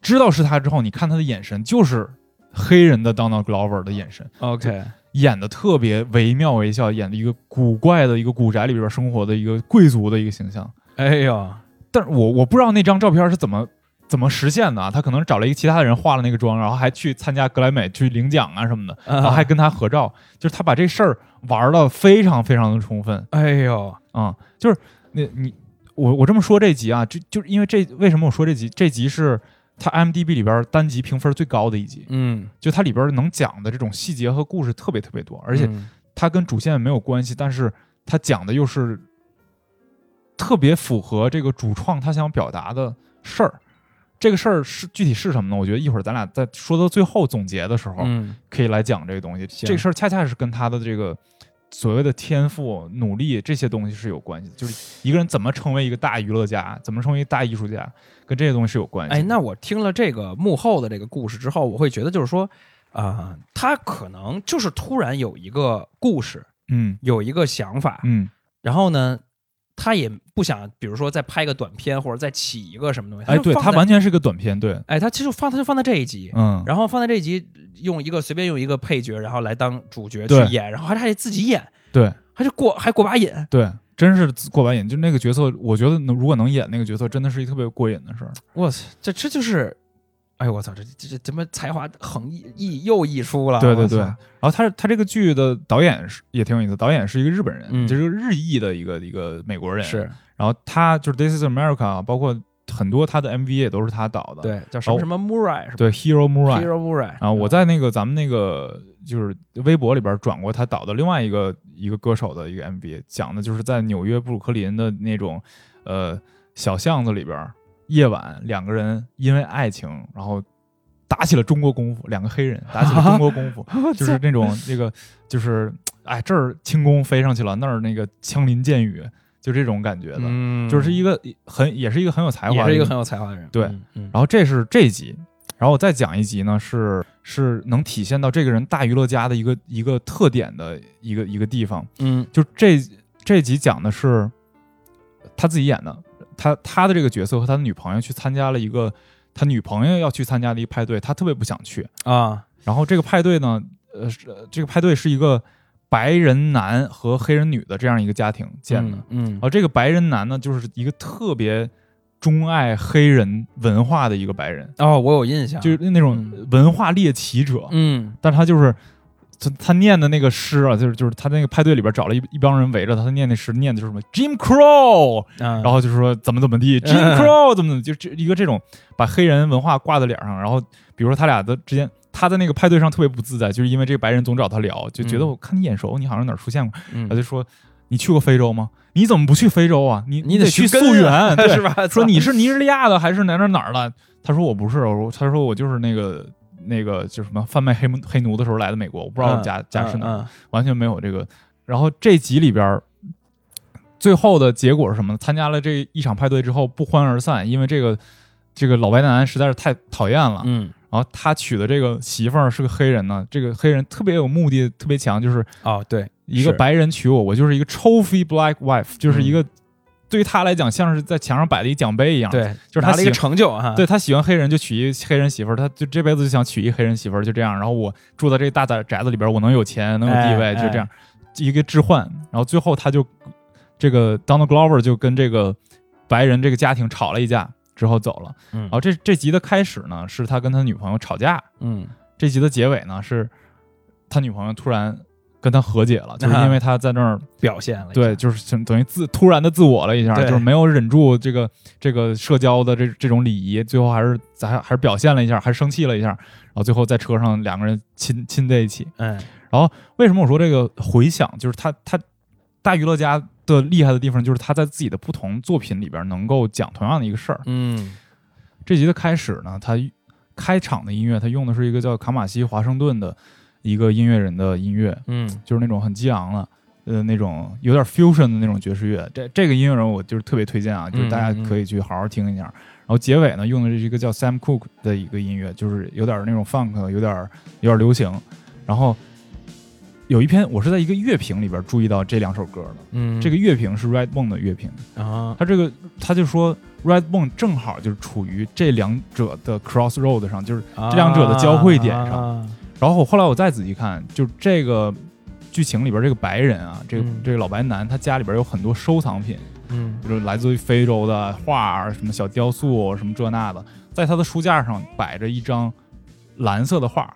知道是他之后，你看他的眼神就是黑人的 Donald Glover 的眼神， OK，演的特别惟妙惟肖，演的一个古怪的一个古宅里边生活的一个贵族的一个形象。哎呦，但是我我不知道那张照片是怎么怎么实现的啊？他可能找了一个其他的人化了那个妆，然后还去参加格莱美去领奖啊什么的，啊然后还跟他合照，就是他把这事儿玩的非常非常的充分哎呦，啊、就是那你我我这么说这集啊，就就是因为这为什么我说这集这集是它 IMDB 里边单集评分最高的一集，嗯，就它里边能讲的这种细节和故事特别特别多，而且嗯它跟主线没有关系，但是它讲的又是特别符合这个主创他想表达的事儿。这个事儿是具体是什么呢？我觉得一会儿咱俩在说到最后总结的时候，嗯可以来讲这个东西。行这个事儿恰恰是跟他的这个所谓的天赋、努力这些东西是有关系的。就是一个人怎么成为一个大娱乐家，怎么成为一个大艺术家，跟这些东西是有关系的。哎，那我听了这个幕后的这个故事之后，我会觉得就是说，啊、他可能就是突然有一个故事，嗯有一个想法，嗯然后呢，他也不想，比如说再拍个短片或者再起一个什么东西，哎，就对，放它在完，全是个短片，对，哎，他其实放他就放在这一集。嗯，然后放在这一集，用一个随便用一个配角，然后来当主角去对演，然后还还得自己演，对。还是过还过把瘾，对，真是过把瘾。就那个角色，我觉得能如果能演那个角色，真的是一特别过瘾的事儿。我操，这这就是，哎呦我操，这这这怎么才华横溢溢又溢出了？对对我操对。然后他他这个剧的导演是也挺有意思，导演是一个日本人，嗯就是日裔的一个一个美国人。是。然后他就是《This Is America》，包括很多他的 MV 也都是他导的。对，叫什么哦什么 Murai 是吧对，Hero Murai。 ？Hero Murai 啊，我在那个咱们那个就是微博里边转过他导的另外一个一个歌手的一个 MV，讲的就是在纽约布鲁克林的那种呃小巷子里边，夜晚两个人因为爱情，然后打起了中国功夫，两个黑人打起了中国功夫，啊就是那种那个就是哎这儿轻功飞上去了，那儿那个枪林箭雨，就这种感觉的，嗯就是一个很也是一个很有才华的也人，是一个很有才华的人。对嗯，嗯然后这是这一集，然后我再讲一集呢，是是能体现到这个人大娱乐家的一个一个特点的一个一个地方。嗯就这这集讲的是他自己演的，他他的这个角色和他的女朋友去参加了一个他女朋友要去参加的一个派对，他特别不想去。啊然后这个派对呢，呃，是呃这个派对是一个白人男和黑人女的这样一个家庭建的。嗯然，后这个白人男呢，就是一个特别钟爱黑人文化的一个白人，哦，我有印象，就是那种嗯文化猎奇者，嗯但是他就是他他念的那个诗啊，就是就是他那个派对里边找了一一帮人围着他，他念那诗念的就是什么 Jim Crow，啊，然后就是说怎么怎么地嗯，Jim Crow 怎么怎么，就这一个这种把黑人文化挂在脸上，然后比如说他俩的之间。他在那个派对上特别不自在，就是因为这个白人总找他聊，就觉得嗯我看你眼熟，你好像哪儿出现过。嗯他就说：“你去过非洲吗？你怎么不去非洲啊？你你得去去溯根啊源，对是吧？说你是尼日利亚的还是哪哪哪儿的？他说我不是，我说他说我就是那个那个就是什么贩卖黑奴黑奴的时候来的美国，我不知道我们家、家是哪儿，啊嗯嗯完全没有这个。然后这集里边儿，最后的结果是什么呢？参加了这一场派对之后不欢而散，因为这个这个老白男实在是太讨厌了。嗯然后他娶的这个媳妇儿是个黑人呢，这个黑人特别有目的，特别强，就是哦对，一个是嗯白人娶我，我就是一个 trophy black wife，就是一个、对于他来讲像是在墙上摆的一奖杯一样。，对，就是他拿了一个喜成就啊哈，对他喜欢黑人就娶一黑人媳妇儿，他就这辈子就想娶一黑人媳妇儿，就这样。然后我住在这大宅宅子里边，我能有钱，能有地位，哎就这样、一个置换。然后最后他就这个 Donald Glover 就跟这个白人这个家庭吵了一架之后走了。嗯然后这这集的开始呢，是他跟他女朋友吵架，嗯这集的结尾呢是他女朋友突然跟他和解了， *laughs* 就是因为他在那儿表现了一下，对，就是等于自突然的自我了一下，对就是没有忍住这个这个社交的这这种礼仪，最后还是咱还是表现了一下，还生气了一下，然后最后在车上两个人亲亲在一起。嗯为什么我说这个回响？就是他他大娱乐家的厉害的地方，就是他在自己的不同作品里边能够讲同样的一个事儿。嗯这集的开始呢，他开场的音乐，他用的是一个叫卡马西华盛顿的一个音乐人的音乐，嗯就是那种很激昂的，呃，那种有点 fusion 的那种爵士乐。这这个音乐人我就是特别推荐啊，就是大嗯嗯家可以去好好听一下。然后结尾呢，用的是一个叫 Sam Cooke 的一个音乐，就是有点那种 funk，有点有点流行。然后有一篇我是在一个乐评里边注意到这两首歌的，嗯，这个乐评是 Redbone 的乐评，啊他这个他就说 Redbone 正好就是处于这两者的 crossroad 上，就是这两者的交汇点上。啊然后我后来我再仔细看，就这个剧情里边这个白人啊，这个、嗯这个老白男，他家里边有很多收藏品，嗯就是来自于非洲的画儿、啊什么小雕塑、什么这那的，在他的书架上摆着一张蓝色的画，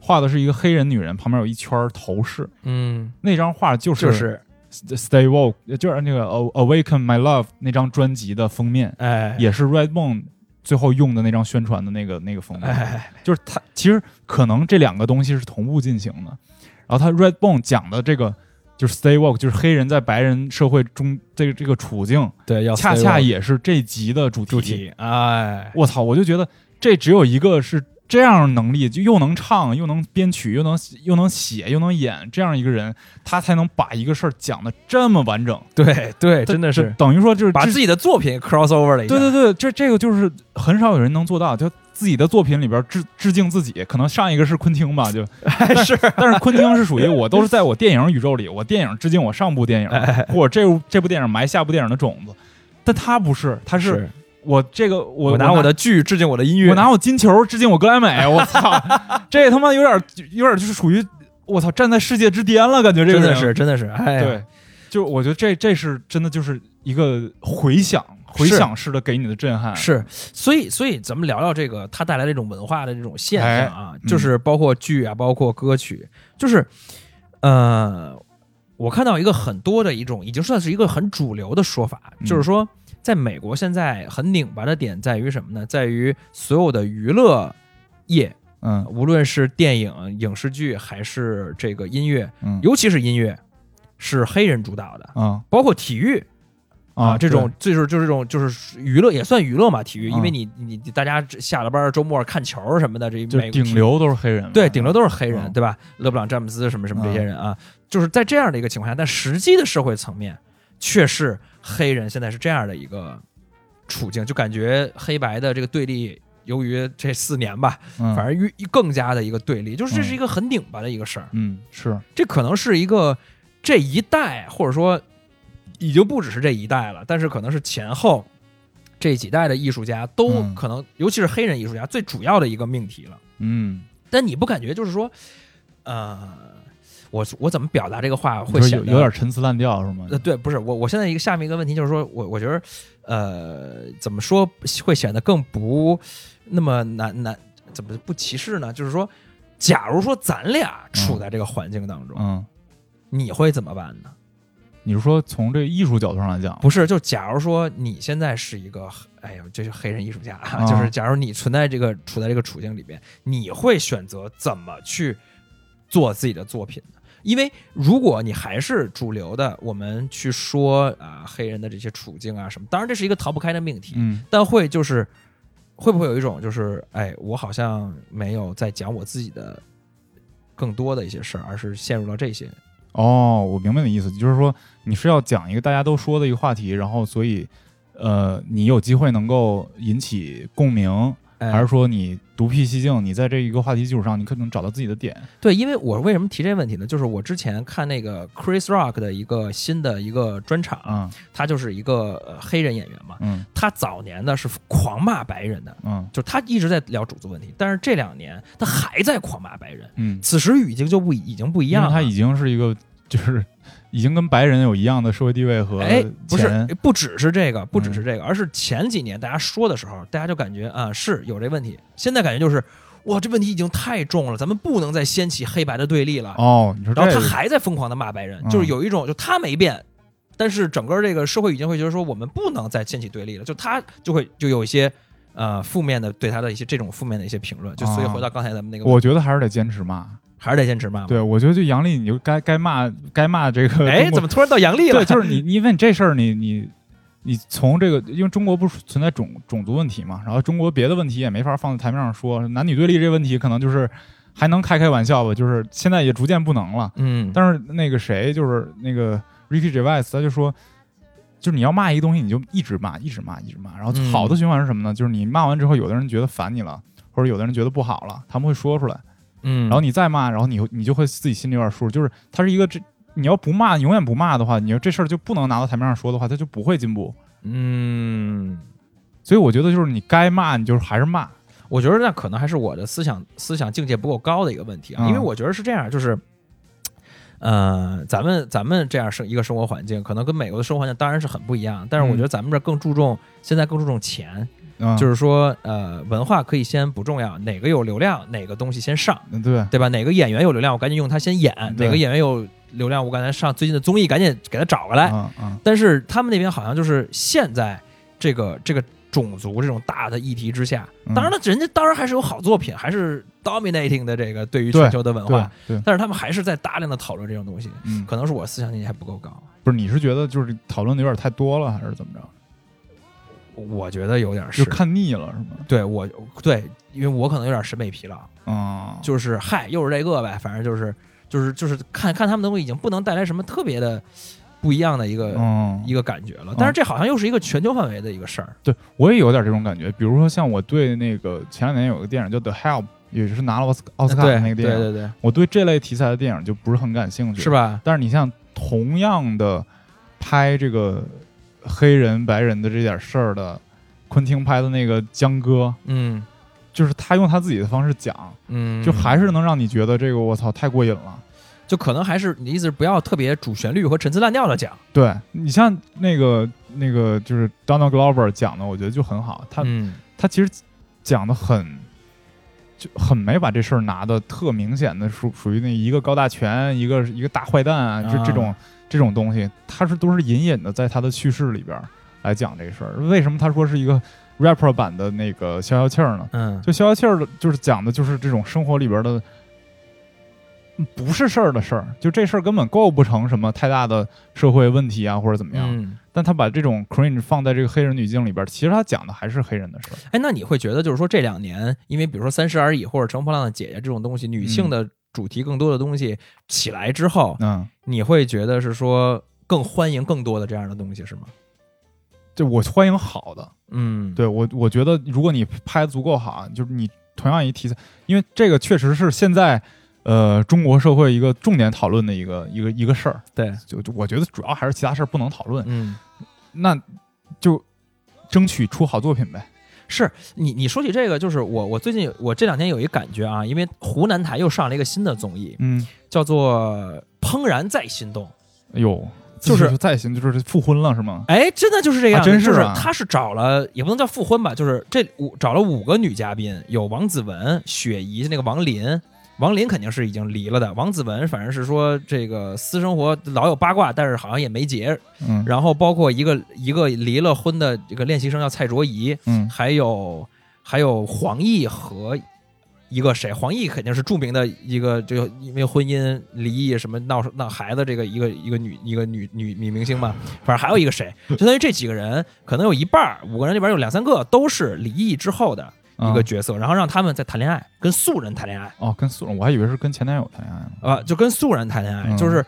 画的是一个黑人女人，旁边有一圈儿头饰。嗯，那张画就是就是《Stay Woke》，就是那个《Awaken My Love》那张专辑的封面，哎也是 Redbone 最后用的那张宣传的那个那个封面。哎就是它其实可能这两个东西是同步进行的。然后他 Redbone 讲的这个就是 Stay Woke，就是黑人在白人社会中这个这个处境，对要恰 stay 恰 woke 也是这集的主题。主题哎我操，我就觉得这只有一个是这样能力，就又能唱，又能编曲，又能又能写，又能演这样一个人，他才能把一个事儿讲的这么完整。对对，真的这是等于说就是把这自己的作品 crossover 了一下，对对对，这这个就是很少有人能做到，就自己的作品里边致致敬自己。可能上一个是昆汀吧， *laughs* 就哎是，但是昆汀是属于我都是在我电影宇宙里，我电影致敬我上部电影， *laughs* 或者这部这部电影埋下部电影的种子。但他不是，他是是我这个我我拿我的剧致敬我的音乐，我拿我金球致敬我格莱美，我操， *laughs* 这他妈有点有点就是属于我操站在世界之巅了，感觉这个真的人是真的是哎呀对，就我觉得这这是真的就是一个回响回是响式的给你的震撼，是，所以所以咱们聊聊这个它带来这种文化的这种现哎象啊，就是包括剧啊，包括歌曲，就是呃，我看到一个很多的一种已经算是一个很主流的说法，就嗯是说在美国现在很拧巴的点在于什么呢？在于所有的娱乐业，嗯无论是电影、影视剧还是这个音乐，嗯尤其是音乐，是黑人主导的，啊包括体育。啊，这种就是就是这种就是娱乐也算娱乐嘛，体育，因为嗯你你你大家下了班儿周末看球什么的，这对美就是顶流都是黑人嘛，对顶流都是黑人嗯对吧？勒布朗詹姆斯什么什么这些嗯人啊，就是在这样的一个情况下，但实际的社会层面却是黑人现在是这样的一个处境，就感觉黑白的这个对立，由于这四年吧，嗯，反正越更加的一个对立，就是这是嗯一个很拧巴的一个事儿。嗯是这可能是一个这一代，或者说已经不只是这一代了，但是可能是前后这几代的艺术家都嗯可能，尤其是黑人艺术家最主要的一个命题了。嗯，但你不感觉就是说，呃，我我怎么表达这个话你会说显有得有点陈词滥调是吗？呃，对，不是我，我现在一个下面一个问题就是说，我我觉得，呃，怎么说会显得更不那么难难，怎么不歧视呢？就是说，假如说咱俩处在这个环境当中，嗯，你会怎么办呢？你是说从这个艺术角度上来讲，不是，就假如说你现在是一个，哎呦，这是黑人艺术家，啊、啊就是假如你存在这个处在这个处境里边，你会选择怎么去做自己的作品呢？因为如果你还是主流的，我们去说啊、黑人的这些处境啊什么，当然这是一个逃不开的命题，嗯但会就是会不会有一种就是，哎，我好像没有在讲我自己的更多的一些事儿，而是陷入到这些？哦，我明白你的意思，就是说你是要讲一个大家都说的一个话题，然后所以，呃，你有机会能够引起共鸣，哎、还是说你独辟蹊径，你在这一个话题基础上，你可能找到自己的点？对，因为我为什么提这问题呢？就是我之前看那个 Chris Rock 的一个新的一个专场，啊，他就是一个呃黑人演员嘛，嗯他早年呢是狂骂白人的，嗯就是他一直在聊种族问题，但是这两年他还在狂骂白人，嗯，此时语境就不已经不一因样啊为了。他已经是一个，就是 *laughs* 已经跟白人有一样的社会地位和哎，不是钱，不只是这个，不只嗯是这个，而是前几年大家说的时候，大家就感觉啊是有这问题，现在感觉就是哇这问题已经太重了，咱们不能再掀起黑白的对立了。哦，你说这然后他个还在疯狂的骂白人，嗯就是有一种就他没变，但是整个这个社会语境会觉得说我们不能再掀起对立了，就他就会就有一些呃负面的对他的一些这种负面的一些评论，就所以啊回到刚才咱们那个，啊我觉得还是得坚持骂。还是得坚持骂嘛。对，我觉得就杨笠，你就该该骂该骂这个。哎，怎么突然到杨笠了？对，就是你，因为你这事儿，你你你从这个，因为中国不是存在种种族问题嘛，然后中国别的问题也没法放在台面上说，男女对立这问题可能就是还能开开玩笑吧，就是现在也逐渐不能了。嗯，但是那个谁，就是那个 Ricky Gervais，他就说。就是你要骂一个东西，你就一直骂，一直骂，一直骂。然后嗯好的循环是什么呢？就是你骂完之后，有的人觉得烦你了，或者有的人觉得不好了，他们会说出来。嗯，然后你再骂，然后你会你就会自己心里有点数，就是它是一个这。你要不骂，永远不骂的话，你要这事儿就不能拿到台面上说的话，它就不会进步。嗯。所以我觉得就是你该骂，你就是还是骂。我觉得那可能还是我的思想思想境界不够高的一个问题啊，嗯因为我觉得是这样，就是，呃，咱们咱们这样生一个生活环境，可能跟美国的生活环境当然是很不一样，但是我觉得咱们这儿更注重、现在更注重钱，嗯，就是说，呃，文化可以先不重要，哪个有流量，哪个东西先上，嗯对，对吧？哪个演员有流量，我赶紧用他先演；对哪个演员有流量，我赶紧上最近的综艺，赶紧给他找过来。嗯嗯但是他们那边好像就是现在这个这个种族这种大的议题之下，嗯当然了，人家当然还是有好作品，还是 dominating 的这个对于对全球的文对化，对，但是他们还是在大量的讨论这种东西。嗯，可能是我思想境界还不够高，不是，你是觉得就是讨论的有点太多了，还是怎么着？我觉得有点。就是看腻了是吗？对我对，因为我可能有点审美疲劳，嗯，就是嗨，又是这个呗，反正就是就是就是看看他们的东西已经不能带来什么特别的不一样的一个、嗯一个感觉了嗯。但是这好像又是一个全球范围的一个事儿。对我也有点这种感觉。比如说像我对那个前两年有个电影叫《The Help》，也就是拿了奥斯奥斯卡的啊对那个对电影，对对，我对这类题材的电影就不是很感兴趣，是吧？但是你像同样的拍这个黑人白人的这点事儿的，昆汀拍的那个《江歌》，嗯就是他用他自己的方式讲，嗯，就还是能让你觉得这个我操太过瘾了。就可能还是你的意思是不要特别主旋律和陈词滥调的讲，对你像那个那个就是 Donald Glover 讲的，我觉得就很好，他、嗯他其实讲的很。就很没把这事儿拿的特明显的属属于那一个高大全，一个一个大坏蛋啊，就啊这种这种东西，他是都是隐隐的在他的叙事里边儿来讲这事儿。为什么他说是一个 rapper 版的那个消消气儿呢？嗯，就消消气儿的，就是讲的就是这种生活里边的嗯不是事儿的事儿，就这事儿根本构不成什么太大的社会问题啊，或者怎么样。嗯，但他把这种 cringe 放在这个黑人语境里边儿，其实他讲的还是黑人的事儿。哎，那你会觉得就是说这两年，因为比如说《三十而已》或者《乘风破浪的姐姐》这种东西，女性的主题更多的东西起来之后，嗯，你会觉得是说更欢迎更多的这样的东西是吗？就我欢迎好的，嗯，，对我，我觉得如果你拍得足够好，啊就是你同样一题材，因为这个确实是现在呃中国社会一个重点讨论的一个一个一个事儿。对，就就我觉得主要还是其他事儿不能讨论，嗯。那就争取出好作品呗。是你你说起这个，就是我我最近我这两天有一感觉啊，因为湖南台又上了一个新的综艺，嗯，叫做《怦然再心动》。哎呦，就是再行就是复婚了是吗？哎，真的就是这样，啊真是就是啊他是找了，也不能叫复婚吧，就是这五找了五个女嘉宾，有王子文、雪姨，那个王林，王林肯定是已经离了的，王子文反正是说这个私生活老有八卦，但是好像也没结。嗯然后包括一个一个离了婚的这个练习生叫蔡卓宜，嗯还有还有黄奕和一个谁，黄奕肯定是著名的一个，就因为婚姻离异什么闹闹孩子这个一个一个女一个女女女明星嘛，反正还有一个谁，就相当于这几个人可能有一半儿五个人里边有两三个都是离异之后的一个啊角色，然后让他们在谈恋爱，跟素人谈恋爱。哦，跟素人，我还以为是跟前男友谈恋爱呢。啊，就跟素人谈恋爱，嗯就是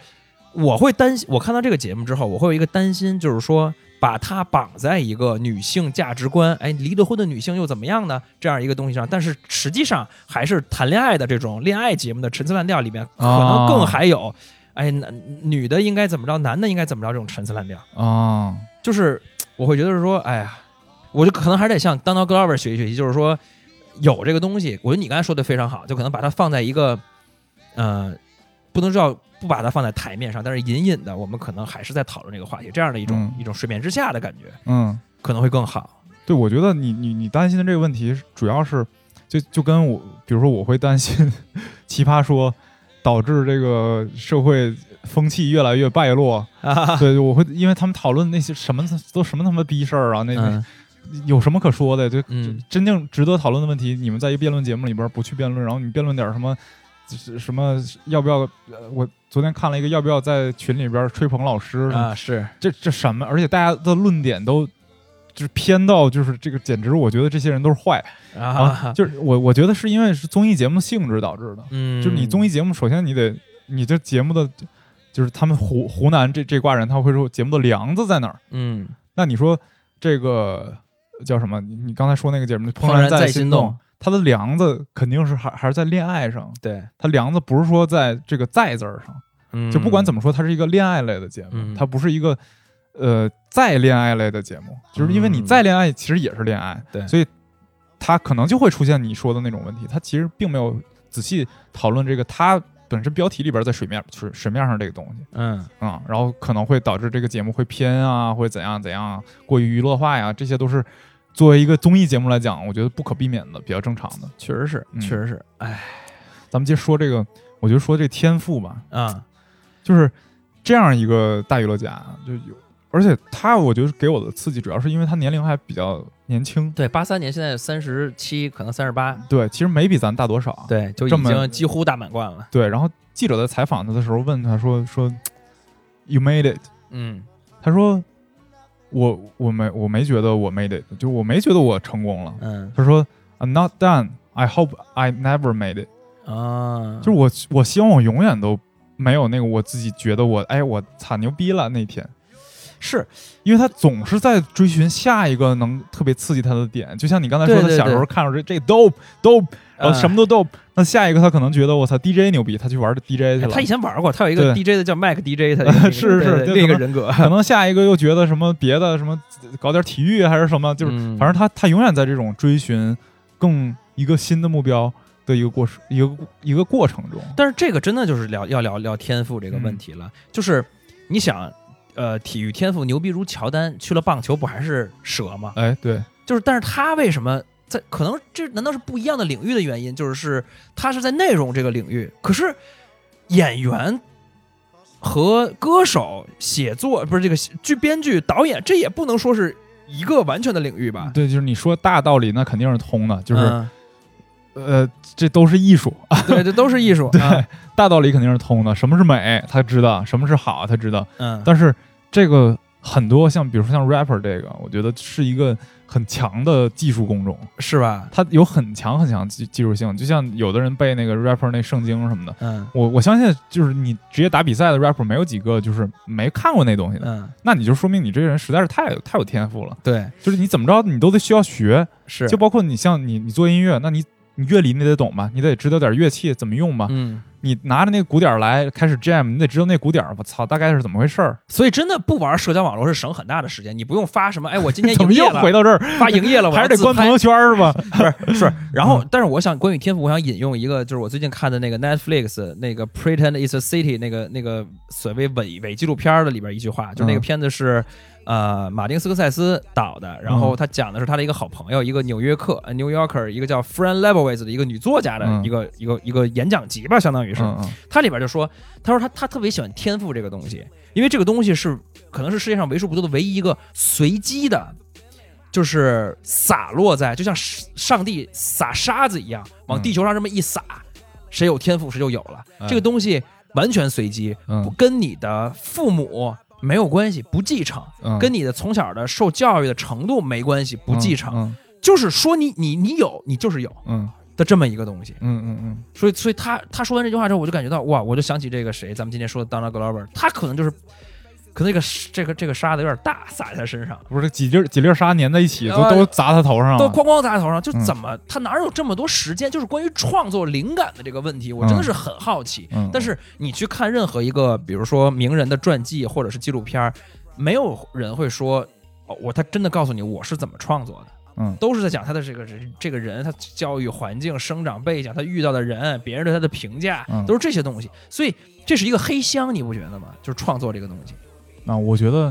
我会担心，我看到这个节目之后，我会有一个担心，就是说把它绑在一个女性价值观，哎，离了婚的女性又怎么样呢？这样一个东西上，但是实际上还是谈恋爱的这种恋爱节目的陈词滥调里面，可能啊更还有，哎，男女的应该怎么着，男的应该怎么着这种陈词滥调，啊，就是我会觉得是说，哎呀，我就可能还得向 Donald Glover 学习学习，就是说有这个东西，我觉得你刚才说的非常好，就可能把它放在一个，呃，不能叫不把它放在台面上，但是隐隐的，我们可能还是在讨论这个话题，这样的一种、嗯一种水面之下的感觉，嗯，可能会更好。对，我觉得你你你担心的这个问题，主要是就就跟我，比如说我会担心《奇葩说》导致这个社会风气越来越败落。啊，对，我会因为他们讨论那些什么都什么他妈逼事儿啊，那、嗯有什么可说的？就嗯真正值得讨论的问题，你们在一辩论节目里边不去辩论，然后你辩论点什么？就是什么要不要？呃我昨天看了一个，要不要在群里边吹捧老师？啊，是这这什么？而且大家的论点都就是偏到，就是这个，简直我觉得这些人都是坏啊！啊，就是我我觉得是因为是综艺节目性质导致的，嗯，就是你综艺节目，首先你得你这节目的，就是他们湖湖南这这挂人，他会说节目的梁子在哪儿？嗯，那你说这个叫什么？你你刚才说那个节目《怦然在在心心动》，它的梁子肯定是还还是在恋爱上，对，它梁子不是说在这个在字儿上。嗯就不管怎么说，它是一个恋爱类的节目，嗯它不是一个呃再恋爱类的节目，就是因为你嗯再恋爱其实也是恋爱，对所以它可能就会出现你说的那种问题，它其实并没有仔细讨论这个它本身标题里边在水面水水面上这个东西嗯啊、然后可能会导致这个节目会偏啊，或者怎样怎样过于娱乐化呀，这些都是作为一个综艺节目来讲，我觉得不可避免的，比较正常的。确实是，嗯确实是，哎咱们接着说这个，我觉得说这天赋吧，啊，就是这样一个大娱乐家，就有，而且他我觉得给我的刺激主要是因为他年龄还比较年轻，对，八三年现在三十七，可能三十八，对，其实没比咱大多少，对，就哦已这么经几乎大满贯了，对然后记者在采访他的时候问他说说，You made it，嗯。他说我我没我没觉得我 made it，就我没觉得我成功了。嗯他说 I'm not done, I hope I never made it，啊，就是我我希望我永远都没有那个我自己觉得我哎我惨牛逼了那天。是因为他总是在追寻下一个能特别刺激他的点，就像你刚才说，对对啊他小时候看着这这 dope dope，然哦后什么都 dope，、那下一个他可能觉得我操 DJ 牛逼，他去玩 DJ 去哎了。他以前玩过，他有一个对 DJ 的叫 Mac DJ，他有 *laughs* 一个是对是对就另一可个能人格，可能下一个又觉得什么别的什么搞点体育还是什么，就是、嗯反正他他永远在这种追寻更一个新的目标的一个过一个一个过程中。但是这个真的就是聊要聊聊天赋这个问题了，嗯就是你想。呃，体育天赋牛逼如乔丹，去了棒球不还是蛇吗？哎，对，就是，但是他为什么在？可能这难道是不一样的领域的原因？就是是他是在内容这个领域，可是演员和歌手、写作不是这个剧编剧、导演，这也不能说是一个完全的领域吧？对，就是你说大道理，那肯定是通的，就是、啊嗯呃，这都是艺术，啊 *laughs* 对，这都是艺术。对，啊大道理肯定是通的。什么是美，他知道；什么是好，他知道。嗯，但是这个很多像，比如说像 rapper 这个，我觉得是一个很强的技术工种，是吧？它有很强很强技技术性。就像有的人背那个 rapper 那圣经什么的，嗯我我相信就是你职业打比赛的 rapper 没有几个就是没看过那东西的，嗯，那你就说明你这个人实在是太有太有天赋了。对，就是你怎么着你都得需要学，是就包括你像你你做音乐，那你。你乐理你得懂吧，你得知道点乐器怎么用吧。嗯，你拿着那个鼓点儿来开始 jam，你得知道那鼓点儿，我操，大概是怎么回事儿。所以真的不玩社交网络是省很大的时间，你不用发什么，哎，我今天 *laughs* 怎营么业又了回，到这儿？发营业 *laughs* 了，我还要是得自关拍朋友圈儿是 *laughs* 吧？不是是。然嗯后，但是我想关于天赋，我想引用一个，就是我最近看的那个 Netflix 那个 Pretend It's a City 那个那个所谓伪伪纪录片儿的里边一句话，就那嗯个片子是。呃，马丁斯科塞斯导的，然嗯后他讲的是他的一个好朋友，一个纽约客呃，New Yorker，一个叫 Fran Lebowitz 的一个女作家的嗯一个、一个一个演讲集吧，相当于是。嗯嗯他里边就说，他说他他特别喜欢天赋这个东西，因为这个东西是可能是世界上为数不多的唯一一个随机的，就是洒落在，就像上帝撒沙子一样，往地球上这么一撒，谁有天赋谁就有了。嗯这个东西完全随机，嗯不跟你的父母没有关系，不继承，嗯跟你的从小的受教育的程度没关系，不继承。嗯就是说你你你有，你就是有嗯的这么一个东西。嗯嗯嗯所以所以他他说完这句话之后，我就感觉到哇，我就想起这个谁，咱们今天说的 Donald Glover，他可能就是。可能这个这个这个沙子有点大，撒在他身上，嗯，不是几粒儿几粒儿沙粘在一起，都啊都砸他头上都了。咣咣砸在头上，就嗯怎么他哪有这么多时间？就是关于创作灵感的这个问题，我真的嗯是很好奇。嗯但是你去看任何一个，比如说名人的传记或者是纪录片儿，没有人会说，哦，我他真的告诉你我是怎么创作的。嗯都是在讲他的这个人，这个人他教育环境、生长背景，他遇到的人，别人对他的评价，嗯都是这些东西。所以这是一个黑箱，你不觉得吗？就是创作这个东西。啊，我觉得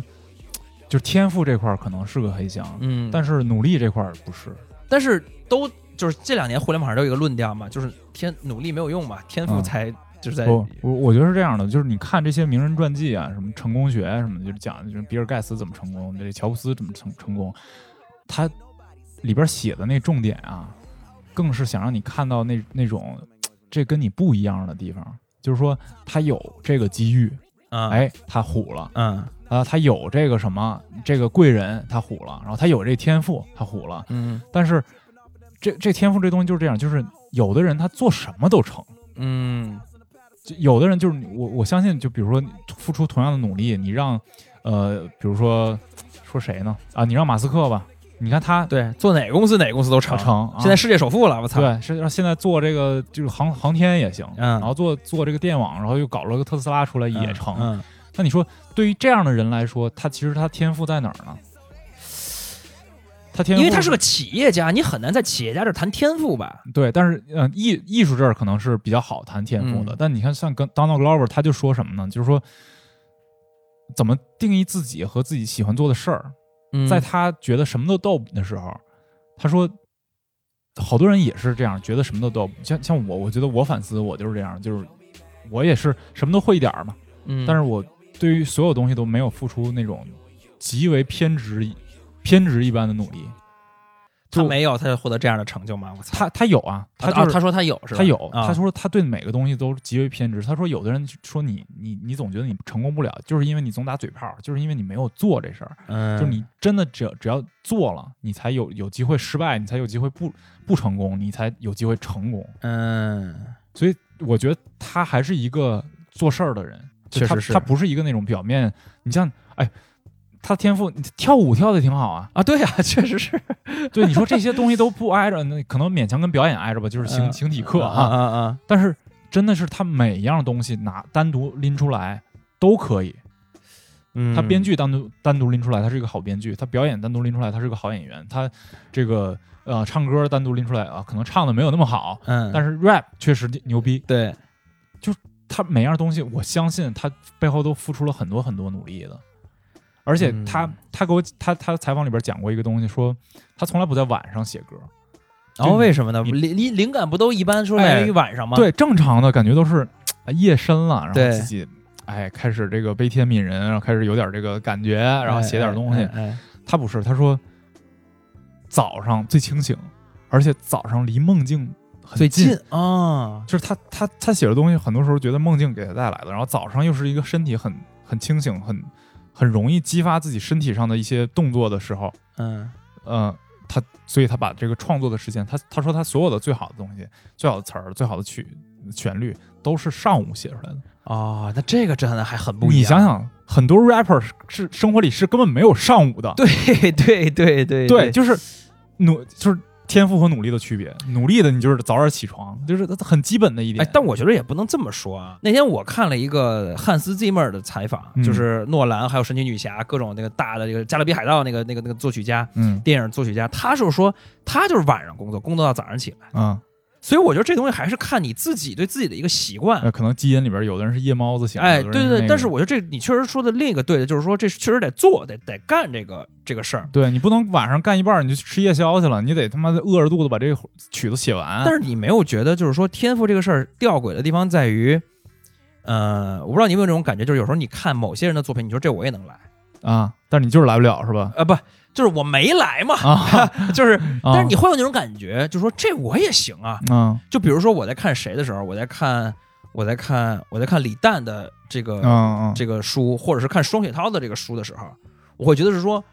就是天赋这块儿可能是个黑箱，嗯但但是努力这块儿不是。但是都就是这两年互联网上都有一个论调嘛，就是天努力没有用嘛，天赋嗯才、就是在不，我我觉得是这样的，就是你看这些名人传记啊，什么成功学什么的，就是讲就是比尔盖茨怎么成功，这乔布斯怎么成成功，他里边写的那重点啊，更是想让你看到那那种这跟你不一样的地方，就是说他有这个机遇，嗯哎，他虎了。嗯啊，他有这个什么，这个贵人他虎了，然后他有这天赋他虎了，嗯但是这这天赋这东西就是这样，就是有的人他做什么都成，嗯就有的人就是你我我相信，就比如说你付出同样的努力，你让呃，比如说说谁呢？啊，你让马斯克吧，你看他对，做哪个公司哪个公司都成，成啊现在世界首富了，我操，对，是让现在做这个就是航航天也行，嗯然后做做这个电网，然后又搞了个特斯拉出来嗯，也成。嗯那你说，对于这样的人来说，他其实他天赋在哪儿呢？他天赋，因为他是个企业家，你很难在企业家这儿谈天赋吧？对，但是嗯、呃艺艺术这儿可能是比较好谈天赋的，嗯但你看像跟 Donald Glover，他就说什么呢？就是说怎么定义自己和自己喜欢做的事儿，嗯在他觉得什么都 dope 的时候，他说。好多人也是这样，觉得什么都 dope。像像我，我觉得我反思我就是这样，就是我也是什么都会一点儿嘛，嗯但是我对于所有东西都没有付出那种极为偏执、偏执一般的努力。他就没有，他就获得这样的成就吗？我操！他他有啊，他啊就是他说他有是吧？他有，啊他说他对每个东西都极为偏执。他说有的人说你你你总觉得你成功不了，就是因为你总打嘴炮，就是因为你没有做这事儿。嗯，就是你真的只要只要做了，你才有有机会失败，你才有机会不不成功，你才有机会成功。嗯所以我觉得他还是一个做事儿的人，就确实他是，他不是一个那种表面。你像哎，他天赋跳舞跳的挺好啊啊，对呀、确实是对你说这些东西都不挨 *laughs* 着，那可能勉强跟表演挨着吧，就是形嗯形体课啊啊。啊啊！但是真的是他每一样东西拿单独拎出来都可以，嗯他编剧单独单独拎出来，他是一个好编剧；他表演单独拎出来，他是个好演员；他这个呃唱歌单独拎出来啊，可能唱的没有那么好，嗯，但是是 rap 确实牛逼。对，他每样东西，我相信他背后都付出了很多很多努力的。而且他、嗯他给我他他采访里边讲过一个东西，说他从来不在晚上写歌。然后为什么呢？你灵灵灵感不都一般说来源于晚上吗？对，正常的感觉都是呃夜深了，然后对自己哎开始这个悲天悯人，然后开始有点这个感觉，哎，然后写点东西。哎哎哎他不是，他说早上最清醒，而且早上离梦境很最近近啊，就是他他他写的东西，很多时候觉得梦境给他带来的，然后早上又是一个身体很很清醒、很很容易激发自己身体上的一些动作的时候，嗯呃，他所以他把这个创作的时间，他他说他所有的最好的东西、最好的词儿、最好的曲旋律都是上午写出来的。哦，那这个真的还很不一样。你想，想，很多 rapper 是是生活里是根本没有上午的，对对对对对，就是努就是。天赋和努力的区别，努力的你就是早点起床，就是很基本的一点。哎，但我觉得也不能这么说啊。那天我看了一个汉斯季默尔的采访，嗯就是诺兰还有神奇女侠各种那个大的这个《加勒比海盗》那个那个那个作曲家，嗯电影作曲家，他就是说他就是晚上工作，工作到早上起来。啊，所以我觉得这东西还是看你自己对自己的一个习惯呃，。可能基因里边有的人是夜猫子型，哎，有的对人对那对，个但是我觉得这你确实说的另一个对的，就是说这确实得做，得得干这个这个事儿。对你不能晚上干一半儿你就吃夜宵去了，你得他妈的饿着肚子把这个曲子写完。但是你没有觉得，就是说天赋这个事儿吊诡的地方在于，呃，我不知道你有没有这种感觉，就是有时候你看某些人的作品，你说这我也能来，啊，但是你就是来不了是吧？啊，不，就是我没来嘛，啊 *laughs* 就是，但是啊你会有那种感觉，就说这我也行啊。嗯就比如说我在看谁的时候，我在看，我在看，我在看李诞的这个、嗯嗯这个书，或者是看双雪涛的这个书的时候，我会觉得是说，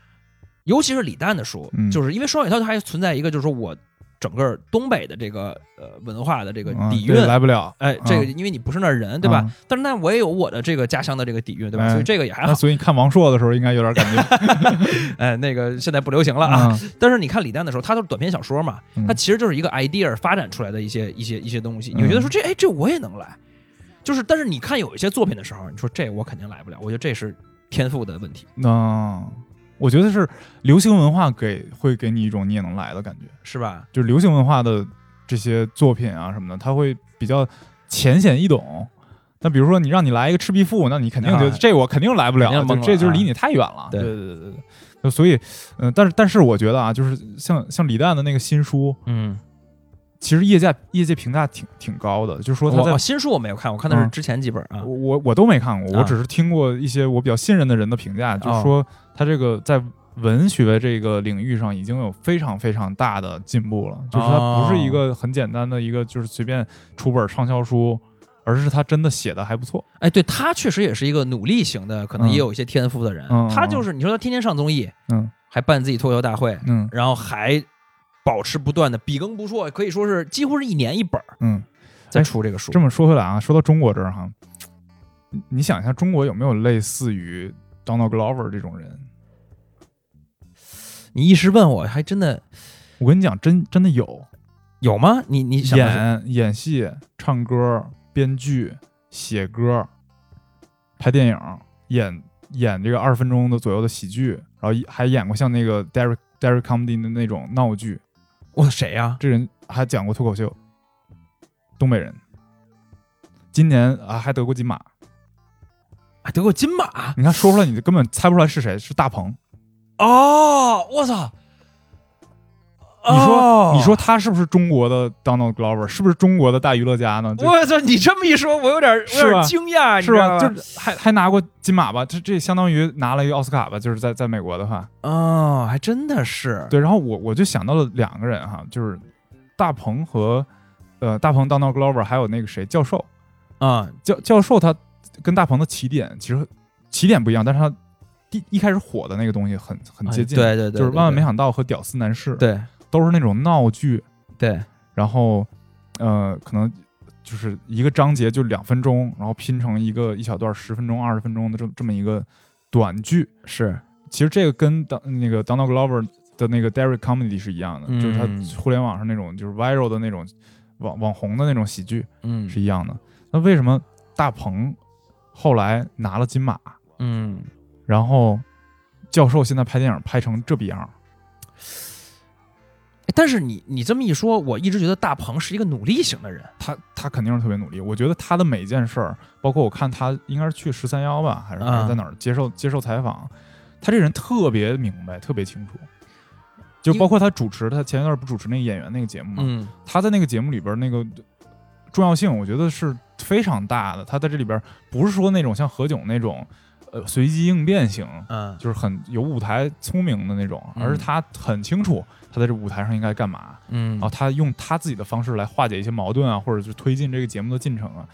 尤其是李诞的书，嗯就是因为双雪涛它还存在一个，就是说我整个东北的这个呃文化的这个嗯，底蕴对，来不了，哎，这个嗯因为你不是那儿人，对吧？嗯但是那我也有我的这个家乡的这个底蕴，对吧？哎所以这个也还那好。所以你看王朔的时候应该有点感 *laughs* 觉哎，那个现在不流行了啊。啊，但是你看李诞的时候，他都是短篇小说嘛，嗯他其实就是一个 idea 发展出来的一些一些一些东西。你会觉嗯得说这哎这我也能来，就是但是你看有一些作品的时候，你说这我肯定来不了，我觉得这是天赋的问题。嗯，我觉得是流行文化给会给你一种你也能来的感觉，是吧？就是流行文化的这些作品啊什么的，它会比较浅显易懂。那比如说你让你来一个赤壁赋，那你肯定觉得啊这我肯定来不了，肯定就懵了这就是啊离你太远了。对对对对对就所以，嗯、但是但是我觉得啊，就是像像李诞的那个新书，嗯，其实业界业界评价挺挺高的，就是说他在嗯我新书我没有看，我看的是之前几本我啊。我我都没看过，啊哦我只是听过一些我比较信任的人的评价，就是说他这个在文学这个领域上已经有非常非常大的进步了，就是它不是哦一个很简单的一个就是随便出本畅销书，而是他真的写的还不错。哎，对他确实也是一个努力型的，可能嗯也有一些天赋的人。嗯嗯他就是你说他天天上综艺，嗯还办自己脱口秀大会，嗯然后还保持不断的笔耕不辍，可以说是几乎是一年一本儿嗯。在哎出这个书。这么说回来啊，说到中国这儿哈，你你想一下，中国有没有类似于 Donald Glover 这种人？你一时问我，还真的我跟你讲，真真的有，有吗？你你想的是演演戏、唱歌、编剧、写歌、拍电影、演演这个二十分钟的左右的喜剧，然后一还演过像那个 Derek Derek Comedy 的那种闹剧。我谁啊呀、这人还讲过脱口秀，东北人。今年啊还得过金马，啊？得过金马你看说出来你就根本猜不出来是谁，是大鹏。哦！我操！你说、哦你说他是不是中国的 Donald Glover？是不是中国的大娱乐家呢？这我操！你这么一说，我有点我有是点吧惊讶，啊你是知道吧？吗？就是还还拿过金马吧？这这相当于拿了一个奥斯卡吧？就是在在美国的话，哦，还真的是对，然后我我就想到了两个人哈，就是大鹏和呃大鹏 Donald Glover，还有那个谁教授，啊、教教授他跟大鹏的起点其实起点不一样，但是他第一开始火的那个东西很很接近，哎对对对就是对万万对没想到和屌丝男士，，对都是那种闹剧，对，然后呃可能。就是一个章节就两分钟，然后拼成一个一小段十分钟、二十分钟的这这么一个短剧，是其实这个跟当那个 Donald Glover 的那个 Derek Comedy 是一样的，嗯就是他互联网上那种就是 viral 的那种网网红的那种喜剧嗯是一样的。那为什么大鹏后来拿了金马，嗯，然后教授现在拍电影拍成这逼样儿？哎但是你你这么一说，我一直觉得大鹏是一个努力型的人。他他肯定是特别努力，我觉得他的每一件事儿，包括我看他应该是去十三幺吧，还是啊还是在哪儿接受接受采访，他这人特别明白，特别清楚。就包括他主持，他前一段不主持那个演员那个节目嘛，嗯他在那个节目里边那个重要性，我觉得是非常大的。他在这里边不是说那种像何炅那种，呃，随机应变型，嗯就是很有舞台聪明的那种，嗯而是他很清楚他在这舞台上应该干嘛，嗯然后他用他自己的方式来化解一些矛盾啊，或者是推进这个节目的进程啊，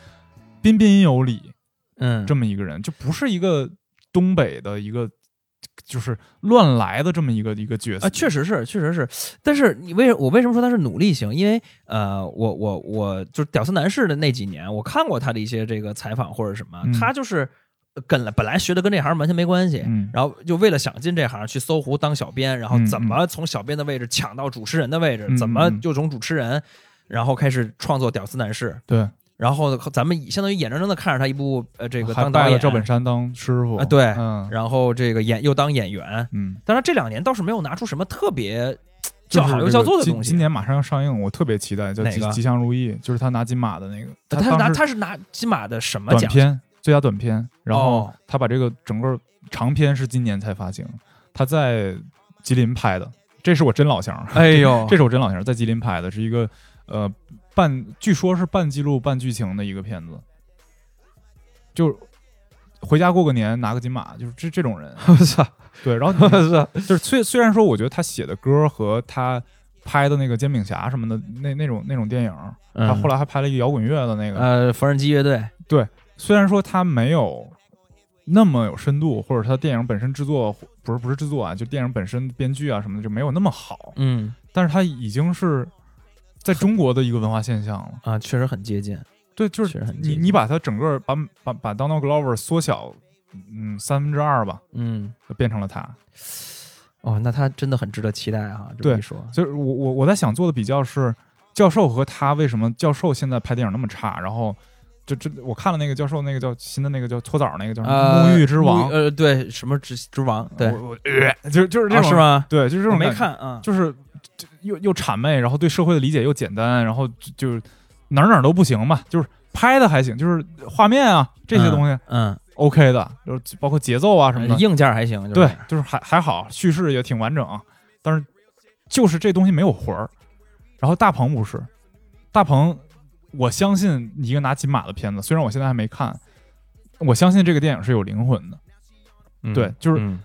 彬彬有礼，嗯这么一个人，就不是一个东北的一个。就是乱来的这么一个一个角色啊，确实是，确实是，但是你为我为什么说他是努力型？因为呃，我我我就是屌丝男士的那几年，我看过他的一些这个采访或者什么，嗯他就是呃跟了本来学的跟这行完全没关系，嗯然后就为了想进这行去搜狐当小编，然后嗯怎么从小编的位置抢到主持人的位置，嗯怎么嗯就从主持人，然后开始创作屌丝男士，对，然后咱们相当于眼睁睁的看着他一步步呃这个还当拜导了演赵本山当师傅啊对，嗯然后这个演又当演员，嗯，当然这两年倒是没有拿出什么特别就叫是好又这叫个座的今东今西。啊年马上要上映，我特别期待，叫哪吉个吉祥如意，就是他拿金马的那个，他是拿当时他是拿金马的什么短奖？片最佳短片，然后哦他把这个整个长片是今年才发行，他在吉林拍的，这是我真老乡儿， *laughs* 哎呦 *laughs* 这是我真老乡儿，在吉林拍的，是一个呃半，据说是半记录半剧情的一个片子，就回家过个年拿个金马，就是这这种人。 *laughs* 我操，对，然后 *laughs* 我操，就是虽虽然说我觉得他写的歌和他拍的那个《煎饼侠》什么的那那种那种电影，他后来来还拍了一个摇滚乐的那个，呃，缝纫机乐队，虽然说他没有那么有深度，或者他电影本身制作不是不是制作啊，就电影本身编剧啊什么的就没有那么好，嗯但是他已经是在中国的一个文化现象了。啊，确实很接近，对，就确是实很接你近你把它整个把把把 Donald Glover 缩小，嗯，三分之二吧，嗯，就变成了他。哦，那他真的很值得期待啊，这么对一说，就是我我我在想做的比较是，教授和他为什么教授现在拍电影那么差？然后就这我看了那个教授那个叫新的那个叫搓澡那个叫什么呃沐浴之王，呃，对，什么之之王，对，我我呃就就是这啊种、是？吗？对，就是这我种没感觉，看啊，就是就又又谄媚，然后对社会的理解又简单，然后就就哪儿哪儿都不行吧，就是拍的还行，就是画面啊这些东西嗯，哎 OK 的，就是包括节奏啊什么的，硬件还行，就是对，就是还还好，叙事也挺完整，但是就是这东西没有魂儿。然后大鹏不是，大鹏，我相信一个拿金马的片子，虽然我现在还没看，我相信这个电影是有灵魂的。嗯对就是嗯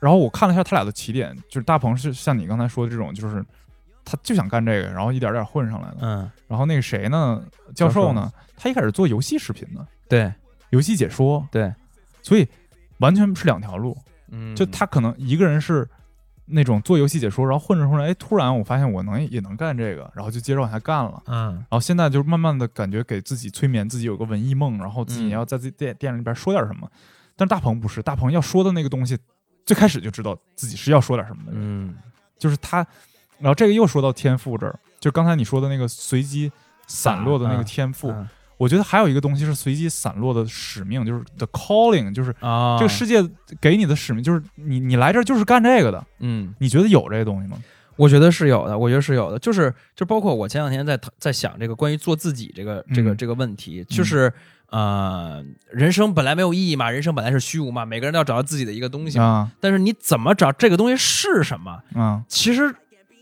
然后我看了一下他俩的起点，就是大鹏是像你刚才说的这种，就是他就想干这个，然后一点点混上来的。嗯，然后那个谁呢，教授呢，他一开始做游戏视频的，对游戏解说，对，所以完全是两条路。嗯，就他可能一个人是那种做游戏解说，然后混着混着，哎，突然我发现我能也能干这个，然后就接着往下干了。嗯然后现在就是慢慢的感觉给自己催眠，自己有个文艺梦，然后自己要在自己电电影里边说点什么。但是大鹏不是，大鹏要说的那个东西，最开始就知道自己是要说点什么的人，嗯就是他。然后这个又说到天赋这儿，就刚才你说的那个随机散落的那个嗯天赋，嗯我觉得还有一个东西是随机散落的使命，就是 the calling，就是啊，这个世界给你的使命就是你你来这儿就是干这个的，嗯，你觉得有这些东西吗？我觉得是有的，我觉得是有的，就是就包括我前两天在讨在想这个关于做自己这个这个、嗯这个问题，就是呃，人生本来没有意义嘛，人生本来是虚无嘛，每个人都要找到自己的一个东西嘛，啊但是你怎么找这个东西是什么？啊，其实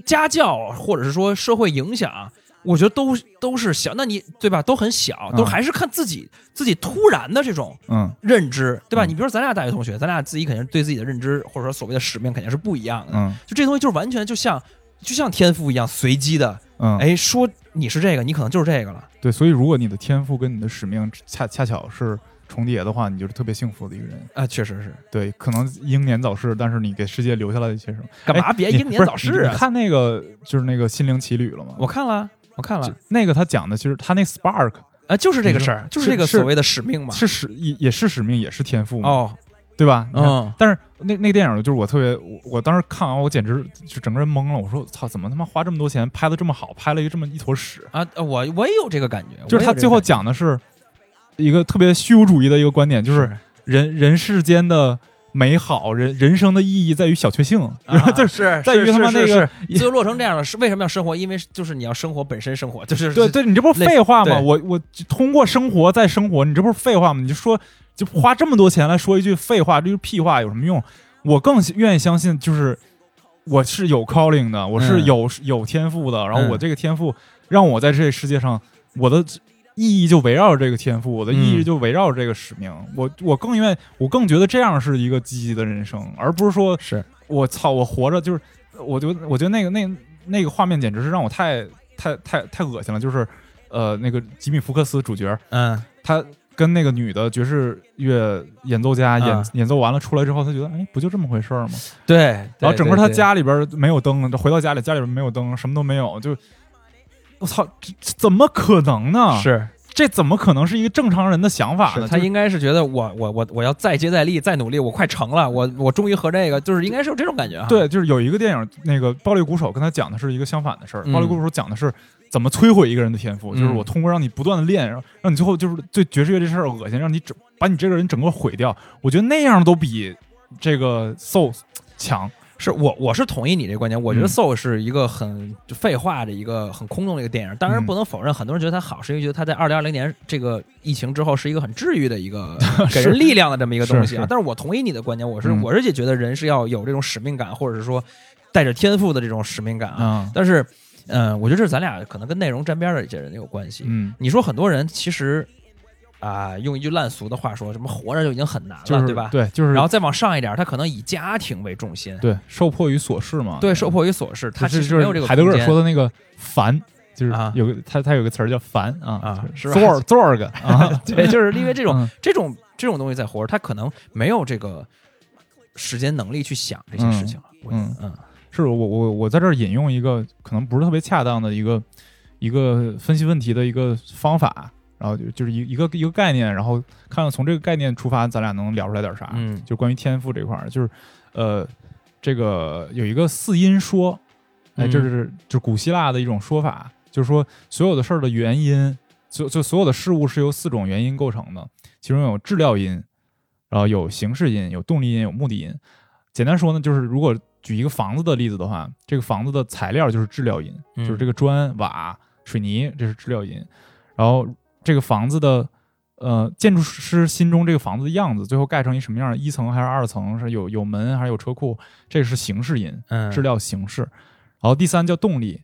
家教或者是说社会影响，我觉得都都是小，那你对吧？都很小，嗯都还是看自己、自己突然的这种嗯认知，对吧？嗯你比如说咱俩大学同学，咱俩自己肯定对自己的认知或者说所谓的使命肯定是不一样的，嗯就这东西就是完全就像就像天赋一样随机的，嗯，，哎，说你是这个，你可能就是这个了。对，所以如果你的天赋跟你的使命恰恰巧是重叠的话，你就是特别幸福的一个人。啊，确实是，对，可能英年早逝，但是你给世界留下了一些什么？干嘛别哎英年早逝你不是你啊你？看那个就是那个《心灵奇旅》了吗？我看了，啊我看了就，那个他讲的其实他那 spark 啊，就是这个事儿，你说就是这个是是所谓的使命嘛。是使也也是使命，也是天赋嘛，哦，对吧？你看嗯但是那那个电影就是我特别，我我当时看完我简直就整个人懵了，我说操，怎么他妈花这么多钱拍的这么好，拍了一个这么一坨屎？啊，我我也有这个感觉，就是他我也有这个最后感觉讲的是一个特别虚无主义的一个观点，就是人人世间的美好，人人生的意义在于小确幸，然后 *laughs* 就是啊是在于他妈那个，最后落成这样了，是为什么要生活？因为就是你要生活本身生活，就是对，对，你这不是类似废话吗？对我我通过生活在生活，你这不是废话吗？你就说就花这么多钱来说一句废话，这就是屁话，有什么用？我更愿意相信就是我是有 calling 的，我是嗯有、有天赋的，然后嗯我这个天赋让我在这世界上我的。意义就围绕着这个天赋，我的意义嗯就围绕着这个使命。我我更愿，我更觉得这样是一个积极的人生，而不是说是我操，我活着就是，我觉得我觉得那个那那个画面简直是让我太太太太恶心了，就是呃那个吉米福克斯主角，嗯他跟那个女的爵士乐演奏家演、啊演奏完了出来之后，他觉得哎不就这么回事儿吗？对，然后整个对他，家里边没有灯，回到家里家里边没有灯，什么都没有，就我操，这这怎么可能呢？对是这怎么可能是一个正常人的想法是呢？他就应该是觉得我我我我要再接再厉，再努力，我快成了，我我终于和这个就是应该是有这种感觉哈。对，就是有一个电影，那个《暴力鼓手》跟他讲的是一个相反的事儿，啊嗯暴力鼓手》讲的是怎么摧毁一个人的天赋，就是嗯我通过让你不断的练，让让你最后就是对爵士乐这事儿恶心，让你整把你这个人整个毁掉。我觉得那样都比这个 soul 强。是我我是同意你这个观点，我觉得嗯《Soul》是一个很废话的一个很空洞的一个电影。当然嗯不能否认，很多人觉得它好，是因为觉得它在二零二零年这个疫情之后是一个很治愈的一个 *laughs* 给人力量的这么一个东西是啊是。但是我同意你的观点，我是嗯我是也觉得人是要有这种使命感，或者是说带着天赋的这种使命感啊。啊，但是，呃嗯，我觉得这是咱俩可能跟内容沾边的一些人有关系。嗯你说很多人其实啊、用一句烂俗的话说，什么活着就已经很难了，就是对吧？对，就是然后再往上一点，他可能以家庭为重心，对受迫于琐事嘛，对，受迫于琐事，他啊就其是实没有就是这个海德格空尔间说的那个烦，就是啊有个他他有个词儿叫烦啊啊，是吧，做儿做儿个啊 *laughs* 对，就是因为这种、嗯这种这种东西在活着，他可能没有这个时间能力去想这些事情了。我嗯嗯是我我我在这儿引用一个可能不是特别恰当的一个一个分析问题的一个方法，然后就就是一一个一个概念，然后看看从这个概念出发，咱俩能聊出来点啥。嗯就关于天赋这块儿，就是呃，这个有一个四因说，哎，嗯这是就古希腊的一种说法，就是说所有的事儿的原因，就就所有的事物是由四种原因构成的，其中有质料因，然后有形式因，有动力因，有目的因。简单说呢，就是如果举一个房子的例子的话，这个房子的材料就是质料因，嗯就是这个砖、瓦、水泥，这是质料因。然后这个房子的呃建筑师心中这个房子的样子，最后盖成一什么样儿？一层还是二层？是有有门还是有车库？这是形式因，嗯质料形式。然后第三叫动力，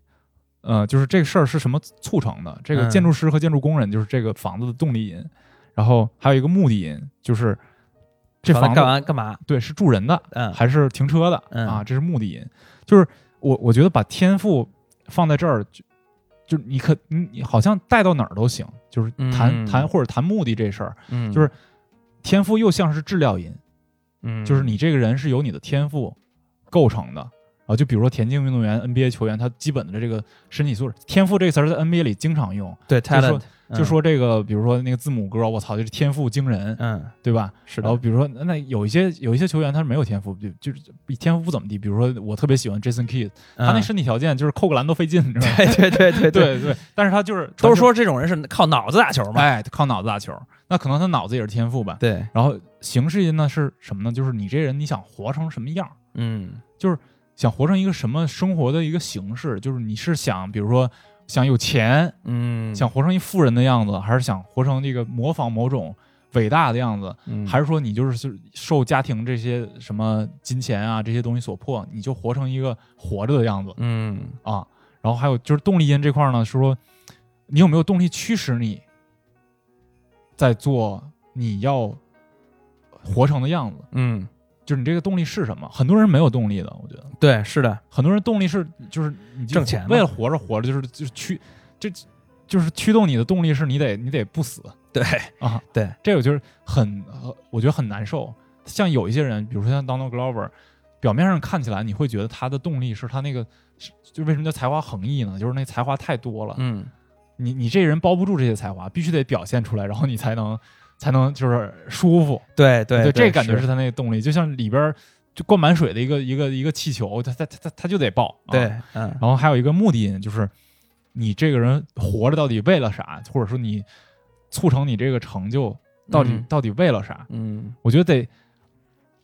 呃，就是这个事儿是什么促成的？这个嗯建筑师和建筑工人就是这个房子的动力因。然后还有一个目的因，就是这完了房子干完干嘛？对是住人的，嗯还是停车的、嗯啊，这是目的因。就是我我觉得把天赋放在这儿，就就你可你你好像带到哪儿都行，就是谈、嗯谈或者谈目的这事儿，嗯就是天赋又像是质料因，嗯就是你这个人是由你的天赋构成的。啊，就比如说田径运动员、NBA 球员，他基本的这个身体素质，天赋这个词儿在 NBA 里经常用，对就说 talent，就说这个，比如说那个字母哥，我操，就是天赋惊人，嗯对吧？是的然后比如说，那有一些有一些球员他是没有天赋，就就是天赋不怎么地。比如说，我特别喜欢 Jason Kidd，、嗯他那身体条件就是扣个篮都费劲，你知道吗？对对对对 *laughs* 对对，但是他就是都传球是说这种人是靠脑子打球嘛？哎靠脑子打球，那可能他脑子也是天赋吧。对，然后形式呢是什么呢？就是你这人你想活成什么样儿，嗯想活成一个什么生活的一个形式，就是你是想比如说想有钱，嗯，想活成一富人的样子，还是想活成这个模仿某种伟大的样子，嗯还是说你就是是受家庭这些什么金钱啊这些东西所迫，你就活成一个活着的样子嗯啊？然后还有就是动力因这块儿呢，是说你有没有动力驱使你在做你要活成的样子？嗯，就是你这个动力是什么？很多人没有动力的，我觉得对，是的，很多人动力是就是你就挣钱嘛为了活着活着就是就是驱这就是驱动你的动力是你得你得不死，对啊，对，这我觉得很，呃我觉得很难受。像有一些人，比如说像 Donald Glover，表面上看起来你会觉得他的动力是他那个，是就为什么叫才华横溢呢？就是那才华太多了，嗯你你这人包不住这些才华，必须得表现出来，然后你才能 *laughs* 才能就是舒服。对对这感觉是他那个动力，就像里边儿就灌满水的一个一个一个气球，他他他他他就得爆。啊对，嗯然后还有一个目的因，就是你这个人活着到底为了啥，或者说你促成你这个成就到底、嗯到底为了啥？嗯我觉得得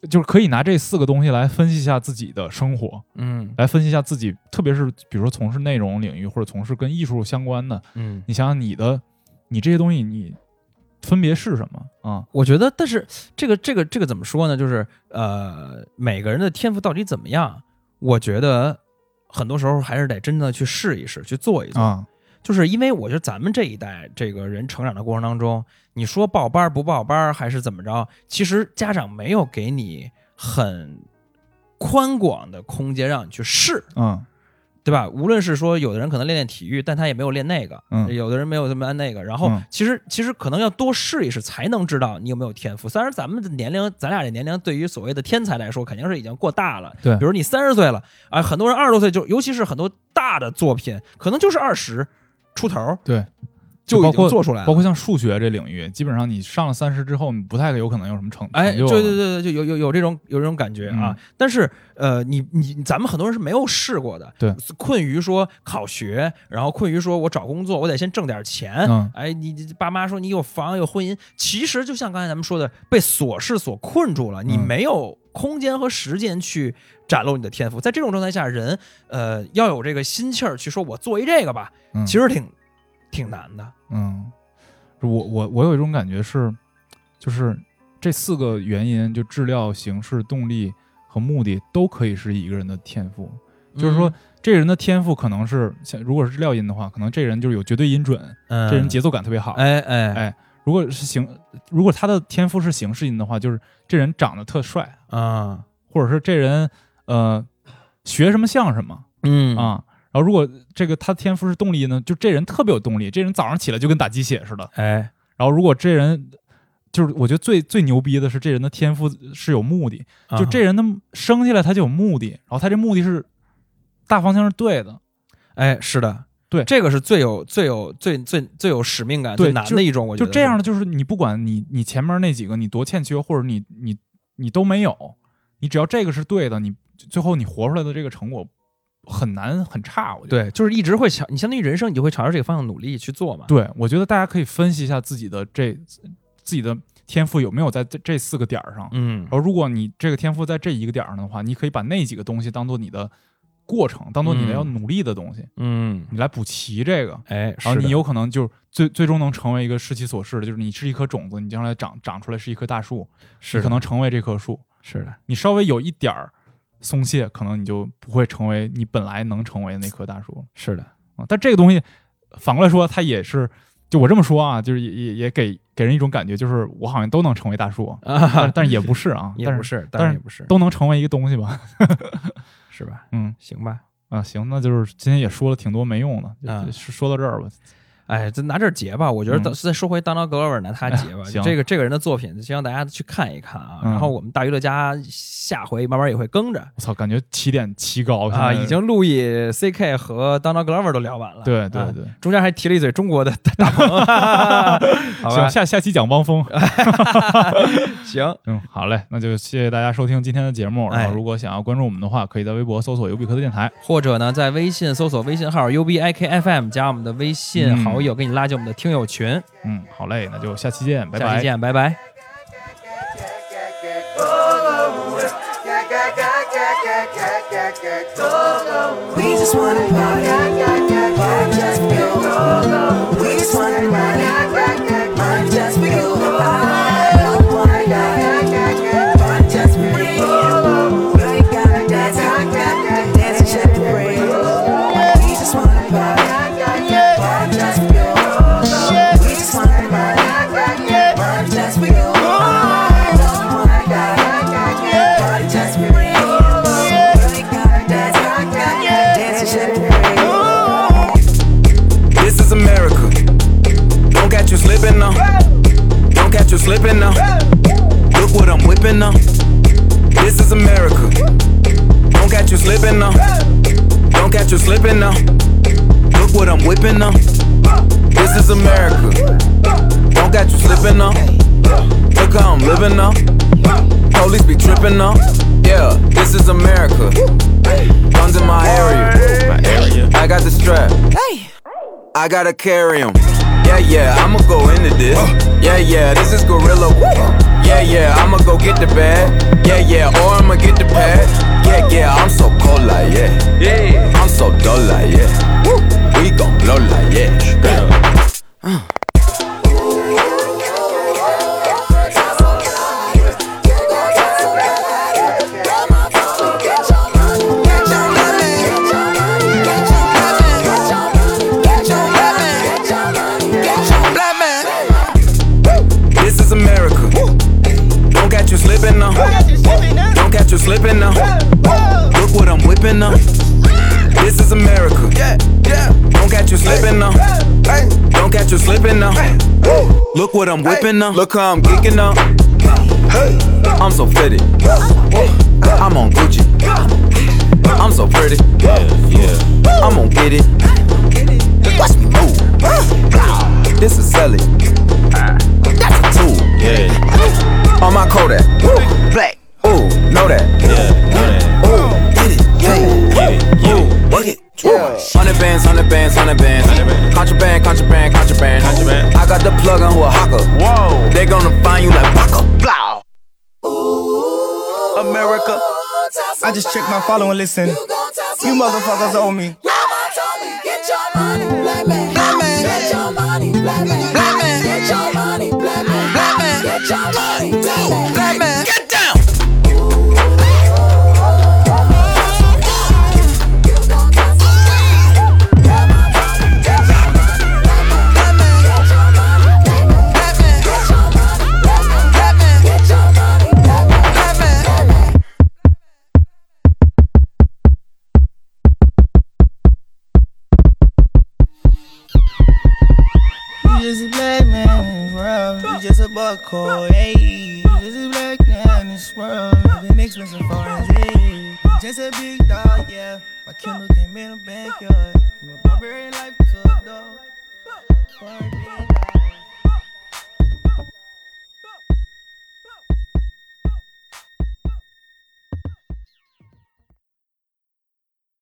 就是可以拿这四个东西来分析一下自己的生活，嗯来分析一下自己，特别是比如说从事内容领域或者从事跟艺术相关的，嗯，你想想你的你这些东西你分别是什么啊？我觉得，但是这个这个这个怎么说呢？就是呃，每个人的天赋到底怎么样？我觉得很多时候还是得真的去试一试，去做一做。啊，就是因为我觉得咱们这一代这个人成长的过程当中，你说报班儿不报班儿还是怎么着，其实家长没有给你很宽广的空间让你去试，嗯对吧？无论是说有的人可能练练体育，但他也没有练那个，嗯有的人没有这么按那个，然后嗯其实其实可能要多试一试才能知道你有没有天赋。虽然咱们的年龄，咱俩这年龄对于所谓的天才来说，肯定是已经过大了。对比如你三十岁了啊，很多人二十多岁就，尤其是很多大的作品，可能就是二十出头对。就包已经括做出来包了。括像数学这领域，基本上你上了三十之后，你不太有可能有什么成哎，成就对了。对对对，就有有有这种有这种感觉啊。嗯但是呃，你你咱们很多人是没有试过的，对，困于说考学，然后困于说我找工作，我得先挣点钱。嗯哎，你你爸妈说你有房有婚姻，其实就像刚才咱们说的，被琐事所困住了，你嗯没有空间和时间去展露你的天赋。在这种状态下，人呃要有这个心气儿去说，我做一这个吧，嗯其实挺挺难的。嗯，我我我有一种感觉是，就是这四个原因，就质料、形式、动力和目的，都可以是一个人的天赋。就是嗯说，这人的天赋可能是像如果是质料音的话，可能这人就是有绝对音准，嗯，这人节奏感特别好。哎哎哎如果是形，如果他的天赋是形式音的话，就是这人长得特帅，啊，或者是这人呃学什么像什么嗯啊。然后如果这个他天赋是动力音呢，就这人特别有动力，这人早上起来就跟打鸡血似的。哎，然后如果这人就是我觉得最最牛逼的是这人的天赋是有目的，就这啊，人的生下来他就有目的，然后他这目的是大方向是对的，哎，是的，对这个是最有最有最最最有使命感、对最难就的一种，我觉就得这样的，就是你不管你你前面那几个你多欠缺，或者你你你都没有，你只要这个是对的，你最后你活出来的这个成果很难很差，我觉得。对，就是一直会朝你相当于人生，你就会朝着这个方向努力去做嘛。对，我觉得大家可以分析一下自己的这自己的天赋有没有在这这四个点儿上。嗯然后，如果你这个天赋在这一个点儿上的话，你可以把那几个东西当做你的过程，当做你的嗯要努力的东西，嗯，你来补齐这个。哎，是然后的哦你有可能就最最终能成为一个世其所示的，就是你是一颗种子，你将来长长出来是一棵大树，是你的可能成为这棵树。是的，你稍微有一点儿松懈，可能你就不会成为你本来能成为的那棵大树是的，啊。但这个东西反过来说，它也是，就我这么说啊，就是也也也给给人一种感觉，就是我好像都能成为大 *laughs* 树，但啊，但是也不是啊，也但不是，但然是也不是，都能成为一个东西吧。 *laughs* 是吧？嗯行吧，啊，行，那就是今天也说了挺多没用的，就啊就说到这儿吧。哎，咱拿这儿结吧。我觉得嗯再说回当当格罗尔，拿他结 *laughs* 吧。哎行这个这个人的作品，就希望大家去看一看啊。嗯然后我们大娱乐家下回慢慢也会跟着我操，感觉起点奇高啊。现在已经路易 C K 和当当格罗尔都聊完了，对对啊对，中间还提了一嘴中国的大大鹏， *laughs* 好吧 *laughs* 行，？下下期讲汪 *laughs* 峰。行，嗯，好嘞，那就谢谢大家收听今天的节目。然哎后，如果想要关注我们的话，可以在微博搜索“尤比科特电台或者呢，在微信搜索微信号 U B I K F M，加我们的微信嗯好友，给你拉进我们的听友群。”。嗯，好嘞，那就下期见，拜拜。下期见，拜拜。 We just wanna party. Party just for you. We just wanna party. Party just for you. I don't wanna die. Party just for you. We ain't gotta dance. I gotta dance and shut the brain. We just wanna party. Party just for you. We just wanna party. Party just for you. I don't wanna die. Party just for you. We ain't gotta dance. I gotta dance and shut the brain. This is America. Don't catch you slipping now. Don't catch you slipping now. Look what I'm whipping now. This is America. Don't catch you slipping now. Don't catch you slipping now. Look what I'm whipping now. This is America. Don't catch you slipping now. Look how I'm living now. Police be tripping now. Yeah, this is America. Guns in my area. I got the strap. I gotta carry 'em. Yeah, yeah, I'ma go into this. Yeah, yeah, this is Gorilla. Yeah, yeah, I'ma go get the bag. Yeah, yeah, or I'ma get the pad. Yeah, yeah, I'm so cold like yeah. Yeah, I'm so dull like yeah. We gon' blow like yeah. This is America. Don't catch you slipping now. Don't catch you slipping now. Look what I'm whipping now. This is America. Yeah, yeah. Don't catch you slipping now. Don't catch you slipping now. Look what I'm whipping now. Look how I'm kicking now. I'm so fitted. I'm on Gucci. I'm so pretty. Yeah, yeah. I'm gonna get it. Watch me move. This is selling. That's a tool. Yeah. On my Kodak. Black. Ooh, know that. Ooh, get it. Yeah. Ooh, work it. Hundred bands, hundred bands, hundred bands. Contraband, contraband, contraband. I got the plug on who a hawker. Whoa. They gonna find you like Paco. Blah. America. I just checked my follow and listen. You motherfuckers owe me. Get your money, black man. Get your money, black man. Get your money, black man. Get your money, black man. Get down! Get your money, black man. buckle, ayy. This is black man in this world. Been expensive foreign ayy. Just a big dog, yeah. My Kindle came in a backyard. From a barbarian life to a dog. For a big dog.